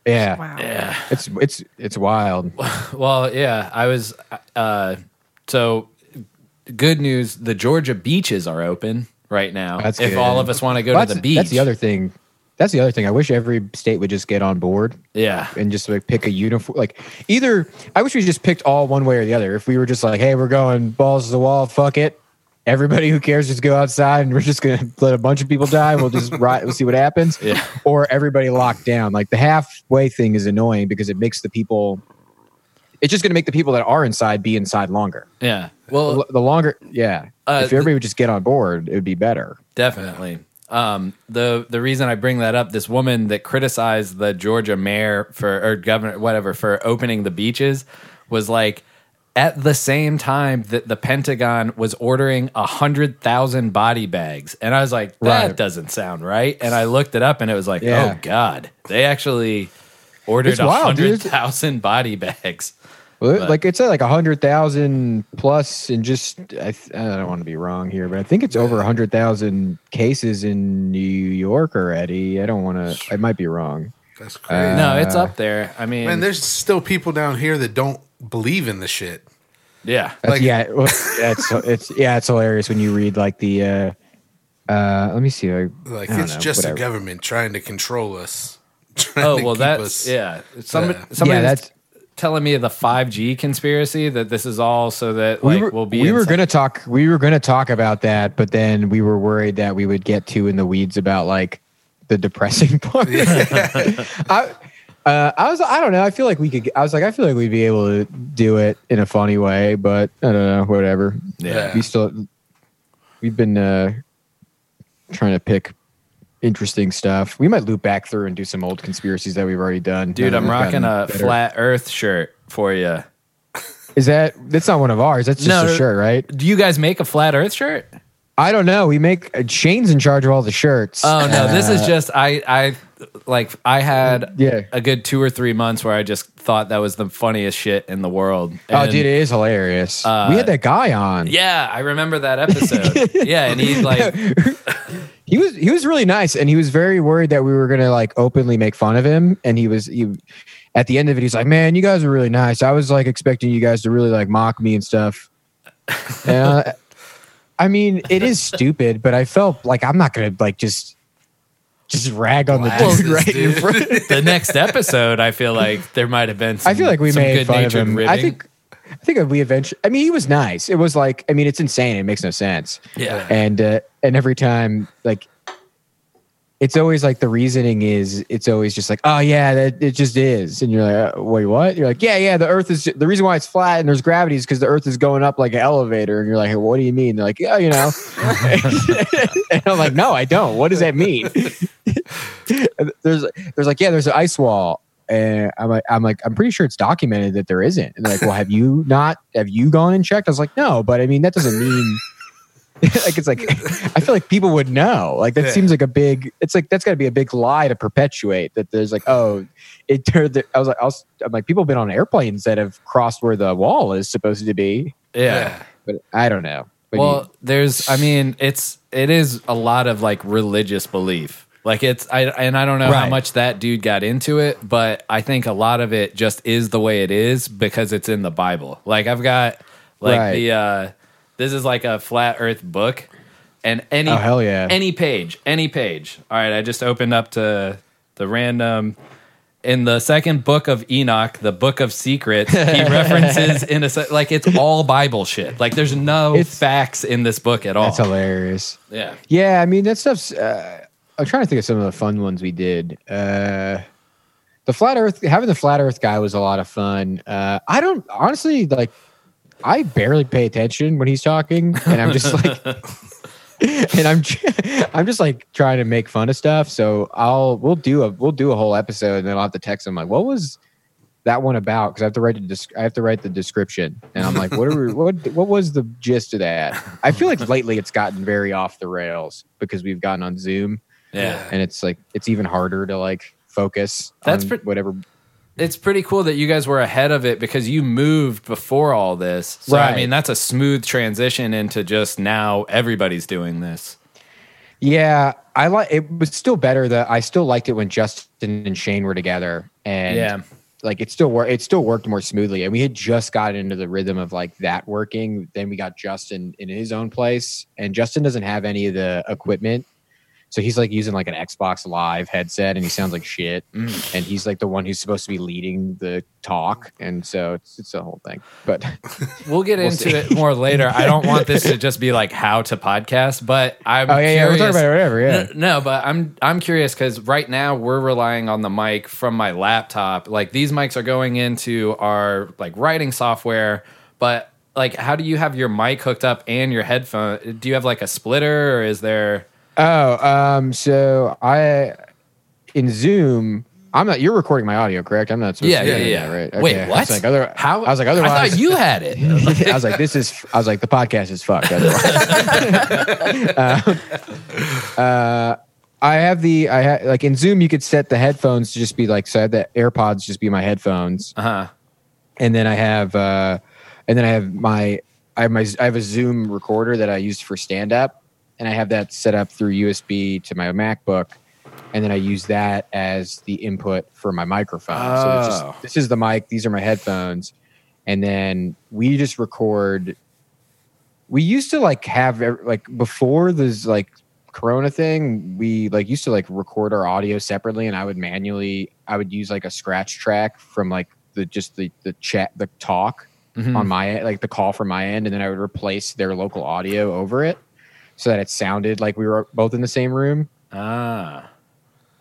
[SPEAKER 10] Yeah,
[SPEAKER 3] Wow.
[SPEAKER 1] Yeah.
[SPEAKER 10] it's it's it's wild.
[SPEAKER 1] Well, yeah. I was. Uh, so good news. The Georgia beaches are open right now.
[SPEAKER 10] That's
[SPEAKER 1] if
[SPEAKER 10] good.
[SPEAKER 1] all of us want to go
[SPEAKER 10] Well,
[SPEAKER 1] to the
[SPEAKER 10] that's-
[SPEAKER 1] beach.
[SPEAKER 10] That's the other thing. That's the other thing. I wish every state would just get on board
[SPEAKER 1] Yeah.
[SPEAKER 10] and just like pick a uniform. Like either I wish we just picked all one way or the other. If we were just like, hey, we're going balls to the wall, fuck it. Everybody who cares just go outside and we're just gonna [LAUGHS] let a bunch of people die. We'll
[SPEAKER 1] [LAUGHS]
[SPEAKER 10] just ride. We'll see what happens.
[SPEAKER 1] Yeah.
[SPEAKER 10] Or everybody locked down. Like the halfway thing is annoying because it makes the people. It's just gonna make the people that are inside be inside longer.
[SPEAKER 1] Yeah. Well,
[SPEAKER 10] The longer, yeah.
[SPEAKER 1] Uh,
[SPEAKER 10] if everybody would just get on board, it would be better.
[SPEAKER 1] Definitely. Um, the the reason I bring that up, this woman that criticized the Georgia mayor for or governor whatever for opening the beaches was like at the same time that the Pentagon was ordering a hundred thousand body bags, and I was like, that
[SPEAKER 10] Right.
[SPEAKER 1] doesn't sound right. And I looked it up, and it was like,
[SPEAKER 10] Yeah.
[SPEAKER 1] oh god, they actually ordered
[SPEAKER 10] It's
[SPEAKER 1] a
[SPEAKER 10] wild, dude.
[SPEAKER 1] hundred thousand body bags.
[SPEAKER 10] Well, like it's at like a hundred thousand plus, and just I, th- I don't want to be wrong here, but I think it's over a hundred thousand cases in New York already. I don't want to. I might be wrong.
[SPEAKER 2] That's crazy.
[SPEAKER 10] Uh.
[SPEAKER 1] no, it's up there. I mean,
[SPEAKER 2] Man, there's still people down here that don't believe in the shit.
[SPEAKER 5] Yeah.
[SPEAKER 10] That's, yeah, it- that's it's yeah, it's hilarious when you read like the uh uh let me see I,
[SPEAKER 2] Like
[SPEAKER 10] I don't
[SPEAKER 2] it's
[SPEAKER 10] know,
[SPEAKER 2] just
[SPEAKER 10] whatever.
[SPEAKER 2] the government trying to control us. [LAUGHS] Trying
[SPEAKER 5] Oh
[SPEAKER 2] to
[SPEAKER 5] well,
[SPEAKER 2] keep
[SPEAKER 5] that's
[SPEAKER 2] us-
[SPEAKER 5] yeah. Somebody,
[SPEAKER 2] Yeah.
[SPEAKER 5] somebody
[SPEAKER 10] Yeah,
[SPEAKER 5] that's telling me the five G conspiracy that this is all so that like
[SPEAKER 10] we were,
[SPEAKER 5] will be.
[SPEAKER 10] we were
[SPEAKER 5] inside-
[SPEAKER 10] gonna talk we were gonna talk about that, but then we were worried that we would get too in the weeds about like the depressing [LAUGHS] part. I uh, I was I don't know, I feel like we could I was like, I feel like we'd be able to do it in a funny way, but I don't know, whatever.
[SPEAKER 2] Yeah.
[SPEAKER 10] We still we've been uh trying to pick interesting stuff. We might loop back through and do some old conspiracies that we've already done.
[SPEAKER 5] dude.
[SPEAKER 10] Now that
[SPEAKER 5] I'm
[SPEAKER 10] we've
[SPEAKER 5] rocking
[SPEAKER 10] gotten
[SPEAKER 5] a
[SPEAKER 10] better.
[SPEAKER 5] flat Earth shirt for you.
[SPEAKER 10] Is that that's not one of ours. That's just
[SPEAKER 5] No.
[SPEAKER 10] a shirt, right?
[SPEAKER 5] Do you guys make a flat Earth shirt?
[SPEAKER 10] I don't know. We make uh, Shane's in charge of all the shirts.
[SPEAKER 2] Um,
[SPEAKER 5] Oh no, this is just I I like I had
[SPEAKER 10] Yeah.
[SPEAKER 5] a good two or three months where I just thought that was the funniest shit in the world.
[SPEAKER 10] oh,
[SPEAKER 5] And,
[SPEAKER 10] dude, it is hilarious.
[SPEAKER 2] uh,
[SPEAKER 10] we had that guy on.
[SPEAKER 5] Yeah, I remember that
[SPEAKER 10] [LAUGHS]
[SPEAKER 5] episode. yeah, and he like
[SPEAKER 10] He was he was really nice, and he was very worried that we were gonna like openly make fun of him. And he was he, at the end of it, he's like, "Man, you guys are really nice. I was like expecting you guys to really like mock me
[SPEAKER 2] [LAUGHS]
[SPEAKER 10] and stuff." Yeah, I mean, it is stupid, but I felt like I'm not gonna like just just rag on
[SPEAKER 2] Blast
[SPEAKER 10] the dude
[SPEAKER 2] this
[SPEAKER 10] right in
[SPEAKER 2] dude.
[SPEAKER 10] front.
[SPEAKER 5] the next episode. I feel like there might have been. Some,
[SPEAKER 10] I feel like we
[SPEAKER 5] some
[SPEAKER 10] made fun of
[SPEAKER 5] good-natured
[SPEAKER 10] him. I
[SPEAKER 5] ribbing.
[SPEAKER 10] think I think we eventually. I mean, he was nice. It was like I mean, it's insane. It makes no sense.
[SPEAKER 5] Yeah.
[SPEAKER 10] And uh, and every time like. It's always like the reasoning is it's always just like oh yeah that it just is and you're like uh, wait what you're like yeah yeah the Earth is the reason why it's flat and there's gravity is because the Earth is going up like an elevator and you're like what do you mean they're like yeah you know [LAUGHS] and I'm like no I don't what does that mean there's there's like yeah there's an ice wall and I'm like I'm like I'm pretty sure it's documented that there isn't and they're like well have you not have you gone and checked I was like no but I mean that doesn't mean [LAUGHS] like it's like I feel like people would know like that
[SPEAKER 2] Yeah.
[SPEAKER 10] seems like a big it's like that's got to be a big lie to perpetuate that there's like oh it turned the- I was like I was, I'm like people have been on airplanes that have crossed where the wall is supposed to be
[SPEAKER 5] yeah.
[SPEAKER 10] but I don't know But
[SPEAKER 5] well there's i mean it's it is a lot of like religious belief like it's i and i don't know how
[SPEAKER 10] Right.
[SPEAKER 5] much that dude got into it but i think a lot of it just is the way it is because it's in the bible like i've got like
[SPEAKER 10] Right.
[SPEAKER 5] the uh this is like a flat earth book and any
[SPEAKER 10] Oh, hell yeah.
[SPEAKER 5] any page any page all right i just opened up to the random in the second book of Enoch, the book of secrets, he
[SPEAKER 10] [LAUGHS]
[SPEAKER 5] references in a se- like it's all Bible shit. Like there's no
[SPEAKER 10] It's-
[SPEAKER 5] facts in this book at all.
[SPEAKER 10] that's hilarious
[SPEAKER 5] yeah.
[SPEAKER 10] Yeah, I mean that stuff's. Uh, I'm trying to think of some of the fun ones we did. Uh, the flat Earth, having the flat Earth guy was a lot of fun. Uh, I don't honestly like. I barely pay attention when he's talking, and I'm just like, and I'm, I'm just like trying to make fun of stuff. So I'll we'll do a we'll do a whole episode, and then I'll have to text him like, what was that one about? Because I have to write the desc- I have to write the description, and I'm like, what are we, what what was the gist of that? I feel like lately it's gotten very off the rails because we've gotten on Zoom,
[SPEAKER 5] Yeah.
[SPEAKER 10] and it's like it's even harder to like focus.
[SPEAKER 5] That's
[SPEAKER 10] on
[SPEAKER 5] pret-
[SPEAKER 10] whatever.
[SPEAKER 5] It's pretty cool that you guys were ahead of it because you moved before all this. So I
[SPEAKER 10] Right.
[SPEAKER 5] mean, that's a smooth transition into just now everybody's doing this.
[SPEAKER 10] Yeah, I like it was still better that I still liked it when Justin and Shane were together, and
[SPEAKER 5] Yeah.
[SPEAKER 10] like it still worked. It still worked more smoothly, and we had just gotten into the rhythm of like that working. Then we got Justin in his own place, and Justin doesn't have any of the equipment, so he's like using like an Xbox Live headset, and he sounds like shit.
[SPEAKER 5] Mm.
[SPEAKER 10] And he's like the one who's supposed to be leading the talk, and so it's it's a whole thing.
[SPEAKER 5] [LAUGHS]
[SPEAKER 10] But oh,
[SPEAKER 5] We'll get into
[SPEAKER 10] see.
[SPEAKER 5] it more later. I don't want this to just be like how to podcast, but I'm
[SPEAKER 10] oh yeah, yeah, we're
[SPEAKER 5] curious.
[SPEAKER 10] talking about it, whatever. Yeah,
[SPEAKER 5] No, no, but I'm I'm curious because right now we're relying on the mic from my laptop. Like these mics are going into our like writing software, but like how do you have your mic hooked up and your headphone? Do you have like a splitter or is there?
[SPEAKER 10] Oh, um, so I in Zoom. I'm not. You're recording my audio, correct? I'm not supposed
[SPEAKER 5] Yeah,
[SPEAKER 10] to. be
[SPEAKER 5] yeah,
[SPEAKER 10] doing
[SPEAKER 5] yeah.
[SPEAKER 10] that, Right?
[SPEAKER 5] Wait,
[SPEAKER 10] Okay. I
[SPEAKER 5] what?
[SPEAKER 10] was like, other,
[SPEAKER 5] How
[SPEAKER 10] I was like,
[SPEAKER 5] I
[SPEAKER 10] otherwise,
[SPEAKER 5] thought you had it.
[SPEAKER 10] [LAUGHS]
[SPEAKER 5] [LAUGHS]
[SPEAKER 10] I was like, this is. I was like, the podcast is fucked. [LAUGHS] otherwise. Um, uh, I have the. I ha, like in Zoom, you could set the headphones to just be like. So I had the AirPods just be my headphones,
[SPEAKER 5] Uh huh.
[SPEAKER 10] and then I have, uh, and then I have my. I have my. I have a Zoom recorder that I used for stand up, and I have that set up through USB to my MacBook, and then I use that as the input for my microphone. So it's
[SPEAKER 5] Oh.
[SPEAKER 10] just, this is the mic. These are my headphones, and then we just record we used to like have ev- like before this like corona thing we like used to like record our audio separately and i would manually i would use like a scratch track from like the just the the chat the talk
[SPEAKER 5] Mhm.
[SPEAKER 10] on my end like the call from my end and then i would replace their local audio over it so that it sounded like we were both in the same room
[SPEAKER 5] Ah.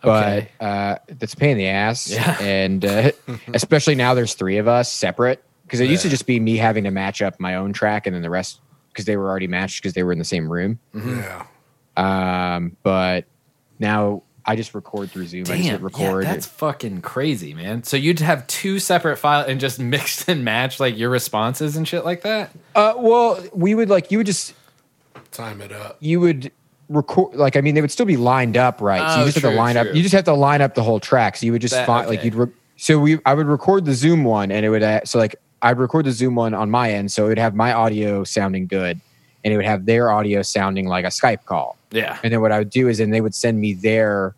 [SPEAKER 10] but uh, that's a pain in the ass.
[SPEAKER 5] Yeah.
[SPEAKER 10] And uh, especially now there's three of us separate because it used to
[SPEAKER 2] Yeah.
[SPEAKER 10] just be me having to match up my own track and then the rest because they were already matched because they were in the same room.
[SPEAKER 5] mm-hmm.
[SPEAKER 2] Yeah.
[SPEAKER 10] Um, but now I just record through Zoom. I just hit
[SPEAKER 5] Damn,
[SPEAKER 10] record.
[SPEAKER 5] Yeah, that's fucking crazy, man. So you'd have two separate files and just [LAUGHS] mixed and match like your responses and shit like that.
[SPEAKER 10] uh, well, we would like, you would just,
[SPEAKER 2] Time it up.
[SPEAKER 10] you would record, like, I mean, they would still be lined up, right? so
[SPEAKER 5] Oh,
[SPEAKER 10] you just have
[SPEAKER 5] true,
[SPEAKER 10] to line
[SPEAKER 5] true.
[SPEAKER 10] up, you just have to line up the whole track. So you would just
[SPEAKER 5] That-
[SPEAKER 10] find, like,
[SPEAKER 5] okay.
[SPEAKER 10] you'd, re- so we, I would record the Zoom one and it would, uh, so like, I'd record the Zoom one on my end. So it would have my audio sounding good and it would have their audio sounding like a Skype call.
[SPEAKER 5] Yeah.
[SPEAKER 10] And then what I would do is then they would send me their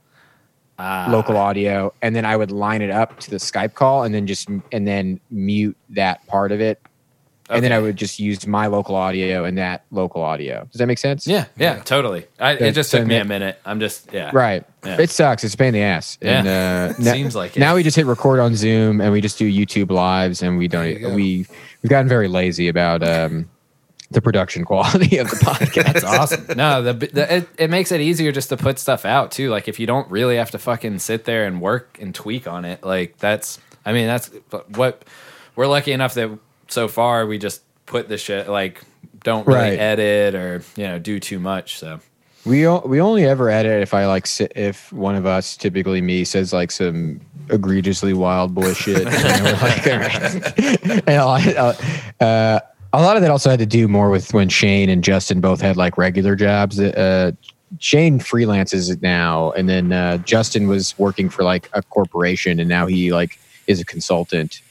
[SPEAKER 5] Ah.
[SPEAKER 10] local audio and then I would line it up to the Skype call and then just and then mute that part of it. And then I
[SPEAKER 5] Okay.
[SPEAKER 10] would just use my local audio and that local audio. Does that make sense?
[SPEAKER 5] Yeah, yeah, totally. I, it
[SPEAKER 10] That-
[SPEAKER 5] just took
[SPEAKER 10] that
[SPEAKER 5] me a
[SPEAKER 10] ma-
[SPEAKER 5] minute. I'm just yeah.
[SPEAKER 10] Right.
[SPEAKER 5] Yeah.
[SPEAKER 10] It sucks. It's a pain in the ass.
[SPEAKER 5] Yeah.
[SPEAKER 10] And, uh,
[SPEAKER 5] [LAUGHS] It
[SPEAKER 10] na-
[SPEAKER 5] seems like it.
[SPEAKER 10] now we just hit record on Zoom and we just do YouTube lives and we don't e,
[SPEAKER 2] There you go.
[SPEAKER 10] we we've gotten very lazy about um the production quality of the
[SPEAKER 5] [LAUGHS]
[SPEAKER 10] podcast.
[SPEAKER 5] That's awesome. No, the, the it, it makes it easier just to put stuff out too. Like if you don't really have to fucking sit there and work and tweak on it, like that's. I mean, that's what we're lucky enough that so far we just put the shit like don't really
[SPEAKER 10] Right.
[SPEAKER 5] edit or you know do too much. So
[SPEAKER 10] We o- we only ever edit if I like si- if one of us, typically me, says like some egregiously wild boy shit. and we're like, all right. [LAUGHS] And a lot- uh, a lot of that also had to do more with when Shane and Justin both had like regular jobs. Uh, Shane freelances it now, and then uh, Justin was working for like a corporation, and now he like is a consultant.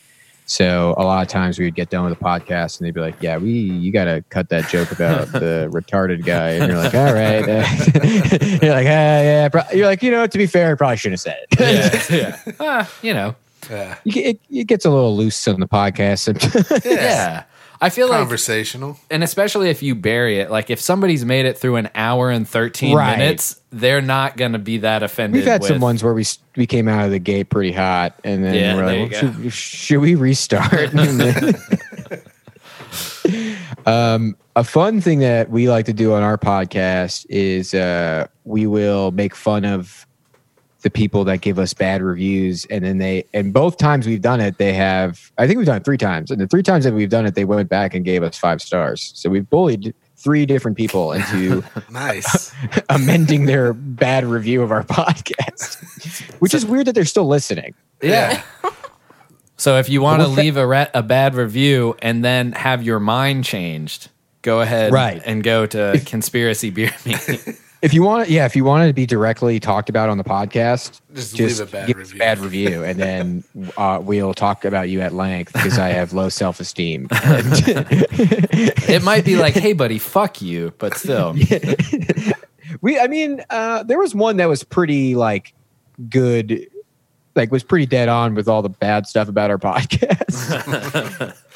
[SPEAKER 10] So a lot of times we would get done with a podcast and they'd be like, "Yeah, we you got to cut that joke about the retarded guy," and you're like, "All right," [LAUGHS] you're like, ah, "Yeah," pro-" you're like, "You know, to be fair, I probably shouldn't have said it."
[SPEAKER 5] yeah, yeah. Ah, you know,
[SPEAKER 2] Yeah.
[SPEAKER 10] You get- it, it gets a little loose on the podcast. and-
[SPEAKER 5] yeah. I feel like
[SPEAKER 2] Conversational.
[SPEAKER 5] and especially if you bury it, like if somebody's made it through an hour and 13
[SPEAKER 10] Right.
[SPEAKER 5] minutes, they're not going to be that offended.
[SPEAKER 10] We've had
[SPEAKER 5] with,
[SPEAKER 10] some ones where we s- we came out of the gate pretty hot, and then
[SPEAKER 5] Yeah,
[SPEAKER 10] we're
[SPEAKER 5] there
[SPEAKER 10] like,
[SPEAKER 5] you
[SPEAKER 10] "Well, should, should we restart? [LAUGHS] And then- um, a fun thing that we like to do on our podcast is uh, we will make fun of the people that give us bad reviews, and then they and both times we've done it, they have I think we've done it three times, and the three times that we've done it, they went back and gave us five stars. So we've bullied three different
[SPEAKER 5] [LAUGHS]
[SPEAKER 10] people into
[SPEAKER 2] Nice.
[SPEAKER 10] amending their bad review of our [LAUGHS] podcast, which is weird that they're still listening.
[SPEAKER 2] yeah.
[SPEAKER 5] So if you want to
[SPEAKER 10] Well, fa-
[SPEAKER 5] leave a, ra- a bad review and then have your mind changed, go ahead
[SPEAKER 10] Right.
[SPEAKER 5] and go
[SPEAKER 10] [LAUGHS]
[SPEAKER 5] to conspiracy beer me.
[SPEAKER 10] If you want, yeah, if you wanted to be directly talked about on the podcast,
[SPEAKER 2] Just
[SPEAKER 10] just,
[SPEAKER 2] leave a bad
[SPEAKER 10] give us
[SPEAKER 2] review.
[SPEAKER 10] bad review, and then uh, we'll talk about you at length because I have low self [LAUGHS] esteem.
[SPEAKER 5] it might be like, "Hey buddy, fuck you," but
[SPEAKER 10] [LAUGHS]
[SPEAKER 5] still.
[SPEAKER 10] we, I mean, uh, there was one that was pretty like good, like was pretty dead on with all the bad stuff about our [LAUGHS] podcast.
[SPEAKER 5] [LAUGHS]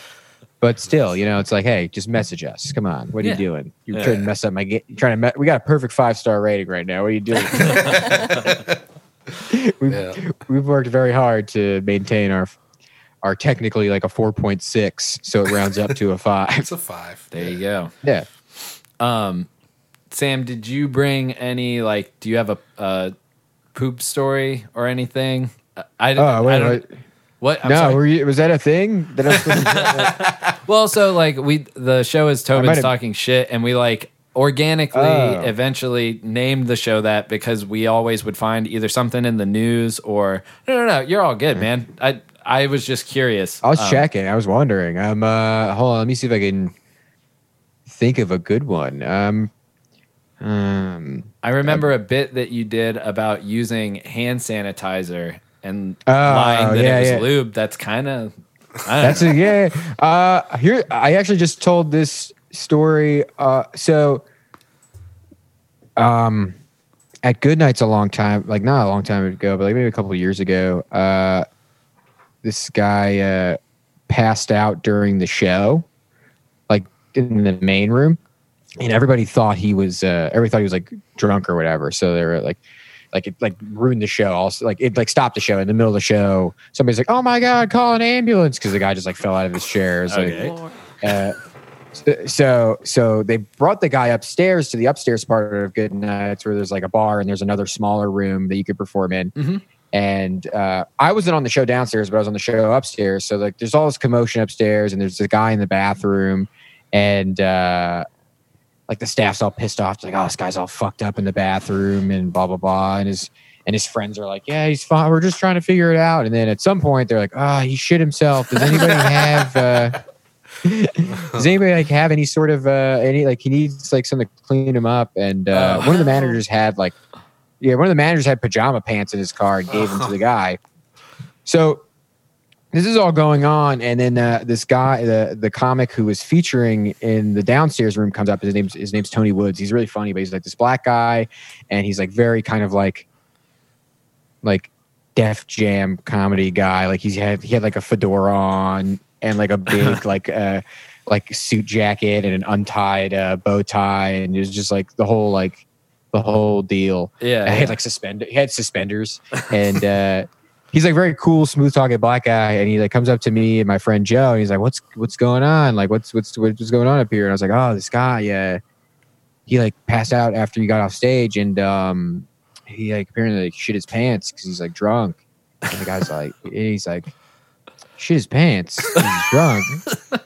[SPEAKER 10] but still, you know, it's like, hey, just message us. Come on, what are
[SPEAKER 5] Yeah.
[SPEAKER 10] you doing? You're
[SPEAKER 5] Yeah.
[SPEAKER 10] trying to mess up my game. Trying to, me- we got a perfect five star rating right now. What are
[SPEAKER 5] [LAUGHS]
[SPEAKER 10] you doing? we've,
[SPEAKER 2] Yeah.
[SPEAKER 10] we've worked very hard to maintain our our technically like a four point six, so it rounds up to a five. [LAUGHS]
[SPEAKER 2] It's a five.
[SPEAKER 5] There you go.
[SPEAKER 10] Yeah.
[SPEAKER 5] Sam, did you bring any like do you have a, a poop story or anything? I, I,
[SPEAKER 10] Oh wait,
[SPEAKER 5] I don't-
[SPEAKER 10] wait.
[SPEAKER 5] What? I'm
[SPEAKER 10] no,
[SPEAKER 5] sorry.
[SPEAKER 10] were you, was that a thing? That I was supposed to-
[SPEAKER 5] Well, so like we the show is
[SPEAKER 10] might
[SPEAKER 5] Tobin's
[SPEAKER 10] have-
[SPEAKER 5] talking shit, and we like organically
[SPEAKER 10] Oh.
[SPEAKER 5] eventually named the show that because we always would find either something in the news or no, no, no, you're all good, man. I I was just curious.
[SPEAKER 10] Hmm. I was
[SPEAKER 5] Um,
[SPEAKER 10] checking. I was wondering. Um, uh, hold on. Let me see if I can think of a good one. Um, um,
[SPEAKER 5] I remember a bit that you did about using hand sanitizer and
[SPEAKER 10] Oh,
[SPEAKER 5] lying that
[SPEAKER 10] yeah,
[SPEAKER 5] it was
[SPEAKER 10] yeah.
[SPEAKER 5] lube. That's kind of Ah.
[SPEAKER 10] that's a, yeah. yeah. Uh, here, I actually just told this story. Uh, so, um, at Goodnight's a long time, like not a long time ago, but like maybe a couple of years ago. Uh, this guy uh, passed out during the show, like in the main room, and everybody thought he was uh, everybody thought he was like drunk or whatever. So they were like, like it like ruined the show. Also, like it like stopped the show in the middle of the show. Somebody's like, "Oh my god, call an ambulance!" Because the guy just like fell out of his chair. It was, like, uh, so so they brought the guy upstairs to the upstairs part of Good Nights where there's like a bar and there's another smaller room that you could perform in. And uh, I wasn't on the show downstairs, but I was on the show upstairs. So like there's all this commotion upstairs and there's a guy in the bathroom and uh, like the staff's all pissed off. It's like, oh, this guy's all fucked up in the bathroom and blah blah blah. And his and his friends are like, yeah, he's fine. We're just trying to figure it out. And then at some point, they're like, ah, he shit himself. Does anybody have? Uh, [LAUGHS] does anybody like have any sort of uh, any like he needs like something to clean him up? And uh, one of the managers had like, yeah, one of the managers had pajama pants in his car and gave them to the guy. So this is all going on, and then uh, this guy, the the comic who was featuring in the downstairs room, comes up. His name's his name's Tony Woods. He's really funny, but he's like this black guy, and he's like very kind of like like Def Jam comedy guy. Like he's had he had like a fedora on and like a big like uh like suit jacket and an untied uh, bow tie, and it was just like the whole like the whole deal.
[SPEAKER 1] Yeah,
[SPEAKER 10] [LAUGHS] I
[SPEAKER 1] yeah.
[SPEAKER 10] had like suspend. He
[SPEAKER 1] [LAUGHS]
[SPEAKER 10] had suspenders, and uh, he's like very cool, smooth talking black guy. And he like comes up to me and my friend Joe, and he's like, "What's what's going on? Like, what's what's what's going on up here?" And I was like, "Oh, this guy, yeah, he like passed out after he got off stage, and um, he like apparently like, shit his pants because he's like drunk." And the guy's like, he's like, shit his pants. 'cause He's drunk.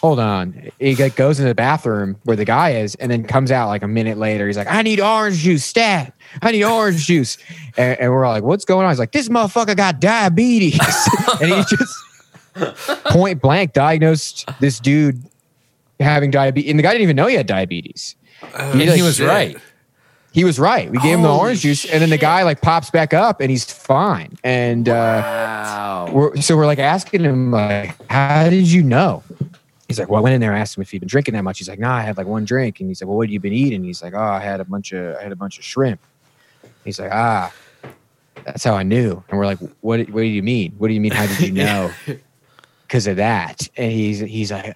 [SPEAKER 10] Hold on. He like goes into the bathroom where the guy is, and then comes out like a minute later. He's like, "I need orange juice, stat. I need orange [LAUGHS] juice." And, and we're all like, "What's going on?" He's like, "This motherfucker got diabetes," [LAUGHS] and he just point blank diagnosed this dude having diabetes, and the guy didn't even know he had diabetes.
[SPEAKER 2] Oh,
[SPEAKER 1] And
[SPEAKER 10] like,
[SPEAKER 1] he was
[SPEAKER 10] shit.
[SPEAKER 1] right.
[SPEAKER 10] He was right. We gave him the
[SPEAKER 1] Holy
[SPEAKER 10] orange juice, and then the guy like pops back up, and he's fine. And uh,
[SPEAKER 1] Wow.
[SPEAKER 10] we're, so we're like asking him like how did you know he's like well i went in there and asked him if he'd been drinking that much he's like nah i had like one drink and he's like well what have you been eating he's like oh i had a bunch of i had a bunch of shrimp he's like ah that's how i knew and we're like what what do you mean what do you mean how did you know because of that and he's he's like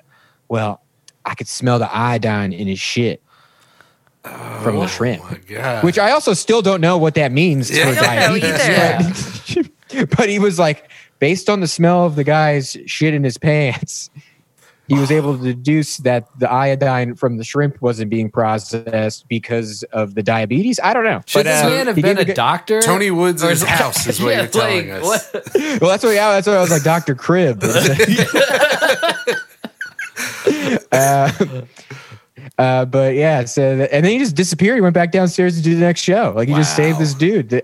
[SPEAKER 10] well i could smell the iodine in his shit from the shrimp
[SPEAKER 2] Oh My God.
[SPEAKER 10] which I also still don't know what that means
[SPEAKER 2] Yeah.
[SPEAKER 10] for
[SPEAKER 2] I don't know
[SPEAKER 10] diabetes. [LAUGHS] But, but he was like, based on the smell of the guy's shit in his pants, he was able to deduce that the iodine from the shrimp wasn't being processed because of the diabetes. I don't know.
[SPEAKER 1] Should
[SPEAKER 10] But,
[SPEAKER 1] this
[SPEAKER 10] uh,
[SPEAKER 1] man have
[SPEAKER 10] he
[SPEAKER 1] been
[SPEAKER 10] gave
[SPEAKER 1] a
[SPEAKER 10] the guy-
[SPEAKER 1] doctor?
[SPEAKER 2] Tony
[SPEAKER 5] [LAUGHS]
[SPEAKER 2] Woods'
[SPEAKER 1] Or is-
[SPEAKER 2] house is what
[SPEAKER 1] Yeah,
[SPEAKER 2] you're telling
[SPEAKER 1] like,
[SPEAKER 2] us.
[SPEAKER 1] what-
[SPEAKER 10] Well, that's what, yeah, that's what I was like, Dr. Crib. [LAUGHS] uh, uh, but yeah, so th- and then he just disappeared. He went back downstairs to do the next show. Like he just saved this dude. Th-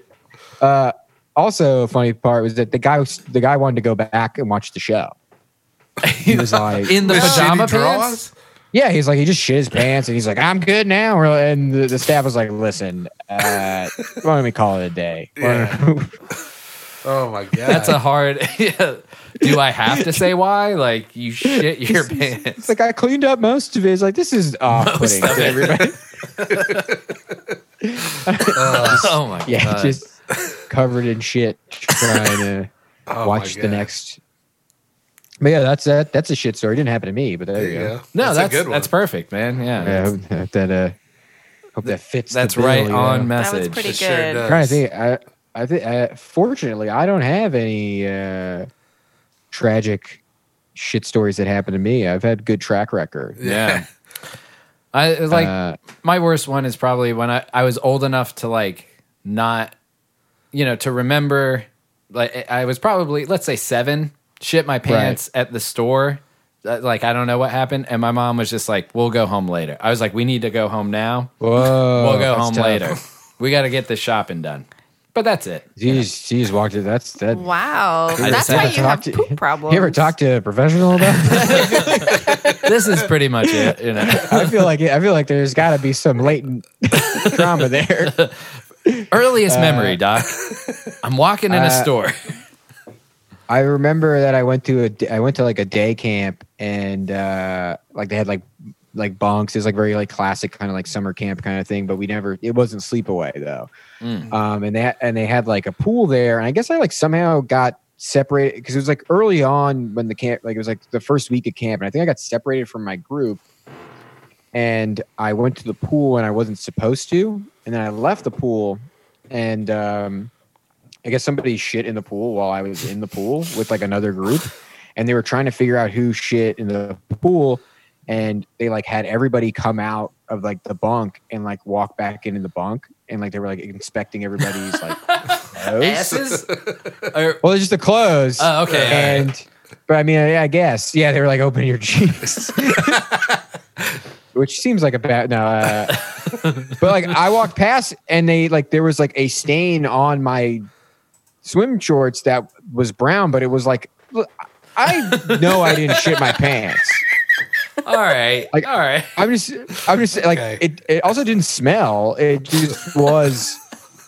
[SPEAKER 10] Uh, also, funny part was that the guy was the guy wanted to go back and watch the show. He was like,
[SPEAKER 1] In the
[SPEAKER 2] With
[SPEAKER 1] pajama
[SPEAKER 2] shitty
[SPEAKER 1] pants?
[SPEAKER 2] drawers?
[SPEAKER 10] yeah, he's like, he just shit his pants and he's like, I'm good now. We're like- And the, the staff was like, listen, uh, why don't we call it a day?
[SPEAKER 2] Yeah. Oh my god.
[SPEAKER 1] That's a hard. [LAUGHS] yeah. Do I have to say why? Like you shit your pants. [LAUGHS]
[SPEAKER 10] It's like I cleaned up most of it. It's like this is off putting
[SPEAKER 1] of
[SPEAKER 10] to
[SPEAKER 1] it.
[SPEAKER 10] everybody.
[SPEAKER 1] [LAUGHS] oh my
[SPEAKER 10] [LAUGHS] Yeah,
[SPEAKER 1] god.
[SPEAKER 10] just covered in shit,
[SPEAKER 1] [LAUGHS]
[SPEAKER 10] trying to
[SPEAKER 2] Oh,
[SPEAKER 10] watch
[SPEAKER 2] my
[SPEAKER 10] the
[SPEAKER 2] God.
[SPEAKER 10] next. But yeah, that's that. That's a shit story. It didn't happen to me, but there,
[SPEAKER 2] There
[SPEAKER 10] you
[SPEAKER 2] you
[SPEAKER 10] go.
[SPEAKER 2] go.
[SPEAKER 1] no, that's
[SPEAKER 2] a good
[SPEAKER 1] that's,
[SPEAKER 2] one.
[SPEAKER 1] perfect, man. Yeah.
[SPEAKER 10] Yeah, I hope that- that uh, hope that fits. the
[SPEAKER 1] That's
[SPEAKER 10] bill,
[SPEAKER 1] right
[SPEAKER 10] you
[SPEAKER 1] on
[SPEAKER 10] know.
[SPEAKER 3] That was
[SPEAKER 1] message.
[SPEAKER 3] pretty
[SPEAKER 2] It
[SPEAKER 3] good.
[SPEAKER 2] sure does.
[SPEAKER 10] I'm trying to think. I, I think. Uh, fortunately, I don't have any uh, tragic shit stories that happened to me. I've had good track record.
[SPEAKER 1] Yeah. [LAUGHS] I like
[SPEAKER 10] Uh,
[SPEAKER 1] my worst one is probably when I, I was old enough to like not you know to remember like I was probably let's say 7 shit my pants at the store Uh, like I don't know what happened and my mom was just like we'll go home later. I was like we need to go home now.
[SPEAKER 10] whoa,
[SPEAKER 1] we'll go
[SPEAKER 10] that's
[SPEAKER 1] home
[SPEAKER 10] tough.
[SPEAKER 1] later. We got to get this shopping done. But that's it.
[SPEAKER 10] She just, she just walked it. That's that.
[SPEAKER 3] Wow.
[SPEAKER 1] ever
[SPEAKER 3] That's
[SPEAKER 1] said-
[SPEAKER 3] why
[SPEAKER 1] ever
[SPEAKER 3] you have
[SPEAKER 10] talked to-
[SPEAKER 3] poop problems.
[SPEAKER 10] You ever talk to a professional about that?
[SPEAKER 1] This is pretty much it,
[SPEAKER 5] [LAUGHS]
[SPEAKER 1] you know.
[SPEAKER 10] I feel like I feel like there's got to be some latent trauma there. Uh,
[SPEAKER 1] Earliest memory,
[SPEAKER 10] [LAUGHS]
[SPEAKER 1] doc. I'm walking in a store.
[SPEAKER 10] I remember that I went to a I went to like a day camp and uh, like they had like like bunks. It was like very like classic kind of like summer camp kind of thing. But we never it wasn't sleepaway though. Um, and they and they had like a pool there. And I guess I like somehow got separated because it was like early on when the camp, like it was like the first week of camp, and I think I got separated from my group, and I went to the pool and I wasn't supposed to, and then I left the pool, and um, I guess somebody shit in the pool while I was in the pool with like another group, and they were trying to figure out who shit in the pool, and they like had everybody come out of like the bunk and like walk back into the bunk, and like they were like inspecting everybody's like clothes.
[SPEAKER 5] Asses?
[SPEAKER 10] Well, it's just the clothes.
[SPEAKER 5] Oh, okay, all right.
[SPEAKER 10] And but I mean, I, I guess yeah, they were like open your jeans,
[SPEAKER 5] [LAUGHS]
[SPEAKER 10] [LAUGHS] which seems like a bad no. Uh, but like I walked past and they like there was like a stain on my swim shorts that was brown, but it was like look, I know I didn't shit my pants.
[SPEAKER 5] All right.
[SPEAKER 10] Like-
[SPEAKER 5] all right.
[SPEAKER 10] I'm just I'm just like
[SPEAKER 2] Okay.
[SPEAKER 10] it. It also didn't smell. It just was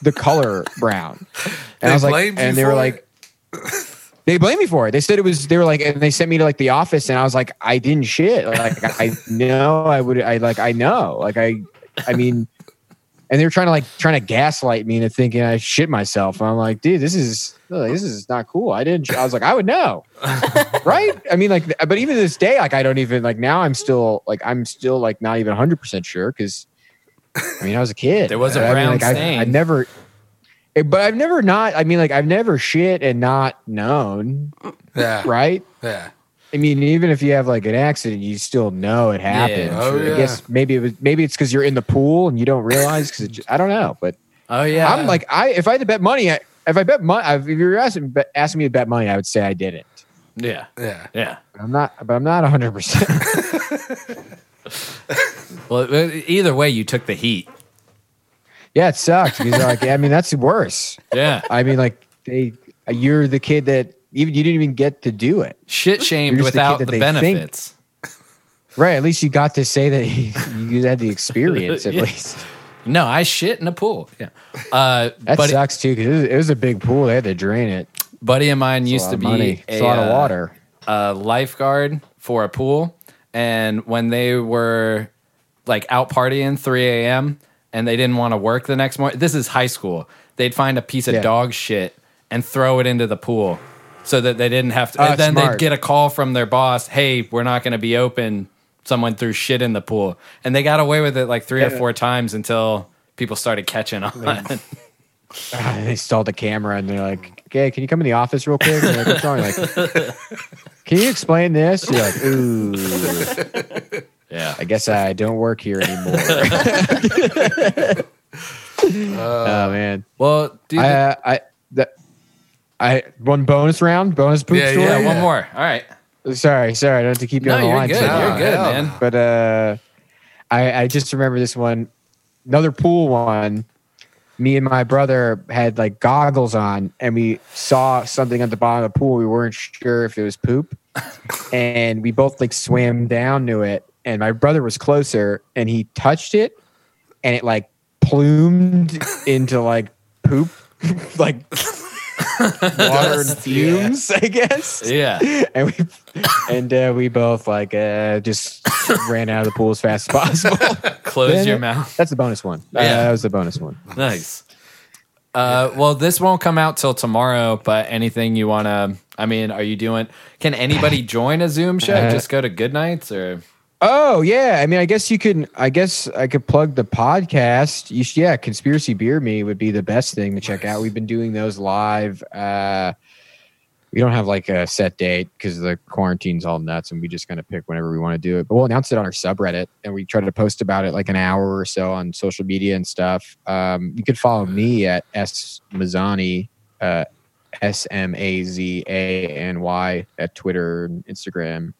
[SPEAKER 10] the color brown. And
[SPEAKER 2] They
[SPEAKER 10] I was like,
[SPEAKER 2] blamed you
[SPEAKER 10] and they were
[SPEAKER 2] for
[SPEAKER 10] like,
[SPEAKER 2] it?
[SPEAKER 10] [LAUGHS] they blamed me for it. They said it was. They were like, and they sent me to like the office, and I was like, I didn't shit. Like I know I would. I like I know. Like I. I mean, and they were trying to like trying to gaslight me into thinking I shit myself. And I'm like, dude, this is like, this is not cool. I didn't. sh-" I was like, I
[SPEAKER 5] [LAUGHS]
[SPEAKER 10] would know, right? I mean, like, but even this day, like, I don't even like now. I'm still like, I'm still like not even 100 percent sure because I mean, I was a kid.
[SPEAKER 5] There was a
[SPEAKER 10] I mean,
[SPEAKER 5] brown
[SPEAKER 10] like, I've-
[SPEAKER 5] stain.
[SPEAKER 10] I never. eh, But I've never not. I mean, like I've never shit and not known,
[SPEAKER 2] Yeah.
[SPEAKER 10] right?
[SPEAKER 2] Yeah.
[SPEAKER 10] I mean, even if you have like an accident, you still know it happened.
[SPEAKER 5] Yeah,
[SPEAKER 2] Oh,
[SPEAKER 5] true.
[SPEAKER 10] I
[SPEAKER 2] yeah.
[SPEAKER 10] guess maybe it was maybe it's because you're in the pool and you don't realize because I don't know, but
[SPEAKER 5] Oh yeah.
[SPEAKER 10] I'm like I if I had to bet money, I, if I bet money, if you were asking bet, asking me to bet money, I would say I didn't.
[SPEAKER 5] yeah.
[SPEAKER 2] Yeah.
[SPEAKER 5] Yeah.
[SPEAKER 10] I'm not, but I'm not 100. percent [LAUGHS]
[SPEAKER 5] Well, uh, either way, you took the heat.
[SPEAKER 10] Yeah, it sucked because like I mean that's worse.
[SPEAKER 5] Yeah.
[SPEAKER 10] I mean like they you're the kid that even you didn't even get to do it.
[SPEAKER 5] [LAUGHS] Shit shamed
[SPEAKER 10] You're just the
[SPEAKER 5] without
[SPEAKER 10] kid that
[SPEAKER 5] the,
[SPEAKER 10] they think.
[SPEAKER 5] benefits.
[SPEAKER 10] Right, at least you got to say that [LAUGHS] you had the experience
[SPEAKER 5] [LAUGHS]
[SPEAKER 10] at
[SPEAKER 5] Yeah.
[SPEAKER 10] least.
[SPEAKER 5] No, I shit in a pool. Yeah. Uh,
[SPEAKER 10] That
[SPEAKER 5] buddy,
[SPEAKER 10] sucks too because it, was- it was a big pool. They had to drain it.
[SPEAKER 5] buddy of mine
[SPEAKER 10] It's
[SPEAKER 5] used to
[SPEAKER 10] a lot of
[SPEAKER 5] be
[SPEAKER 10] money. It's a lot of
[SPEAKER 5] uh,
[SPEAKER 10] water.
[SPEAKER 5] a lifeguard for a pool, and when they were like out partying 3 a.m. and they didn't want to work the next morning, this is high school. They'd find a piece of
[SPEAKER 10] Yeah.
[SPEAKER 5] dog shit and throw it into the pool so that they didn't have to.
[SPEAKER 10] Oh,
[SPEAKER 5] and then
[SPEAKER 10] smart.
[SPEAKER 5] they'd get a call from their boss, "Hey, we're not going to be open." Someone threw shit in the pool, and they got away with it like three or four times until people started catching [LAUGHS] on.
[SPEAKER 10] And they installed the camera and they're like, okay, can you come in the office real quick? And they're like, what's wrong? Like,
[SPEAKER 5] [LAUGHS]
[SPEAKER 10] can you explain this? You're like, ooh,
[SPEAKER 5] yeah.
[SPEAKER 10] I guess I don't work here anymore. [LAUGHS] oh man,
[SPEAKER 5] Well, dude,
[SPEAKER 10] I, uh, I, that, I one bonus round, bonus poop
[SPEAKER 2] Yeah,
[SPEAKER 10] story.
[SPEAKER 5] yeah, one
[SPEAKER 2] yeah.
[SPEAKER 5] more. All right.
[SPEAKER 10] Sorry, sorry, I don't have to keep you
[SPEAKER 5] No,
[SPEAKER 10] on the
[SPEAKER 5] you're
[SPEAKER 10] line.
[SPEAKER 5] good.
[SPEAKER 10] too long.
[SPEAKER 5] You're good,
[SPEAKER 2] hell
[SPEAKER 5] man.
[SPEAKER 10] but uh, I, I just remember this one, another pool one. Me and my brother had like goggles on, and we saw something at the bottom of the pool. We weren't sure if it was poop, and we both like swam down to it. And my brother was closer, and he touched it, and it like plumed into like poop, [LAUGHS] like water and fumes, I guess
[SPEAKER 5] Yeah.
[SPEAKER 10] [LAUGHS] and we and uh, we both like uh, just ran out of the pool as fast as possible. [LAUGHS]
[SPEAKER 5] Close your
[SPEAKER 10] Then-
[SPEAKER 5] mouth.
[SPEAKER 10] That's the bonus one. Uh,
[SPEAKER 5] Yeah.
[SPEAKER 10] that was the bonus one.
[SPEAKER 5] Nice. Uh, well, this won't come out till tomorrow, but anything you want to, I mean, are you doing, can
[SPEAKER 10] [LAUGHS]
[SPEAKER 5] anybody join a Zoom show?
[SPEAKER 10] Uh,
[SPEAKER 5] Just go to Good Nights or,
[SPEAKER 10] Oh yeah, I mean, I guess you can. I guess I could plug the podcast. You should, yeah, conspiracy beer me would be the best thing to check out. We've been doing those live. Uh, we don't have like a set date because the quarantine's all nuts, and we just kind of pick whenever we want to do it. But we'll announce it on our subreddit, and we try to post about it like an hour or so on social media and stuff. Um, you could follow me at s mazzani. Uh, S M A Z A N Y at Twitter and Instagram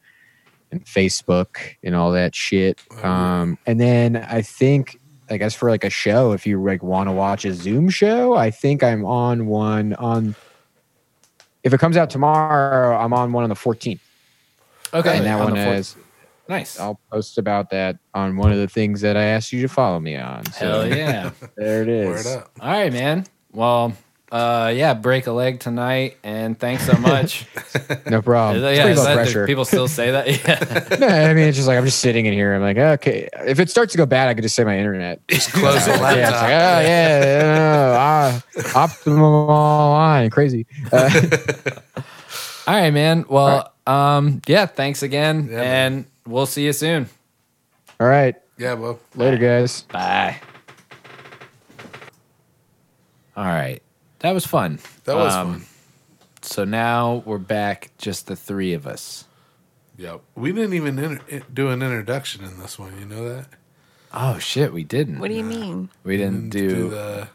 [SPEAKER 10] and Facebook and all that shit.
[SPEAKER 5] Oh,
[SPEAKER 10] Um, and then I think, I guess for like a show, if you like want to watch a Zoom show, I think I'm on one on. If it comes out tomorrow, I'm on one on the 14th,
[SPEAKER 5] okay.
[SPEAKER 10] and that
[SPEAKER 5] on
[SPEAKER 10] one
[SPEAKER 5] the fourth-
[SPEAKER 10] is.
[SPEAKER 5] nice.
[SPEAKER 10] I'll post about that on one of the things that I asked you to follow me on. So
[SPEAKER 5] Hell yeah.
[SPEAKER 10] there it
[SPEAKER 2] Word
[SPEAKER 10] is.
[SPEAKER 2] up.
[SPEAKER 5] [LAUGHS] All right, man. Well, uh, yeah, break a leg tonight. And thanks
[SPEAKER 10] [LAUGHS]
[SPEAKER 5] so much.
[SPEAKER 10] No problem.
[SPEAKER 5] yeah,
[SPEAKER 10] Um, It's pretty
[SPEAKER 5] is
[SPEAKER 10] low
[SPEAKER 5] that- do
[SPEAKER 10] pressure.
[SPEAKER 5] people still say
[SPEAKER 10] [LAUGHS]
[SPEAKER 5] that. Yeah.
[SPEAKER 10] No, I mean, it's just like I'm just sitting in here. I'm like, okay. If it starts to go bad, I could just say my
[SPEAKER 5] [LAUGHS]
[SPEAKER 10] internet.
[SPEAKER 2] Just close the
[SPEAKER 10] yeah, oh, it's like, oh
[SPEAKER 2] laptop.
[SPEAKER 10] ah, yeah, yeah, yeah, yeah, yeah, yeah, yeah, optimum online, crazy. Uh, [LAUGHS]
[SPEAKER 5] All right, man. Well, um, yeah, thanks again. and we'll see you soon.
[SPEAKER 10] All right.
[SPEAKER 2] Yeah, well.
[SPEAKER 10] Later, guys.
[SPEAKER 5] Bye. All right. That was fun.
[SPEAKER 2] That was
[SPEAKER 5] fun. So now we're back, just the three of us.
[SPEAKER 2] Yep. We didn't even inter- do an introduction in this one. You know that?
[SPEAKER 5] Oh, shit, we didn't.
[SPEAKER 3] What do you mean?
[SPEAKER 5] We didn't do,
[SPEAKER 2] Do the.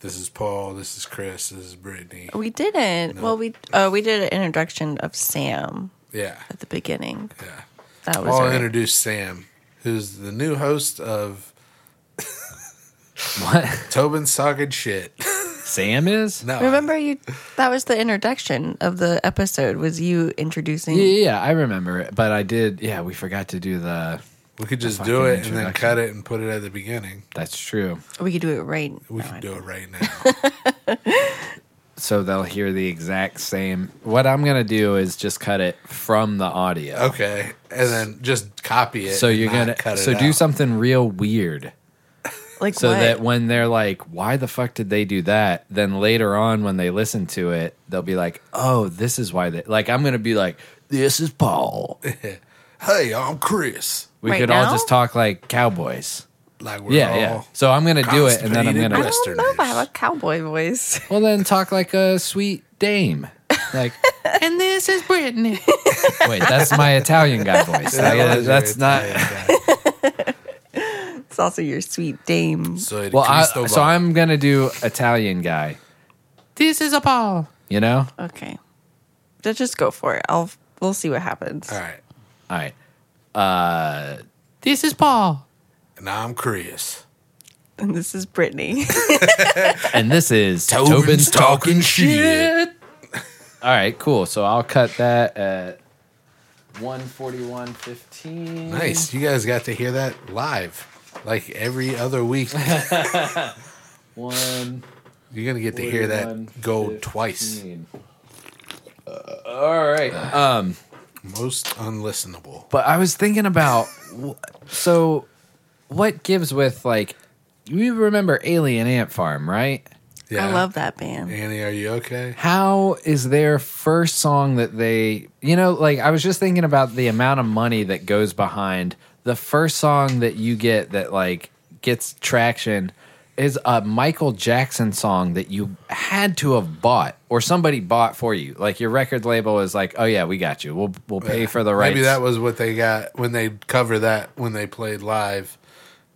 [SPEAKER 2] This is Paul. This is Chris. This is Brittany.
[SPEAKER 3] We didn't. Well, we uh, we did an introduction of Sam
[SPEAKER 2] Yeah.
[SPEAKER 3] at the beginning.
[SPEAKER 2] Yeah. Oh,
[SPEAKER 3] That was
[SPEAKER 2] Paul
[SPEAKER 3] our-
[SPEAKER 2] introduced Sam, who's the new host of
[SPEAKER 5] what?
[SPEAKER 2] Tobin's Talking Shit.
[SPEAKER 5] Sam is?
[SPEAKER 2] No.
[SPEAKER 3] Remember you? That was the introduction of the episode. Was you introducing?
[SPEAKER 5] Yeah, yeah, yeah, I remember it. But I did, yeah, we forgot to do the.
[SPEAKER 2] We could
[SPEAKER 5] The
[SPEAKER 2] just
[SPEAKER 5] fucking
[SPEAKER 2] do it and then
[SPEAKER 5] introduction.
[SPEAKER 2] cut it and put it at the beginning.
[SPEAKER 5] That's true.
[SPEAKER 3] We could do it right.
[SPEAKER 2] We
[SPEAKER 3] now.
[SPEAKER 2] can do it right now.
[SPEAKER 5] [LAUGHS] So they'll hear the exact same. What I'm going to do is just cut it from the audio.
[SPEAKER 2] Okay, and then just copy it.
[SPEAKER 5] So
[SPEAKER 2] and
[SPEAKER 5] you're
[SPEAKER 2] not
[SPEAKER 5] gonna
[SPEAKER 2] cut it
[SPEAKER 5] so do
[SPEAKER 2] out.
[SPEAKER 5] something real weird,
[SPEAKER 3] like
[SPEAKER 5] so
[SPEAKER 3] what?
[SPEAKER 5] that when they're like, "Why the fuck did they do that?" Then later on, when they listen to it, they'll be like, "Oh, this is why they." Like I'm gonna be like, "This is Paul."
[SPEAKER 2] Hey, I'm Chris.
[SPEAKER 5] We
[SPEAKER 3] Right
[SPEAKER 5] could
[SPEAKER 3] now?
[SPEAKER 5] all just talk like cowboys.
[SPEAKER 2] Like we're
[SPEAKER 5] Yeah,
[SPEAKER 2] all
[SPEAKER 5] yeah. So I'm gonna do it, and then I'm
[SPEAKER 2] constipated
[SPEAKER 5] gonna
[SPEAKER 3] I don't know if I have a cowboy voice. [LAUGHS]
[SPEAKER 5] well then talk like a sweet dame, like. and this is Brittany. Wait, that's my Italian guy voice.
[SPEAKER 2] That
[SPEAKER 5] Like,
[SPEAKER 2] was
[SPEAKER 5] that's
[SPEAKER 2] your
[SPEAKER 5] not.
[SPEAKER 2] Italian guy.
[SPEAKER 3] It's also your sweet dame.
[SPEAKER 2] So
[SPEAKER 5] Well, I, so I'm gonna do Italian guy. This is a ball. You know.
[SPEAKER 3] Okay, Let's just go for it. I'll we'll see what happens.
[SPEAKER 2] All right,
[SPEAKER 5] All right. Uh, this is Paul,
[SPEAKER 2] and I'm Chris.
[SPEAKER 3] And [LAUGHS] this is Brittany. [LAUGHS]
[SPEAKER 5] and this is
[SPEAKER 2] Tobin's
[SPEAKER 5] Tobin's
[SPEAKER 2] Talking
[SPEAKER 5] talking shit.
[SPEAKER 2] Shit.
[SPEAKER 5] All right, cool. So I'll cut that at one forty-one fifteen.
[SPEAKER 2] Nice. You guys got to hear that live, like every
[SPEAKER 5] [LAUGHS]
[SPEAKER 2] other week.
[SPEAKER 5] One.
[SPEAKER 2] You're gonna get to hear that
[SPEAKER 5] 41,
[SPEAKER 2] go twice. Uh,
[SPEAKER 5] 15. Uh, all right. Um,
[SPEAKER 2] Most unlistenable.
[SPEAKER 5] but I was thinking about wh- so what gives with like you remember Alien Ant Farm, right?
[SPEAKER 2] Yeah.
[SPEAKER 3] I love that band.
[SPEAKER 2] Annie. Are you okay?
[SPEAKER 5] how is their first song that they you know like i was just thinking about the amount of money that goes behind the first song that you get that like gets traction is a michael jackson song that you had to have bought or somebody bought for you like your record label is like oh yeah we got you we'll we'll pay for the rights
[SPEAKER 2] Maybe that was what they got when they covered that when they played live.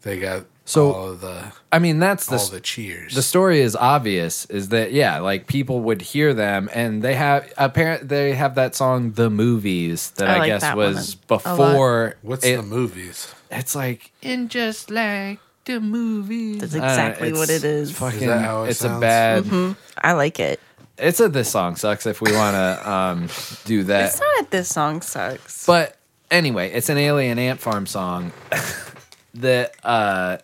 [SPEAKER 2] They got
[SPEAKER 5] So-
[SPEAKER 2] all of the
[SPEAKER 5] i mean that's the
[SPEAKER 2] all the cheers.
[SPEAKER 5] the story is obvious is that yeah like people would hear them and they have apparent they have that song the movies that
[SPEAKER 3] I
[SPEAKER 5] i,
[SPEAKER 3] like
[SPEAKER 5] guess
[SPEAKER 3] that one
[SPEAKER 5] was
[SPEAKER 3] a lot.
[SPEAKER 5] before
[SPEAKER 2] What's
[SPEAKER 5] it-
[SPEAKER 2] the movies?
[SPEAKER 5] it's like in just like the movies
[SPEAKER 3] That's
[SPEAKER 5] I don't know,
[SPEAKER 3] exactly what
[SPEAKER 5] Uh, it's
[SPEAKER 3] it is.
[SPEAKER 5] fucking
[SPEAKER 2] Is that how it
[SPEAKER 5] it's a
[SPEAKER 2] sounds?
[SPEAKER 5] bad
[SPEAKER 3] I like it.
[SPEAKER 5] it's a this song sucks if we want to um do that
[SPEAKER 3] It's not that this song sucks.
[SPEAKER 5] but Uh, anyway, it's an alien ant farm song [LAUGHS] that uh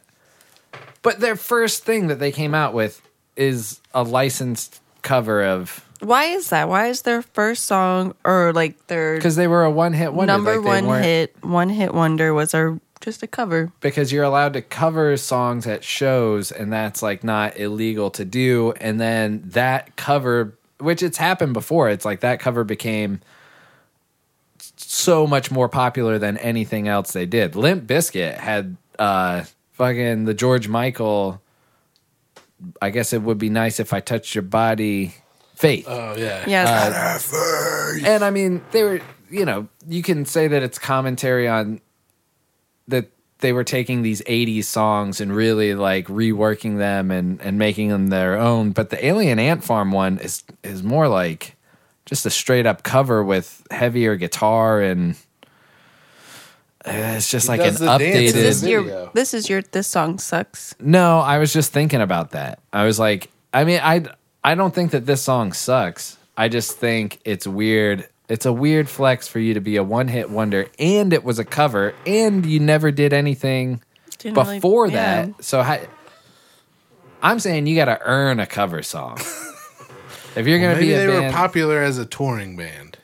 [SPEAKER 5] but their first thing that they came out with is a licensed cover of
[SPEAKER 3] Why is that? Why is their first song or like their
[SPEAKER 5] because they were a one hit wonder.
[SPEAKER 3] number
[SPEAKER 5] like, they
[SPEAKER 3] one
[SPEAKER 5] weren't-
[SPEAKER 3] hit, one hit wonder was our just a cover?
[SPEAKER 5] because you're allowed to cover songs at shows and that's like not illegal to do and then that cover which it's happened before it's like that cover became so much more popular than anything else they did limp biscuit had uh fucking the george michael i guess it would be nice if i touched your body faith
[SPEAKER 2] Oh yeah.
[SPEAKER 5] Uh,
[SPEAKER 3] Yes.
[SPEAKER 5] and I mean, they were, you know, you can say that it's commentary on that they were taking these 80s songs and really like reworking them and, and making them their own. But the Alien Ant Farm one is, is more like just a straight up cover with heavier guitar and uh, it's just like an
[SPEAKER 2] does the dance.
[SPEAKER 5] updated.
[SPEAKER 3] is this
[SPEAKER 2] is.
[SPEAKER 3] your
[SPEAKER 2] Video.
[SPEAKER 3] this is your this song sucks.
[SPEAKER 5] No, I was just thinking about that. I was like, I mean, I I don't think that this song sucks. I just think it's weird. It's a weird flex for you to be a one-hit wonder and it was a cover and you never did anything
[SPEAKER 3] Didn't really-
[SPEAKER 5] before
[SPEAKER 3] yeah.
[SPEAKER 5] that. So how, I'm saying you got to earn a cover song. if you're going to
[SPEAKER 2] Maybe
[SPEAKER 5] be a
[SPEAKER 2] they
[SPEAKER 5] band,
[SPEAKER 2] were popular as a touring band.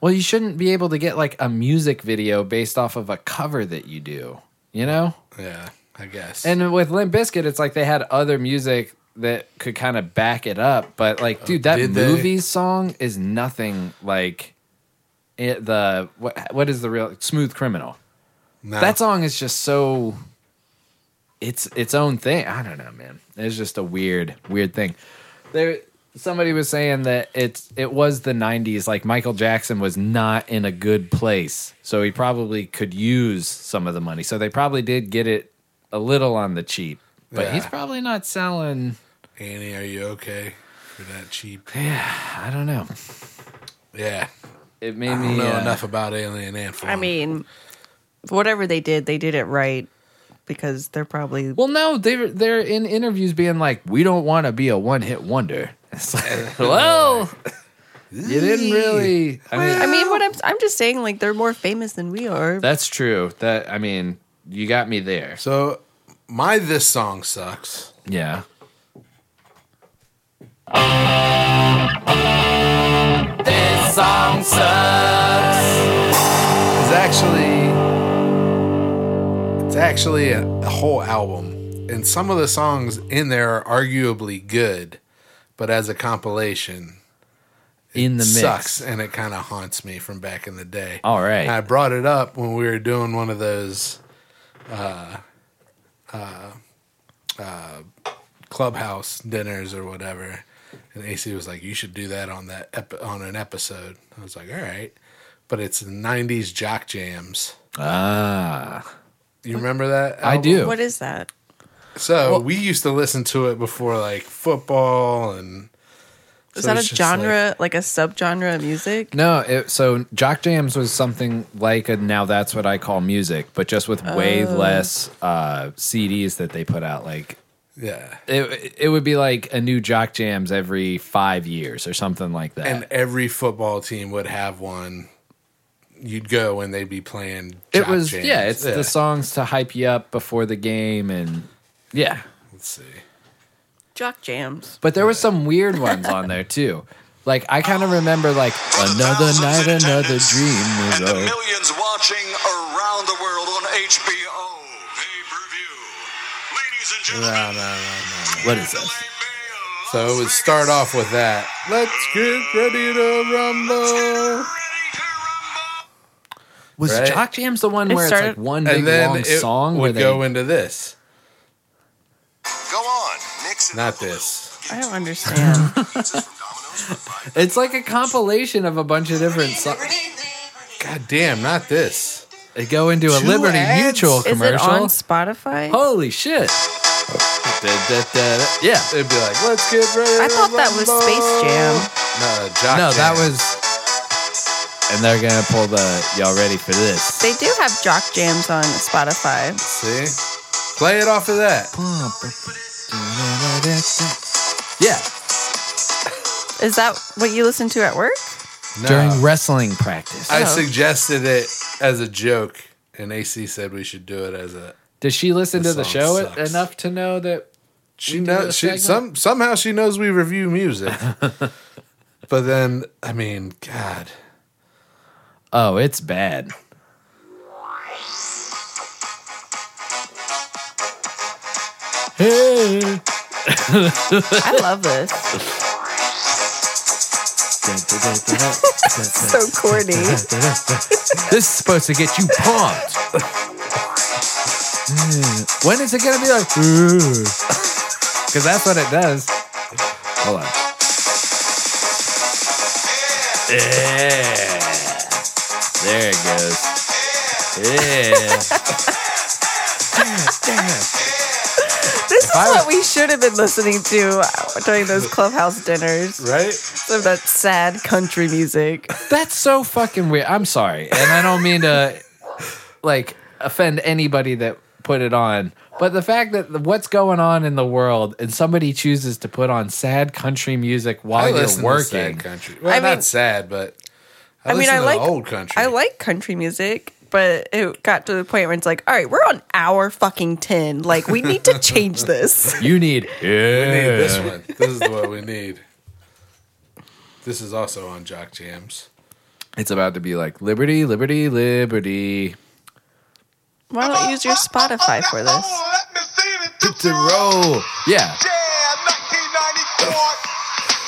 [SPEAKER 5] well, you shouldn't be able to get like a music video based off of a cover that you do, you know?
[SPEAKER 2] Yeah, I guess.
[SPEAKER 5] And with Limp Bizkit, it's like they had other music
[SPEAKER 1] that could kind of back it up, but like, dude, that
[SPEAKER 2] did they?
[SPEAKER 1] movie song is nothing like it, the what what is the real Smooth Criminal.
[SPEAKER 2] No.
[SPEAKER 1] That song is just so it's its own thing. I don't know, man. It's just a weird weird thing. There somebody was saying that it's it was the 90s like Michael Jackson was not in a good place. So he probably could use some of the money. So they probably did get it a little on the cheap. But he's
[SPEAKER 2] Yeah.
[SPEAKER 1] probably not selling
[SPEAKER 2] Annie, are you okay for that cheap?
[SPEAKER 1] I don't know.
[SPEAKER 2] Yeah.
[SPEAKER 1] It made
[SPEAKER 2] I
[SPEAKER 1] me
[SPEAKER 2] don't know
[SPEAKER 1] uh,
[SPEAKER 2] enough about Alien Ant Farm.
[SPEAKER 3] I mean, whatever they did, they did it right because they're probably
[SPEAKER 1] Well, no, they're they're in interviews being like, "We don't want to be a one hit wonder." It's like, well, you didn't really. I mean,
[SPEAKER 3] I mean, what I'm I'm just saying, like they're more famous than we are.
[SPEAKER 1] that's true. That I mean, you got me there.
[SPEAKER 2] so my this song sucks.
[SPEAKER 1] Yeah. This song sucks.
[SPEAKER 2] It's actually it's actually a, a whole album, and some of the songs in there are arguably good, but as a compilation,
[SPEAKER 1] In the mix.
[SPEAKER 2] sucks, and it kind of haunts me from back in the day.
[SPEAKER 1] All
[SPEAKER 2] And
[SPEAKER 1] right.
[SPEAKER 2] I brought it up when we were doing one of those uh, uh, uh, clubhouse dinners or whatever, and AC was like, "You should do that on that ep- on an episode." I was like, "All right," but it's '90s jock jams.
[SPEAKER 1] Ah,
[SPEAKER 2] You remember that?
[SPEAKER 1] I
[SPEAKER 2] album?
[SPEAKER 1] do.
[SPEAKER 3] What is that?
[SPEAKER 2] So we used to listen to it before like football and.
[SPEAKER 3] Is
[SPEAKER 2] so
[SPEAKER 3] that a
[SPEAKER 2] it's just like-
[SPEAKER 3] genre, like, a subgenre of music?
[SPEAKER 1] No, it, so jock jams was something like a now that's what I call music, but just with way
[SPEAKER 3] Oh.
[SPEAKER 1] less uh, CDs that they put out. Like
[SPEAKER 2] yeah.
[SPEAKER 1] it, it would be like a new jock jams every five years or something like that.
[SPEAKER 2] and every football team would have one. You'd go and they'd be playing.
[SPEAKER 1] it
[SPEAKER 2] jock
[SPEAKER 1] was
[SPEAKER 2] jams.
[SPEAKER 1] yeah, it's the songs to hype you up before the game and yeah.
[SPEAKER 2] Let's see.
[SPEAKER 3] Jock jams.
[SPEAKER 1] But there were some weird ones on there too. Like I kind of remember like another
[SPEAKER 5] Thousands
[SPEAKER 1] night,
[SPEAKER 5] in
[SPEAKER 1] another
[SPEAKER 5] attendance,
[SPEAKER 1] dream
[SPEAKER 5] And
[SPEAKER 1] was
[SPEAKER 5] the
[SPEAKER 1] over.
[SPEAKER 5] millions watching around the world on HBO. Pay per view. Ladies and
[SPEAKER 2] No, no,
[SPEAKER 5] gentlemen.
[SPEAKER 2] no, no.
[SPEAKER 1] What is this?
[SPEAKER 2] So it would start off with that. Let's get ready to rumble.
[SPEAKER 1] Was
[SPEAKER 2] Right?
[SPEAKER 1] Jock Jam's the one
[SPEAKER 3] It
[SPEAKER 1] where it's
[SPEAKER 3] started-
[SPEAKER 1] like one big
[SPEAKER 2] And then
[SPEAKER 1] long
[SPEAKER 2] it
[SPEAKER 1] song where
[SPEAKER 2] would
[SPEAKER 1] they
[SPEAKER 2] go into this.
[SPEAKER 5] Go on. Nixon.
[SPEAKER 2] Not this.
[SPEAKER 3] I
[SPEAKER 2] [LAUGHS]
[SPEAKER 3] don't understand.
[SPEAKER 1] It's like a compilation of a bunch of different songs.
[SPEAKER 2] God damn, not this.
[SPEAKER 1] They go into a
[SPEAKER 2] Two
[SPEAKER 1] Liberty
[SPEAKER 2] ads?
[SPEAKER 1] Mutual
[SPEAKER 3] is it
[SPEAKER 1] commercial.
[SPEAKER 3] on Spotify?
[SPEAKER 2] Oh,
[SPEAKER 1] Holy shit. Da, da, da, da. Yeah.
[SPEAKER 2] It'd be like, let's get ready.
[SPEAKER 3] I
[SPEAKER 2] to
[SPEAKER 3] thought that was
[SPEAKER 2] rumble.
[SPEAKER 3] Space Jam.
[SPEAKER 2] No, Jock
[SPEAKER 1] No, that
[SPEAKER 2] Jam.
[SPEAKER 1] was. And they're gonna pull the y'all ready for this.
[SPEAKER 3] They do have jock jams on Spotify.
[SPEAKER 2] See? Play it off of that.
[SPEAKER 1] Yeah,
[SPEAKER 3] Is that what you listen to at work?
[SPEAKER 2] No.
[SPEAKER 1] during wrestling practice.
[SPEAKER 2] I
[SPEAKER 3] Oh.
[SPEAKER 2] suggested it as a joke, and AC said we should do it as a.
[SPEAKER 1] Does she listen
[SPEAKER 2] This
[SPEAKER 1] to the
[SPEAKER 2] song
[SPEAKER 1] show
[SPEAKER 2] sucks.
[SPEAKER 1] enough to know that? do
[SPEAKER 2] She
[SPEAKER 1] a
[SPEAKER 2] knows she
[SPEAKER 1] segment?
[SPEAKER 2] some somehow she knows we review music, but then I mean, God,
[SPEAKER 1] Oh, it's bad. Hey.
[SPEAKER 3] I
[SPEAKER 2] [LAUGHS]
[SPEAKER 3] love this. So corny.
[SPEAKER 1] This is supposed to get you pumped. Mm. when is it gonna be like? Because that's what it does. Hold on. Yeah. There it goes. Yeah.
[SPEAKER 3] This is
[SPEAKER 1] I
[SPEAKER 3] what we should have been listening to during those clubhouse dinners.
[SPEAKER 2] right?
[SPEAKER 3] Some of that sad country music.
[SPEAKER 1] that's so fucking weird. I'm sorry, and I don't mean to like offend anybody that put it on, but the fact that the- what's going on in the world and somebody chooses to put on sad country music while you're
[SPEAKER 2] listen to sad
[SPEAKER 1] working.
[SPEAKER 2] country. Well,
[SPEAKER 3] I
[SPEAKER 2] not
[SPEAKER 3] mean-
[SPEAKER 2] sad, but I,
[SPEAKER 3] I mean,
[SPEAKER 2] listen
[SPEAKER 3] I
[SPEAKER 2] to
[SPEAKER 3] like
[SPEAKER 2] old country.
[SPEAKER 3] I like country music, but it got to the point where it's like, all right, we're on hour fucking ten. Like, we need
[SPEAKER 6] [LAUGHS]
[SPEAKER 3] to change this.
[SPEAKER 1] You need
[SPEAKER 2] We need
[SPEAKER 1] yeah.
[SPEAKER 2] this one. This is what we need. This is also on Jock Jams.
[SPEAKER 1] It's about to be like liberty, liberty, liberty.
[SPEAKER 3] Why don't you use your Spotify for this?
[SPEAKER 5] let me see the
[SPEAKER 1] To roll, yeah.
[SPEAKER 5] Yeah, knock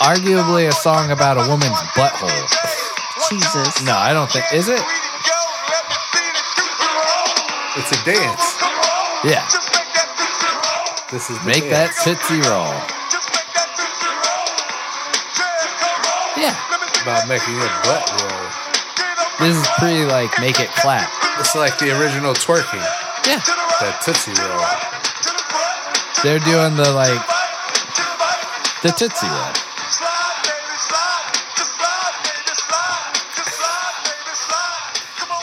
[SPEAKER 5] arguably a song about a woman's butthole.
[SPEAKER 3] Jesus.
[SPEAKER 5] No, I don't think. Is it?
[SPEAKER 2] It's a dance.
[SPEAKER 5] Yeah.
[SPEAKER 2] This is the
[SPEAKER 5] Make that
[SPEAKER 2] dance.
[SPEAKER 5] tootsie roll. Yeah.
[SPEAKER 2] about making your butt roll.
[SPEAKER 5] This is pretty like make it clap.
[SPEAKER 2] It's like the original twerking,
[SPEAKER 5] Yeah.
[SPEAKER 2] that tootsie roll.
[SPEAKER 5] They're doing the like the tootsie roll.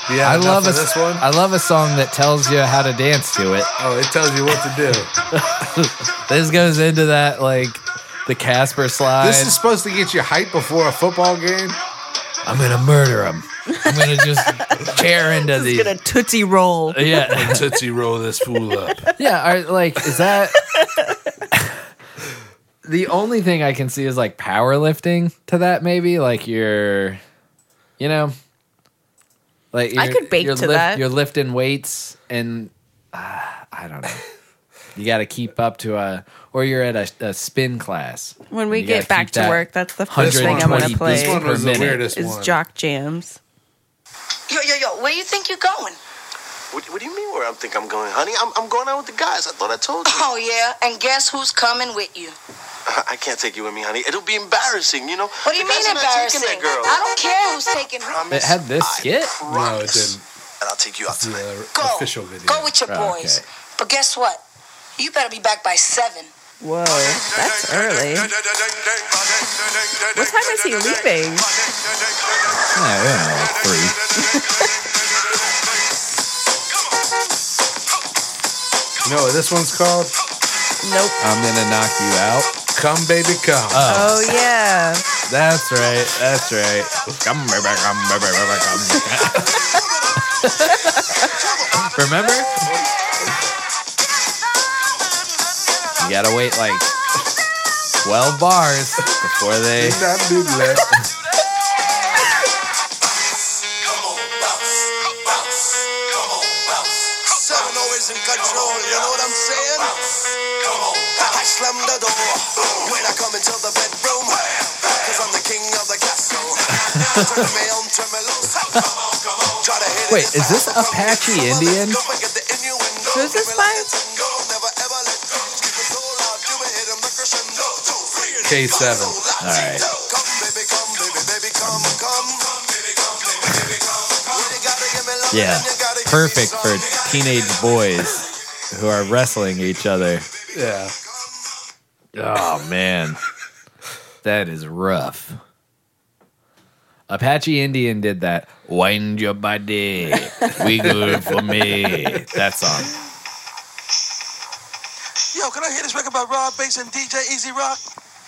[SPEAKER 2] Yeah,
[SPEAKER 5] I love a,
[SPEAKER 2] this one.
[SPEAKER 5] I love a song that tells you how to dance to it.
[SPEAKER 2] oh, it tells you what to do.
[SPEAKER 5] This goes into that like the Casper slide.
[SPEAKER 2] This is supposed to get you hype before a football game.
[SPEAKER 5] I'm gonna murder him. I'm gonna just tear into
[SPEAKER 6] This
[SPEAKER 5] these.
[SPEAKER 6] is gonna tootsie roll.
[SPEAKER 5] Yeah,
[SPEAKER 2] Tootsie roll this fool
[SPEAKER 3] [LAUGHS]
[SPEAKER 2] up.
[SPEAKER 5] yeah. Are, like, is that the only thing I can see is like powerlifting to that? Maybe like you're, you know, like
[SPEAKER 6] I
[SPEAKER 5] you're-
[SPEAKER 6] could bake
[SPEAKER 5] you're
[SPEAKER 6] to that.
[SPEAKER 5] You're lifting weights, and uh, I don't know. You got to keep up to a, or you're at a, a spin class.
[SPEAKER 3] When we
[SPEAKER 5] You gotta
[SPEAKER 3] get back
[SPEAKER 5] keep
[SPEAKER 3] to
[SPEAKER 5] that
[SPEAKER 3] work, that's the first thing I'm gonna
[SPEAKER 5] 120
[SPEAKER 3] play.
[SPEAKER 2] This one was the
[SPEAKER 5] minute.
[SPEAKER 2] weirdest
[SPEAKER 3] is
[SPEAKER 2] one.
[SPEAKER 3] jock jams.
[SPEAKER 4] Yo, yo, yo, where do you think you're going?
[SPEAKER 10] What, what do you mean where I think I'm going, honey? I'm, I'm going out with the guys. I thought I told you.
[SPEAKER 4] Oh, yeah, and guess who's coming with you?
[SPEAKER 10] [LAUGHS] I can't take you with me, honey. It'll be embarrassing, you know?
[SPEAKER 4] What do you
[SPEAKER 10] The guys
[SPEAKER 4] mean
[SPEAKER 10] are not taking
[SPEAKER 4] embarrassing?
[SPEAKER 10] that girl.
[SPEAKER 4] I don't care who's taking her.
[SPEAKER 5] It
[SPEAKER 10] Promise
[SPEAKER 5] had this
[SPEAKER 10] I
[SPEAKER 5] skit.
[SPEAKER 2] No, it
[SPEAKER 10] promise.
[SPEAKER 2] didn't.
[SPEAKER 10] And I'll take you out
[SPEAKER 2] It's the
[SPEAKER 10] tonight.
[SPEAKER 2] uh,
[SPEAKER 4] Go.
[SPEAKER 2] official video.
[SPEAKER 4] Go with your
[SPEAKER 5] Oh,
[SPEAKER 4] boys.
[SPEAKER 5] okay.
[SPEAKER 4] But guess what? You better be back by seven.
[SPEAKER 6] Whoa, that's early.
[SPEAKER 10] What
[SPEAKER 6] What time is he leaving?
[SPEAKER 5] Yeah, yeah, like three.
[SPEAKER 2] You know what this one's called?
[SPEAKER 6] Nope.
[SPEAKER 5] I'm gonna knock you out.
[SPEAKER 2] Come, baby, come.
[SPEAKER 6] Oh yeah.
[SPEAKER 5] That's right. That's right. Come baby, come baby, baby, come. Remember? You gotta wait like 12 bars before they.
[SPEAKER 2] Did not do that.
[SPEAKER 10] Seven always in control, you know what I'm saying? Come on, I slam the door when I come into the bedroom, cause [LAUGHS] I'm the king of the castle.
[SPEAKER 9] [LAUGHS]
[SPEAKER 10] turn me on, turn me loose. Come on, come on. Try to hit it
[SPEAKER 5] Wait,
[SPEAKER 10] if
[SPEAKER 5] is
[SPEAKER 10] I
[SPEAKER 5] this
[SPEAKER 10] ever come
[SPEAKER 5] Apache
[SPEAKER 10] against someone,
[SPEAKER 5] Indian?
[SPEAKER 10] let's go and get the innuendo.
[SPEAKER 6] Who's this
[SPEAKER 10] Give me like
[SPEAKER 6] by?
[SPEAKER 10] a tango, never ever let go. Keep it so loud, you may hit 'em the crescendo. Two, three, and
[SPEAKER 2] K7.
[SPEAKER 10] All
[SPEAKER 5] right.
[SPEAKER 10] Come, baby, come, baby, baby, come, come. Well, you gotta give me love
[SPEAKER 1] [LAUGHS]
[SPEAKER 5] Yeah.
[SPEAKER 10] and you gotta give me
[SPEAKER 5] Perfect
[SPEAKER 10] some.
[SPEAKER 5] for teenage boys who are wrestling each other.
[SPEAKER 2] Yeah.
[SPEAKER 5] Oh, man. That is rough. Apache Indian did that. Wind your body. Wiggle for me. That song.
[SPEAKER 10] Yo, can I hear this record by Rob Bass and DJ Easy Rock?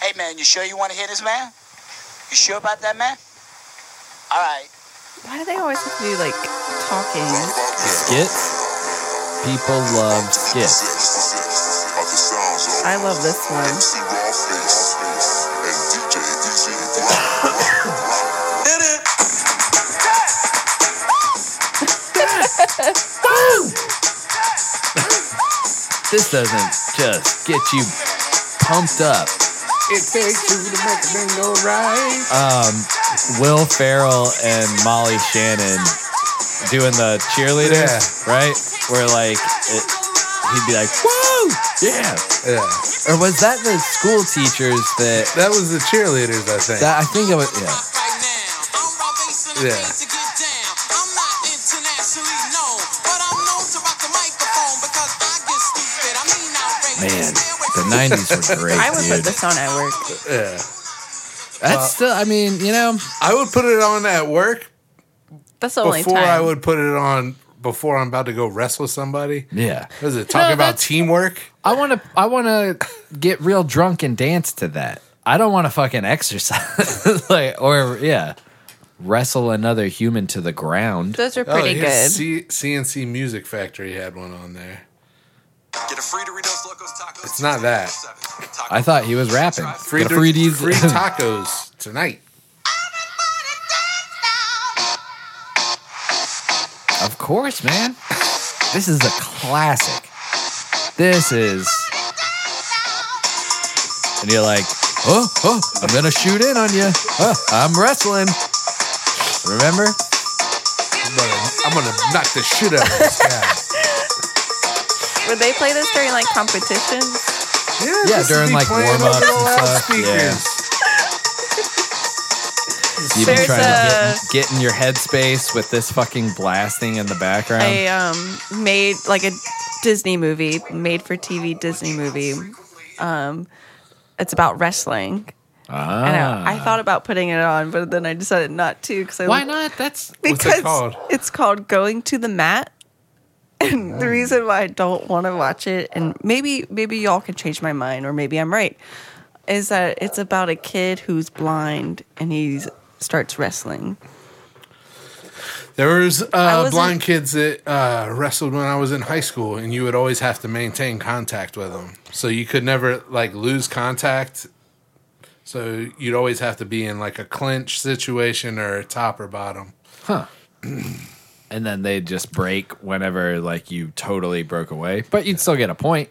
[SPEAKER 4] Hey, man, you sure you want to hear this, man? You sure about that, man? All right.
[SPEAKER 3] Why do they always have to do like talking?
[SPEAKER 5] skits. People love skits.
[SPEAKER 3] I love this one.
[SPEAKER 5] This doesn't just get you pumped up.
[SPEAKER 2] It takes two to make a thing go right.
[SPEAKER 5] Um, Will Ferrell and Molly Shannon doing the cheerleader,
[SPEAKER 2] Yeah.
[SPEAKER 5] right? Where like it, he'd be like, "Woo, yeah!"
[SPEAKER 2] Yeah.
[SPEAKER 5] Or was that the school teachers that?
[SPEAKER 2] That was the cheerleaders, I think.
[SPEAKER 5] That I think it was. Yeah.
[SPEAKER 2] Yeah.
[SPEAKER 5] Man, the '90s were great,
[SPEAKER 3] I would put
[SPEAKER 5] dude.
[SPEAKER 3] this on at work.
[SPEAKER 2] yeah.
[SPEAKER 5] That's still. I mean, you know,
[SPEAKER 2] I would put it on at work
[SPEAKER 3] That's the only
[SPEAKER 2] before
[SPEAKER 3] time.
[SPEAKER 2] I would put it on before I'm about to go wrestle somebody.
[SPEAKER 5] yeah.
[SPEAKER 2] What is it? Talking about teamwork?
[SPEAKER 5] I want to. I want to get real drunk and dance to that. I don't want to fucking exercise, like or yeah, wrestle another human to the ground.
[SPEAKER 3] Those are pretty
[SPEAKER 2] here's
[SPEAKER 3] good.
[SPEAKER 2] Oh, C- CNC Music Factory had one on there.
[SPEAKER 10] Get a free Doritos Locos Tacos.
[SPEAKER 2] It's not that.
[SPEAKER 5] I thought he was rapping.
[SPEAKER 2] Free,
[SPEAKER 5] Get a free
[SPEAKER 2] free,
[SPEAKER 5] D's-
[SPEAKER 2] free tacos tonight.
[SPEAKER 5] Of course, man. This is a classic. This is, and you're like,
[SPEAKER 11] Oh, oh, I'm going to shoot in on you. Oh, I'm wrestling. Remember?
[SPEAKER 2] I'm gonna, I'm gonna knock the shit out of this guy.
[SPEAKER 3] Would they play this during like competitions?
[SPEAKER 11] yeah, during like warm ups and stuff.
[SPEAKER 1] Yeah. You've been
[SPEAKER 3] There's
[SPEAKER 1] trying
[SPEAKER 3] a-
[SPEAKER 1] to get, get in your headspace with this fucking blasting in the background.
[SPEAKER 3] I um made like a Disney movie, made for TV Disney movie. Um, it's about wrestling.
[SPEAKER 1] ah.
[SPEAKER 3] And I, I thought about putting it on, but then I decided not to. Cause I,
[SPEAKER 2] Why not? That's
[SPEAKER 3] Because
[SPEAKER 2] what's it called?
[SPEAKER 3] it's called Going to the Mat. [LAUGHS] And
[SPEAKER 2] Mm.
[SPEAKER 3] the reason why I don't want to watch it, and maybe maybe y'all can change my mind, or maybe I'm right, is that it's about a kid who's blind and he starts wrestling.
[SPEAKER 2] There was uh,
[SPEAKER 3] wasn't-
[SPEAKER 2] blind kids that uh, wrestled when I was in high school, and you would always have to maintain contact with them, so you could never like lose contact. So you'd always have to be in like a clinch situation or a top or bottom.
[SPEAKER 1] Huh. [CLEARS THROAT] and then they just break whenever like you totally broke away, but you'd still get a point.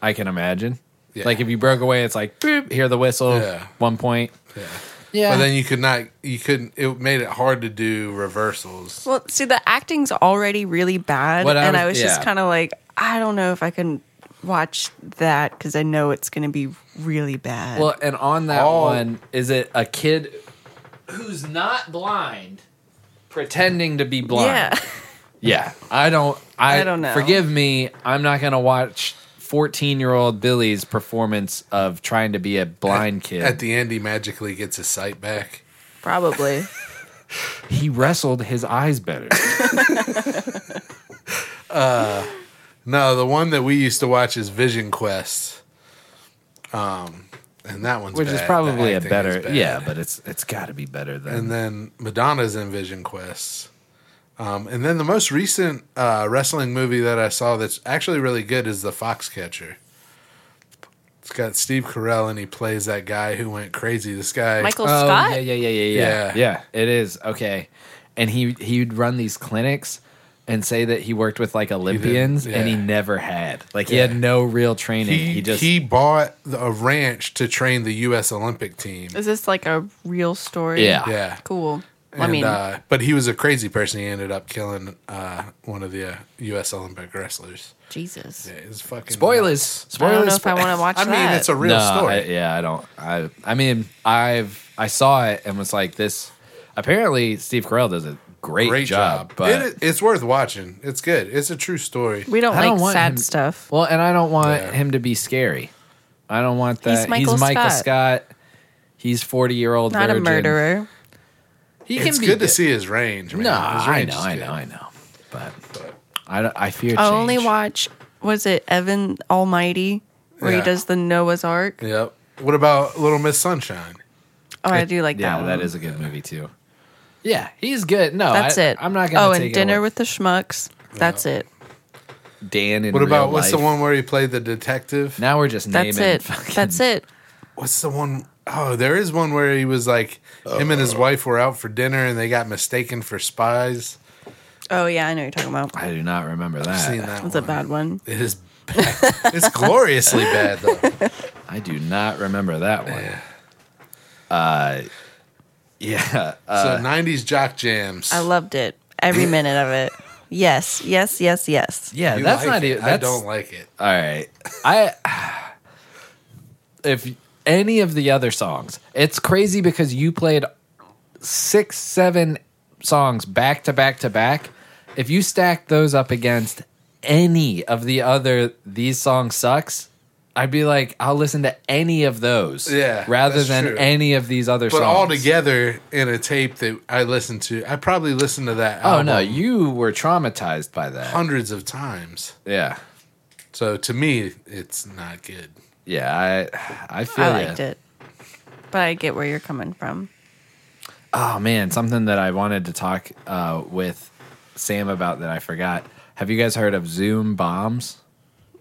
[SPEAKER 1] I can imagine.
[SPEAKER 2] Yeah.
[SPEAKER 1] Like if you broke away, it's like boop, hear the whistle,
[SPEAKER 2] Yeah.
[SPEAKER 1] one point.
[SPEAKER 2] But
[SPEAKER 1] Yeah.
[SPEAKER 2] then you could not. You couldn't. It made it hard to do reversals.
[SPEAKER 3] Well, see, the acting's already really bad,
[SPEAKER 2] What I
[SPEAKER 3] and
[SPEAKER 2] was-
[SPEAKER 3] I was just
[SPEAKER 2] yeah.
[SPEAKER 3] kind of like, I don't know if I can watch that because I know it's going to be really bad.
[SPEAKER 1] Well, and on that
[SPEAKER 3] Oh.
[SPEAKER 1] one, is it a kid who's not blind pretending to be blind?
[SPEAKER 3] yeah,
[SPEAKER 1] Yeah, I don't. I,
[SPEAKER 3] [LAUGHS] I don't know.
[SPEAKER 1] Forgive me. I'm not gonna watch 14 year old Billy's performance of trying to be a blind kid.
[SPEAKER 2] At the end, he magically gets his sight back.
[SPEAKER 1] [LAUGHS]
[SPEAKER 3] probably.
[SPEAKER 1] Oh, he wrestled his eyes better.
[SPEAKER 2] Uh, no, the one that we used to watch is Vision Quest. Um, and that one's
[SPEAKER 1] Which
[SPEAKER 2] bad.
[SPEAKER 1] is probably
[SPEAKER 2] The
[SPEAKER 1] a
[SPEAKER 2] acting is
[SPEAKER 1] better,
[SPEAKER 2] bad.
[SPEAKER 1] yeah, but it's it's got to be better than.
[SPEAKER 2] And then Madonna's in Vision Quest. Um, and then the most recent uh, wrestling movie that I saw that's actually really good is The Foxcatcher. It's got Steve Carell and he plays that guy who went crazy. This guy,
[SPEAKER 1] Oh, Yeah, yeah, yeah, yeah, yeah, yeah. It is okay. And he he'd run these clinics and say that he worked with like Olympians, and he
[SPEAKER 2] yeah.
[SPEAKER 1] never had like he
[SPEAKER 2] Yeah.
[SPEAKER 1] had no real training. He,
[SPEAKER 2] He,
[SPEAKER 1] just
[SPEAKER 2] he bought a ranch to train the U.S. Olympic team.
[SPEAKER 3] Is this like a real story?
[SPEAKER 2] Yeah. Yeah.
[SPEAKER 3] Cool.
[SPEAKER 2] And,
[SPEAKER 3] I mean,
[SPEAKER 2] uh, but he was a crazy person. He ended up killing uh, one of the uh, U.S. Olympic wrestlers.
[SPEAKER 3] Jesus.
[SPEAKER 2] Yeah, it's fucking
[SPEAKER 1] spoilers.
[SPEAKER 2] I
[SPEAKER 1] Spoilers.
[SPEAKER 2] don't know if I
[SPEAKER 1] spo-
[SPEAKER 2] wanna watch I mean, that. it's a real
[SPEAKER 1] No,
[SPEAKER 2] story.
[SPEAKER 1] I- yeah, I don't. I I mean, I've I saw it and was like this. Apparently, Steve Carell does a great, job, but
[SPEAKER 2] it, it's worth watching. It's good. It's a true story.
[SPEAKER 3] we don't
[SPEAKER 1] I
[SPEAKER 3] like
[SPEAKER 1] don't want
[SPEAKER 3] sad
[SPEAKER 1] him-
[SPEAKER 3] stuff.
[SPEAKER 1] Well, and I don't want him to be scary. I don't want that.
[SPEAKER 3] He's Michael
[SPEAKER 1] uh, Michael
[SPEAKER 3] Scott.
[SPEAKER 1] Scott. He's forty year old.
[SPEAKER 3] Not a murderer.
[SPEAKER 1] He
[SPEAKER 2] it's
[SPEAKER 1] can be
[SPEAKER 2] good to
[SPEAKER 1] good.
[SPEAKER 2] see his range. Man.
[SPEAKER 1] No,
[SPEAKER 2] His
[SPEAKER 1] I
[SPEAKER 2] range
[SPEAKER 1] know,
[SPEAKER 2] is
[SPEAKER 1] I
[SPEAKER 2] good.
[SPEAKER 1] know, I know. But I don't- I fear
[SPEAKER 3] I only watch was it Evan Almighty where
[SPEAKER 2] Yeah.
[SPEAKER 3] he does the Noah's Ark.
[SPEAKER 2] Yep. What about Little Miss Sunshine?
[SPEAKER 3] Oh, I do like
[SPEAKER 1] yeah,
[SPEAKER 3] that.
[SPEAKER 1] that
[SPEAKER 3] one.
[SPEAKER 1] is a good movie too. Yeah, he's good. No,
[SPEAKER 3] That's
[SPEAKER 1] I-
[SPEAKER 3] it.
[SPEAKER 1] I'm not gonna
[SPEAKER 3] Oh,
[SPEAKER 1] take
[SPEAKER 3] and
[SPEAKER 1] it
[SPEAKER 3] Dinner
[SPEAKER 1] away.
[SPEAKER 3] with the Schmucks. That's it.
[SPEAKER 1] Dan. In
[SPEAKER 2] what about
[SPEAKER 1] real
[SPEAKER 2] what's the
[SPEAKER 1] life.
[SPEAKER 2] one where he played the detective?
[SPEAKER 1] Now we're just
[SPEAKER 3] That's
[SPEAKER 1] naming.
[SPEAKER 3] it. That's it.
[SPEAKER 2] What's the one oh there is one where he was like him
[SPEAKER 1] Uh.
[SPEAKER 2] and his wife were out for dinner and they got mistaken for spies.
[SPEAKER 3] Oh yeah, I know you're talking about.
[SPEAKER 1] I do not remember that.
[SPEAKER 2] I've seen that
[SPEAKER 3] That's
[SPEAKER 2] one.
[SPEAKER 3] a bad one.
[SPEAKER 2] It is bad. it's gloriously bad though.
[SPEAKER 1] I do not remember that one. Uh, yeah. Uh,
[SPEAKER 2] so nineties jock jams.
[SPEAKER 3] I loved it.
[SPEAKER 1] [LAUGHS]
[SPEAKER 3] Every minute of it. Yes, yes, yes, yes.
[SPEAKER 1] yeah,
[SPEAKER 2] You
[SPEAKER 1] that's
[SPEAKER 2] like
[SPEAKER 1] not
[SPEAKER 2] it.
[SPEAKER 1] even.
[SPEAKER 2] I
[SPEAKER 1] that's- uh,
[SPEAKER 2] don't like it.
[SPEAKER 1] All right. I if any of the other songs, it's crazy because you played six, seven songs back to back to back. If you stack those up against any of the other these songs sucks, I'd be like, I'll listen to any of those.
[SPEAKER 2] Yeah,
[SPEAKER 1] Rather
[SPEAKER 2] that's
[SPEAKER 1] than
[SPEAKER 2] true.
[SPEAKER 1] any of these other
[SPEAKER 2] But
[SPEAKER 1] songs.
[SPEAKER 2] all together in a tape that I listened to, I probably listened to that.
[SPEAKER 1] Oh no,
[SPEAKER 2] album
[SPEAKER 1] you were traumatized by that.
[SPEAKER 2] hundreds of times.
[SPEAKER 1] Yeah.
[SPEAKER 2] So to me, it's not good.
[SPEAKER 1] Yeah, I I feel
[SPEAKER 3] I
[SPEAKER 1] ya.
[SPEAKER 3] liked it. But I get where you're coming from.
[SPEAKER 1] Oh man, something that I wanted to talk uh, with Sam about that I forgot. Have you guys heard of Zoom bombs?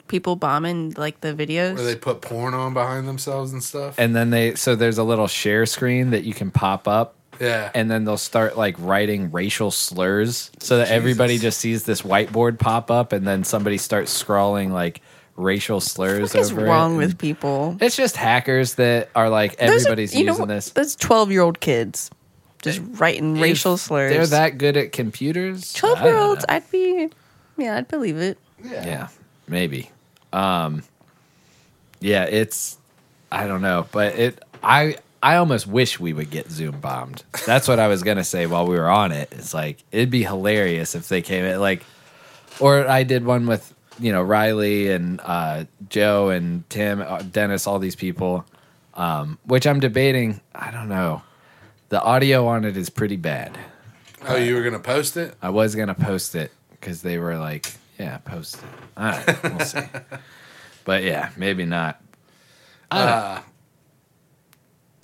[SPEAKER 3] People bombing like the videos.
[SPEAKER 2] Where they put porn on behind themselves and stuff.
[SPEAKER 1] And then they so there's a little share screen that you can pop up.
[SPEAKER 2] Yeah.
[SPEAKER 1] And then they'll start like writing racial slurs so that everybody just sees this whiteboard pop up and then somebody starts scrawling like racial slurs
[SPEAKER 3] What is
[SPEAKER 1] over
[SPEAKER 3] wrong
[SPEAKER 1] it.
[SPEAKER 3] with people?
[SPEAKER 1] It's just hackers that are like
[SPEAKER 3] Those are-
[SPEAKER 1] everybody's
[SPEAKER 3] you know
[SPEAKER 1] using
[SPEAKER 3] what?
[SPEAKER 1] this.
[SPEAKER 3] That's twelve year old kids just writing
[SPEAKER 1] If
[SPEAKER 3] racial slurs.
[SPEAKER 1] They're that good at computers. I don't
[SPEAKER 3] twelve year olds.
[SPEAKER 1] know.
[SPEAKER 3] I'd be, yeah, I'd believe it.
[SPEAKER 1] Yeah. maybe. Um, yeah, it's I don't know, but it I I almost wish we would get Zoom bombed. That's what I was gonna say while we were on it. It's like it'd be hilarious if they came in like, or I did one with you know Riley and uh, Joe and Tim, uh, Dennis, all these people, um, which I'm debating. I don't know. The audio on it is pretty bad.
[SPEAKER 2] Oh, you
[SPEAKER 1] uh,
[SPEAKER 2] were gonna post it?
[SPEAKER 1] I was gonna post it because they were like, "Yeah, post it." All right, we'll see. But yeah, maybe not. I don't know.
[SPEAKER 2] Uh,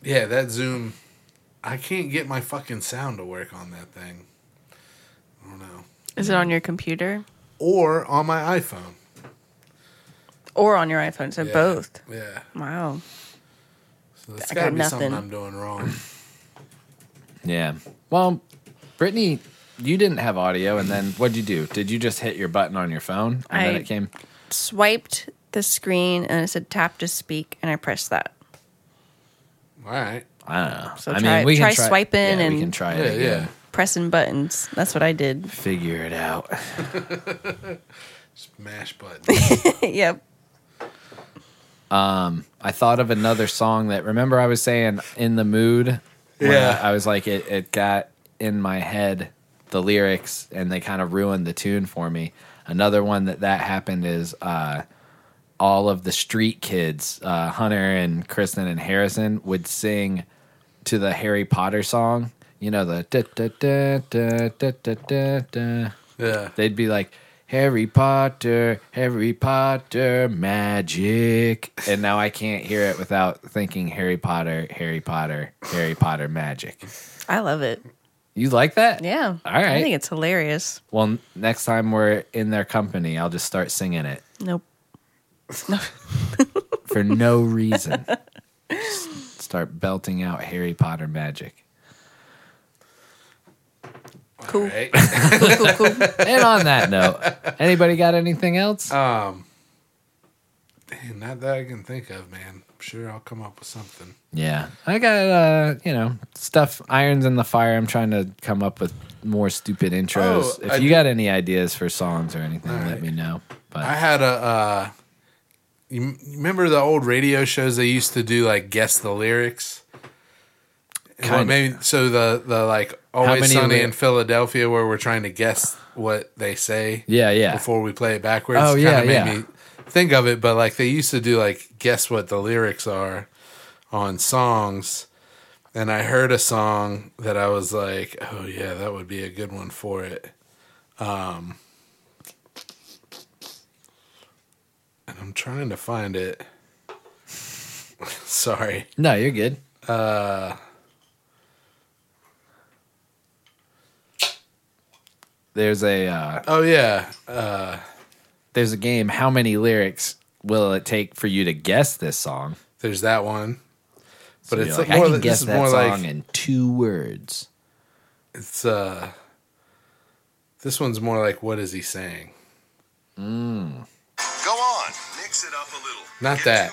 [SPEAKER 2] yeah, that Zoom. I can't get my fucking sound to work on that thing. I don't know.
[SPEAKER 3] Is it on your computer
[SPEAKER 2] Or on my iPhone.
[SPEAKER 3] or on your iPhone? So
[SPEAKER 2] Yeah,
[SPEAKER 3] both.
[SPEAKER 2] Yeah.
[SPEAKER 3] Wow.
[SPEAKER 2] So it's
[SPEAKER 3] I
[SPEAKER 2] gotta
[SPEAKER 3] got
[SPEAKER 2] be something
[SPEAKER 3] nothing.
[SPEAKER 2] I'm doing wrong.
[SPEAKER 1] yeah. Well, Brittany, you didn't have audio, and then what'd you do? Did you just hit your button on your phone and then
[SPEAKER 3] I-
[SPEAKER 1] it came?
[SPEAKER 3] Swiped the screen and it said tap to speak, and I pressed that.
[SPEAKER 2] All right.
[SPEAKER 1] I don't know.
[SPEAKER 3] So
[SPEAKER 1] I
[SPEAKER 3] try,
[SPEAKER 1] we
[SPEAKER 3] try,
[SPEAKER 1] can try
[SPEAKER 3] swiping
[SPEAKER 1] yeah,
[SPEAKER 3] and
[SPEAKER 1] we can try it. Again.
[SPEAKER 3] pressing buttons. That's what I did. [LAUGHS]
[SPEAKER 1] Figure it out.
[SPEAKER 2] Smash button.
[SPEAKER 3] yep.
[SPEAKER 1] Um, I thought of another song that. Remember, I was saying "In the Mood." when
[SPEAKER 2] Yeah.
[SPEAKER 1] I, I was like, it it got in my head the lyrics, and they kind of ruined the tune for me. Another one that that happened is uh, all of the street kids, uh, Hunter and Kristen and Harrison, would sing to the Harry Potter song. You know the da da da da da da da da.
[SPEAKER 2] Yeah.
[SPEAKER 1] They'd be like, Harry Potter, Harry Potter, magic. And now I can't hear it without thinking Harry Potter, Harry Potter, Harry Potter, magic.
[SPEAKER 3] I love it.
[SPEAKER 1] You like that?
[SPEAKER 3] Yeah.
[SPEAKER 1] All right.
[SPEAKER 3] I think it's hilarious.
[SPEAKER 1] Well, n- next time we're in their company, I'll just start singing it
[SPEAKER 3] Nope.
[SPEAKER 1] for [LAUGHS] no reason. Just start belting out Harry Potter magic. [LAUGHS]
[SPEAKER 3] Cool.
[SPEAKER 2] Right?
[SPEAKER 3] cool, cool, cool.
[SPEAKER 1] And on that note, anybody got anything else?
[SPEAKER 2] Um, damn, not that I can think of, man. I'm sure I'll come up with something.
[SPEAKER 1] Yeah. I got uh, you know, stuff irons in the fire. I'm trying to come up with more stupid intros.
[SPEAKER 2] Oh,
[SPEAKER 1] if
[SPEAKER 2] I
[SPEAKER 1] you
[SPEAKER 2] do-
[SPEAKER 1] got any ideas for songs or anything,
[SPEAKER 2] All
[SPEAKER 1] let me know. But
[SPEAKER 2] I had a. Uh, you m- you remember the old radio shows they used to do like guess the lyrics. And what
[SPEAKER 1] Kinda.
[SPEAKER 2] maybe so the the like
[SPEAKER 1] many
[SPEAKER 2] always sunny
[SPEAKER 1] lyri-
[SPEAKER 2] in Philadelphia where we're trying to guess what they say.
[SPEAKER 1] Yeah, yeah.
[SPEAKER 2] Before we play it backwards.
[SPEAKER 1] Oh,
[SPEAKER 2] It
[SPEAKER 1] yeah,
[SPEAKER 2] kinda made
[SPEAKER 1] yeah.
[SPEAKER 2] me think of it, but like they used to do like guess what the lyrics are on songs. And I heard a song that I was like, oh yeah, that would be a good one for it. Um, and I'm trying to find it. [LAUGHS] Sorry.
[SPEAKER 1] No, you're good.
[SPEAKER 2] Uh,
[SPEAKER 1] there's a uh,
[SPEAKER 2] oh yeah, uh,
[SPEAKER 1] there's a game. How many lyrics will it take for you to guess this song?
[SPEAKER 2] there's that one.
[SPEAKER 1] So you're
[SPEAKER 2] But it's
[SPEAKER 1] like,
[SPEAKER 2] like, more,
[SPEAKER 1] I can
[SPEAKER 2] like- this
[SPEAKER 1] guess
[SPEAKER 2] is
[SPEAKER 1] that
[SPEAKER 2] more
[SPEAKER 1] song
[SPEAKER 2] like
[SPEAKER 1] in two words.
[SPEAKER 2] it's uh this one's more like what is he saying?
[SPEAKER 1] Mm.
[SPEAKER 5] Go on. Mix it up a little.
[SPEAKER 2] Not that.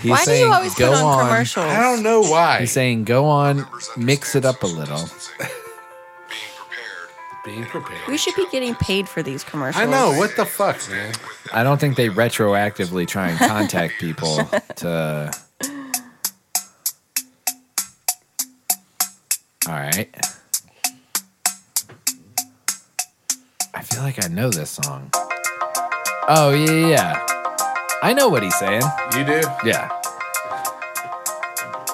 [SPEAKER 1] He's Why do you saying, always put "Go on on." commercials?
[SPEAKER 2] I don't know why.
[SPEAKER 1] He's saying, "Go on, mix it up a little."
[SPEAKER 2] Being prepared.
[SPEAKER 3] We should be getting paid for these commercials.
[SPEAKER 2] I know what the fuck, man.
[SPEAKER 1] I don't think they retroactively try and contact people to. All right. I feel like I know this song. Oh yeah, yeah, yeah. I know what he's saying.
[SPEAKER 2] You do?
[SPEAKER 1] Yeah.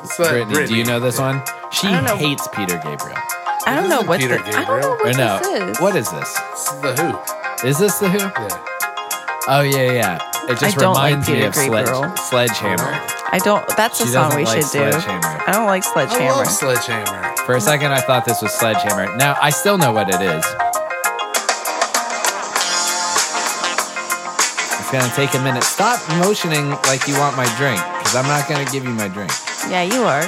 [SPEAKER 2] It's like
[SPEAKER 1] Brittany, do you know this one? She
[SPEAKER 3] I don't know.
[SPEAKER 1] hates Peter Gabriel.
[SPEAKER 3] I don't know what
[SPEAKER 2] Peter
[SPEAKER 3] the, I don't
[SPEAKER 2] Gabriel.
[SPEAKER 3] know what
[SPEAKER 1] Or no,
[SPEAKER 3] this is.
[SPEAKER 1] what is this?
[SPEAKER 2] It's the Who.
[SPEAKER 1] Is this the Who?
[SPEAKER 2] Yeah.
[SPEAKER 1] Oh yeah, yeah. It just
[SPEAKER 3] I don't like
[SPEAKER 1] reminds me
[SPEAKER 3] Peter
[SPEAKER 1] of sledge,
[SPEAKER 3] Gabriel.
[SPEAKER 1] Sledgehammer.
[SPEAKER 3] I don't. That's a
[SPEAKER 1] She
[SPEAKER 3] song
[SPEAKER 1] doesn't
[SPEAKER 3] we
[SPEAKER 1] like
[SPEAKER 3] should do.
[SPEAKER 1] Sledgehammer.
[SPEAKER 3] I don't like
[SPEAKER 2] I
[SPEAKER 3] sledgehammer.
[SPEAKER 2] love Sledgehammer.
[SPEAKER 1] For a second, I thought this was Sledgehammer. Now I still know what it is. It's gonna take a minute. Stop motioning like you want my drink, because I'm not gonna give you my drink.
[SPEAKER 3] yeah, you are.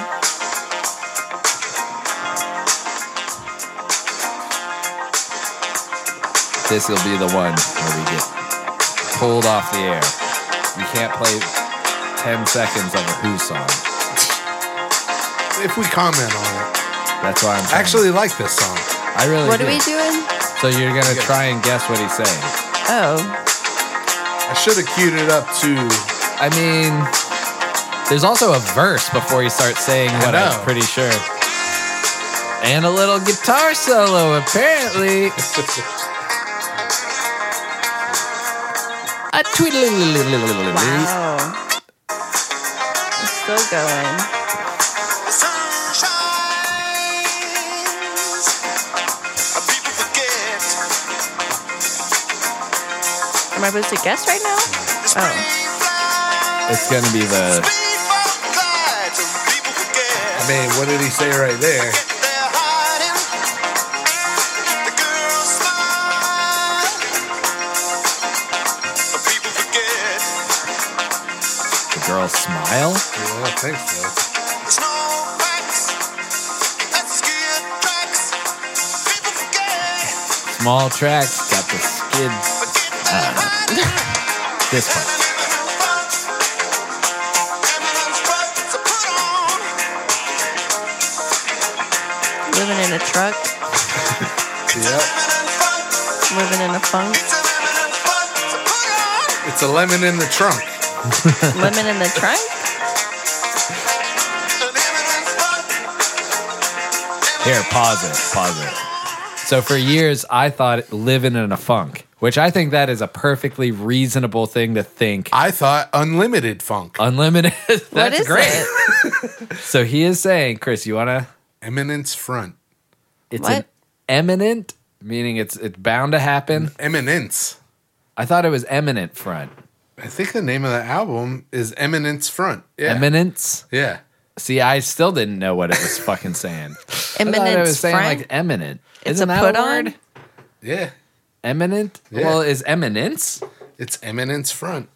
[SPEAKER 1] This will be the one where we get pulled off the air.
[SPEAKER 5] You can't play 10 seconds of a Who song.
[SPEAKER 2] If we comment on it,
[SPEAKER 5] That's why I'm
[SPEAKER 2] I actually like this song.
[SPEAKER 5] I really
[SPEAKER 3] What
[SPEAKER 5] do.
[SPEAKER 3] are we doing?
[SPEAKER 5] So you're going to try and guess what he's saying.
[SPEAKER 3] Oh,
[SPEAKER 2] I should have queued it up to.
[SPEAKER 5] I mean, there's also a verse before he starts saying
[SPEAKER 10] I
[SPEAKER 5] what I'm
[SPEAKER 10] know.
[SPEAKER 5] pretty sure. And a little guitar solo, apparently. a twiddly.
[SPEAKER 3] wow. It's still going. Am I supposed to guess right now? Oh,
[SPEAKER 5] It's going to be the.
[SPEAKER 2] I mean, what did he say right there?
[SPEAKER 5] The girl smile?
[SPEAKER 2] Well, I think so.
[SPEAKER 5] Small tracks, got the skid. I don't know. this part.
[SPEAKER 3] living in a truck,
[SPEAKER 5] [LAUGHS]
[SPEAKER 2] Yep.
[SPEAKER 3] living in a funk,
[SPEAKER 2] It's a lemon in the trunk.
[SPEAKER 3] living in the trunk.
[SPEAKER 5] Here, pause it. Pause it. So for years, I thought living in a funk, which I think that is a perfectly reasonable thing to think.
[SPEAKER 2] I thought unlimited funk.
[SPEAKER 5] Unlimited. [LAUGHS] [LAUGHS] That's
[SPEAKER 3] What is
[SPEAKER 5] great.
[SPEAKER 3] it?
[SPEAKER 5] So he is saying, Chris, you want to?
[SPEAKER 2] Eminence front.
[SPEAKER 5] It's an
[SPEAKER 3] What?
[SPEAKER 5] eminent, meaning it's it's bound to happen.
[SPEAKER 2] Eminence.
[SPEAKER 5] I thought it was eminent front.
[SPEAKER 2] I think the name of the album is Eminence Front. Yeah.
[SPEAKER 5] Eminence.
[SPEAKER 2] yeah.
[SPEAKER 5] See, I still didn't know what it was fucking saying. I thought it
[SPEAKER 3] Eminence
[SPEAKER 5] was saying
[SPEAKER 3] front.
[SPEAKER 5] like eminent.
[SPEAKER 3] It's
[SPEAKER 5] Isn't
[SPEAKER 3] a
[SPEAKER 5] that
[SPEAKER 3] put
[SPEAKER 5] a
[SPEAKER 3] on?
[SPEAKER 5] word?
[SPEAKER 2] Yeah.
[SPEAKER 5] Eminent.
[SPEAKER 2] Yeah.
[SPEAKER 5] Well, is eminence?
[SPEAKER 2] It's Eminence Front.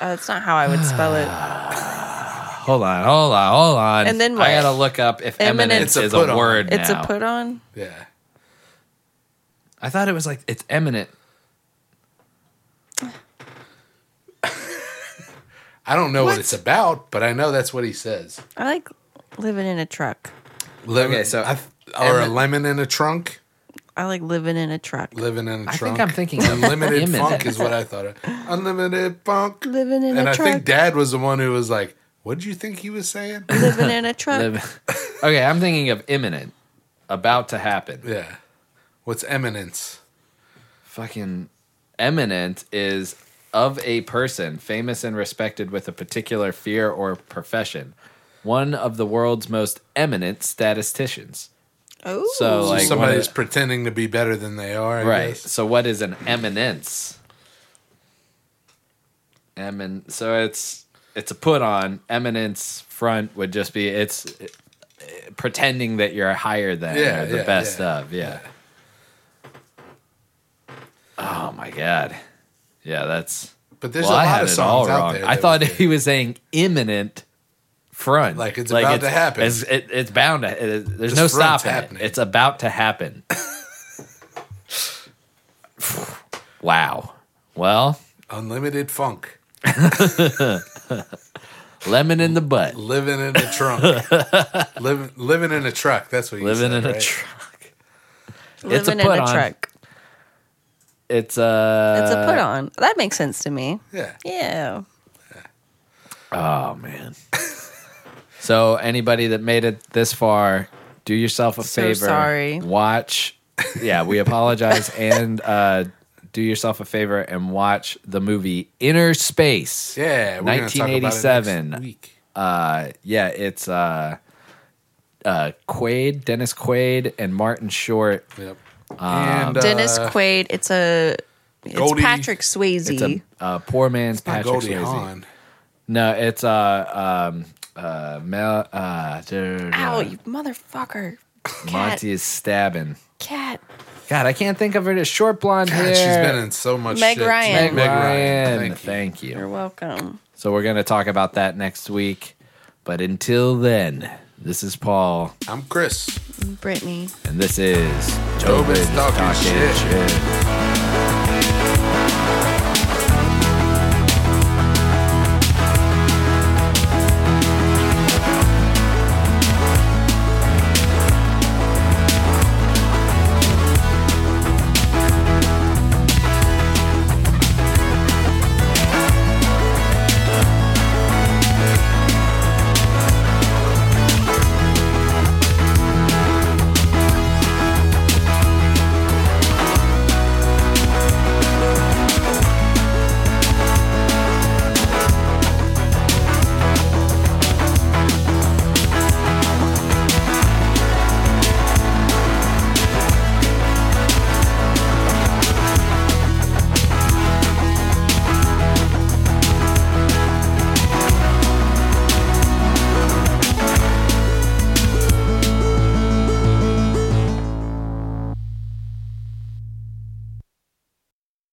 [SPEAKER 3] Oh, that's not how I would spell it.
[SPEAKER 5] [SIGHS] Hold on, hold on, hold on.
[SPEAKER 3] And then what?
[SPEAKER 5] I gotta look up if
[SPEAKER 3] Eminence-
[SPEAKER 5] eminence
[SPEAKER 2] It's a
[SPEAKER 5] is
[SPEAKER 2] put
[SPEAKER 5] a
[SPEAKER 2] on.
[SPEAKER 5] word
[SPEAKER 3] It's
[SPEAKER 5] now.
[SPEAKER 3] a put on.
[SPEAKER 2] Yeah.
[SPEAKER 5] I thought it was like it's eminent.
[SPEAKER 2] I don't know what, it's about, but I know that's what he says.
[SPEAKER 3] I like living in a truck.
[SPEAKER 2] Lemon,
[SPEAKER 5] Okay, so
[SPEAKER 2] I th- or a
[SPEAKER 5] emin-
[SPEAKER 2] lemon in a trunk,
[SPEAKER 3] I like living in a truck.
[SPEAKER 2] living in a
[SPEAKER 5] I
[SPEAKER 2] trunk.
[SPEAKER 5] think I'm thinking
[SPEAKER 2] [LAUGHS] unlimited
[SPEAKER 5] eminent.
[SPEAKER 2] funk is what I thought. Of. Unlimited funk.
[SPEAKER 3] Living in
[SPEAKER 2] and
[SPEAKER 3] a
[SPEAKER 2] I
[SPEAKER 3] truck.
[SPEAKER 2] think Dad was the one who was like, "What did you think he was
[SPEAKER 5] [LAUGHS]
[SPEAKER 2] saying?"
[SPEAKER 3] living in a truck.
[SPEAKER 5] Live- okay, I'm thinking of imminent, about to happen.
[SPEAKER 2] yeah. What's eminence?
[SPEAKER 5] Fucking eminent is of a person famous and respected with a particular fear or profession. One of the world's most eminent statisticians.
[SPEAKER 3] Oh,
[SPEAKER 5] So like
[SPEAKER 2] Somebody's
[SPEAKER 5] what
[SPEAKER 2] pretending to be better than they are. I
[SPEAKER 5] a- right.
[SPEAKER 2] guess.
[SPEAKER 5] So what is an eminence? Emin. So it's it's a put on. Eminence front would just be it's eh, pretending that you're higher than
[SPEAKER 2] Yeah,
[SPEAKER 5] or the
[SPEAKER 2] yeah,
[SPEAKER 5] best
[SPEAKER 2] yeah.
[SPEAKER 5] of. Yeah. Oh my god. Yeah, that's.
[SPEAKER 2] But there's
[SPEAKER 5] well,
[SPEAKER 2] a
[SPEAKER 5] I
[SPEAKER 2] lot
[SPEAKER 5] had
[SPEAKER 2] of
[SPEAKER 5] it all
[SPEAKER 2] songs out
[SPEAKER 5] wrong.
[SPEAKER 2] there.
[SPEAKER 5] I
[SPEAKER 2] that
[SPEAKER 5] thought
[SPEAKER 2] was
[SPEAKER 5] he was saying imminent front,
[SPEAKER 2] Like it's about to happen.
[SPEAKER 5] It's, it, it's bound to. it- there's
[SPEAKER 2] This
[SPEAKER 5] no
[SPEAKER 2] front's
[SPEAKER 5] stopping
[SPEAKER 2] happening.
[SPEAKER 5] it. It's about to
[SPEAKER 2] [LAUGHS]
[SPEAKER 5] happen. wow. Well,
[SPEAKER 2] unlimited funk.
[SPEAKER 5] lemon in the butt,
[SPEAKER 2] Living in
[SPEAKER 5] [LAUGHS]
[SPEAKER 2] a trunk. Liv- living in a truck. That's what you
[SPEAKER 5] living
[SPEAKER 2] said,
[SPEAKER 5] in a
[SPEAKER 2] right?
[SPEAKER 5] truck.
[SPEAKER 3] living
[SPEAKER 5] It's a
[SPEAKER 3] in
[SPEAKER 5] put
[SPEAKER 3] a
[SPEAKER 5] on.
[SPEAKER 3] truck.
[SPEAKER 5] It's uh, a.
[SPEAKER 3] It's a put on. That makes sense to me.
[SPEAKER 2] Yeah.
[SPEAKER 3] Yeah.
[SPEAKER 5] Oh man. so anybody that made it this far, do yourself a
[SPEAKER 3] So
[SPEAKER 5] favor.
[SPEAKER 3] sorry.
[SPEAKER 5] Watch. Yeah,
[SPEAKER 2] [LAUGHS]
[SPEAKER 5] we apologize and uh, do yourself a favor and watch the movie Inner Space.
[SPEAKER 2] Yeah. we're gonna talk about it next
[SPEAKER 5] 1987.
[SPEAKER 2] week.
[SPEAKER 5] Uh, yeah, it's uh, uh, Quaid, Dennis Quaid, and Martin Short.
[SPEAKER 2] Yep.
[SPEAKER 5] Um,
[SPEAKER 2] and,
[SPEAKER 3] Dennis
[SPEAKER 2] uh,
[SPEAKER 3] Quaid. It's a. It's
[SPEAKER 2] Goldie-
[SPEAKER 3] Patrick Swayze.
[SPEAKER 5] It's a, a poor man's
[SPEAKER 2] not
[SPEAKER 5] Patrick
[SPEAKER 2] Goldie
[SPEAKER 5] Swayze.
[SPEAKER 2] Hawn.
[SPEAKER 5] No, it's uh, um, uh, Mel. Uh,
[SPEAKER 3] Ow, you motherfucker! Cat,
[SPEAKER 5] Monty is stabbing.
[SPEAKER 3] cat.
[SPEAKER 5] God, I can't think of her. Just short blonde
[SPEAKER 2] God,
[SPEAKER 5] hair.
[SPEAKER 2] she's been in so much
[SPEAKER 3] Meg
[SPEAKER 2] shit.
[SPEAKER 3] Ryan.
[SPEAKER 5] Meg,
[SPEAKER 2] Meg
[SPEAKER 5] Ryan.
[SPEAKER 2] Ryan.
[SPEAKER 5] Thank you.
[SPEAKER 3] You're welcome.
[SPEAKER 5] So we're going to talk about that next week. But until then, this is Paul,
[SPEAKER 2] I'm Chris.
[SPEAKER 3] Brittany.
[SPEAKER 5] and this is
[SPEAKER 2] Tobin's talking shit.
[SPEAKER 5] shit.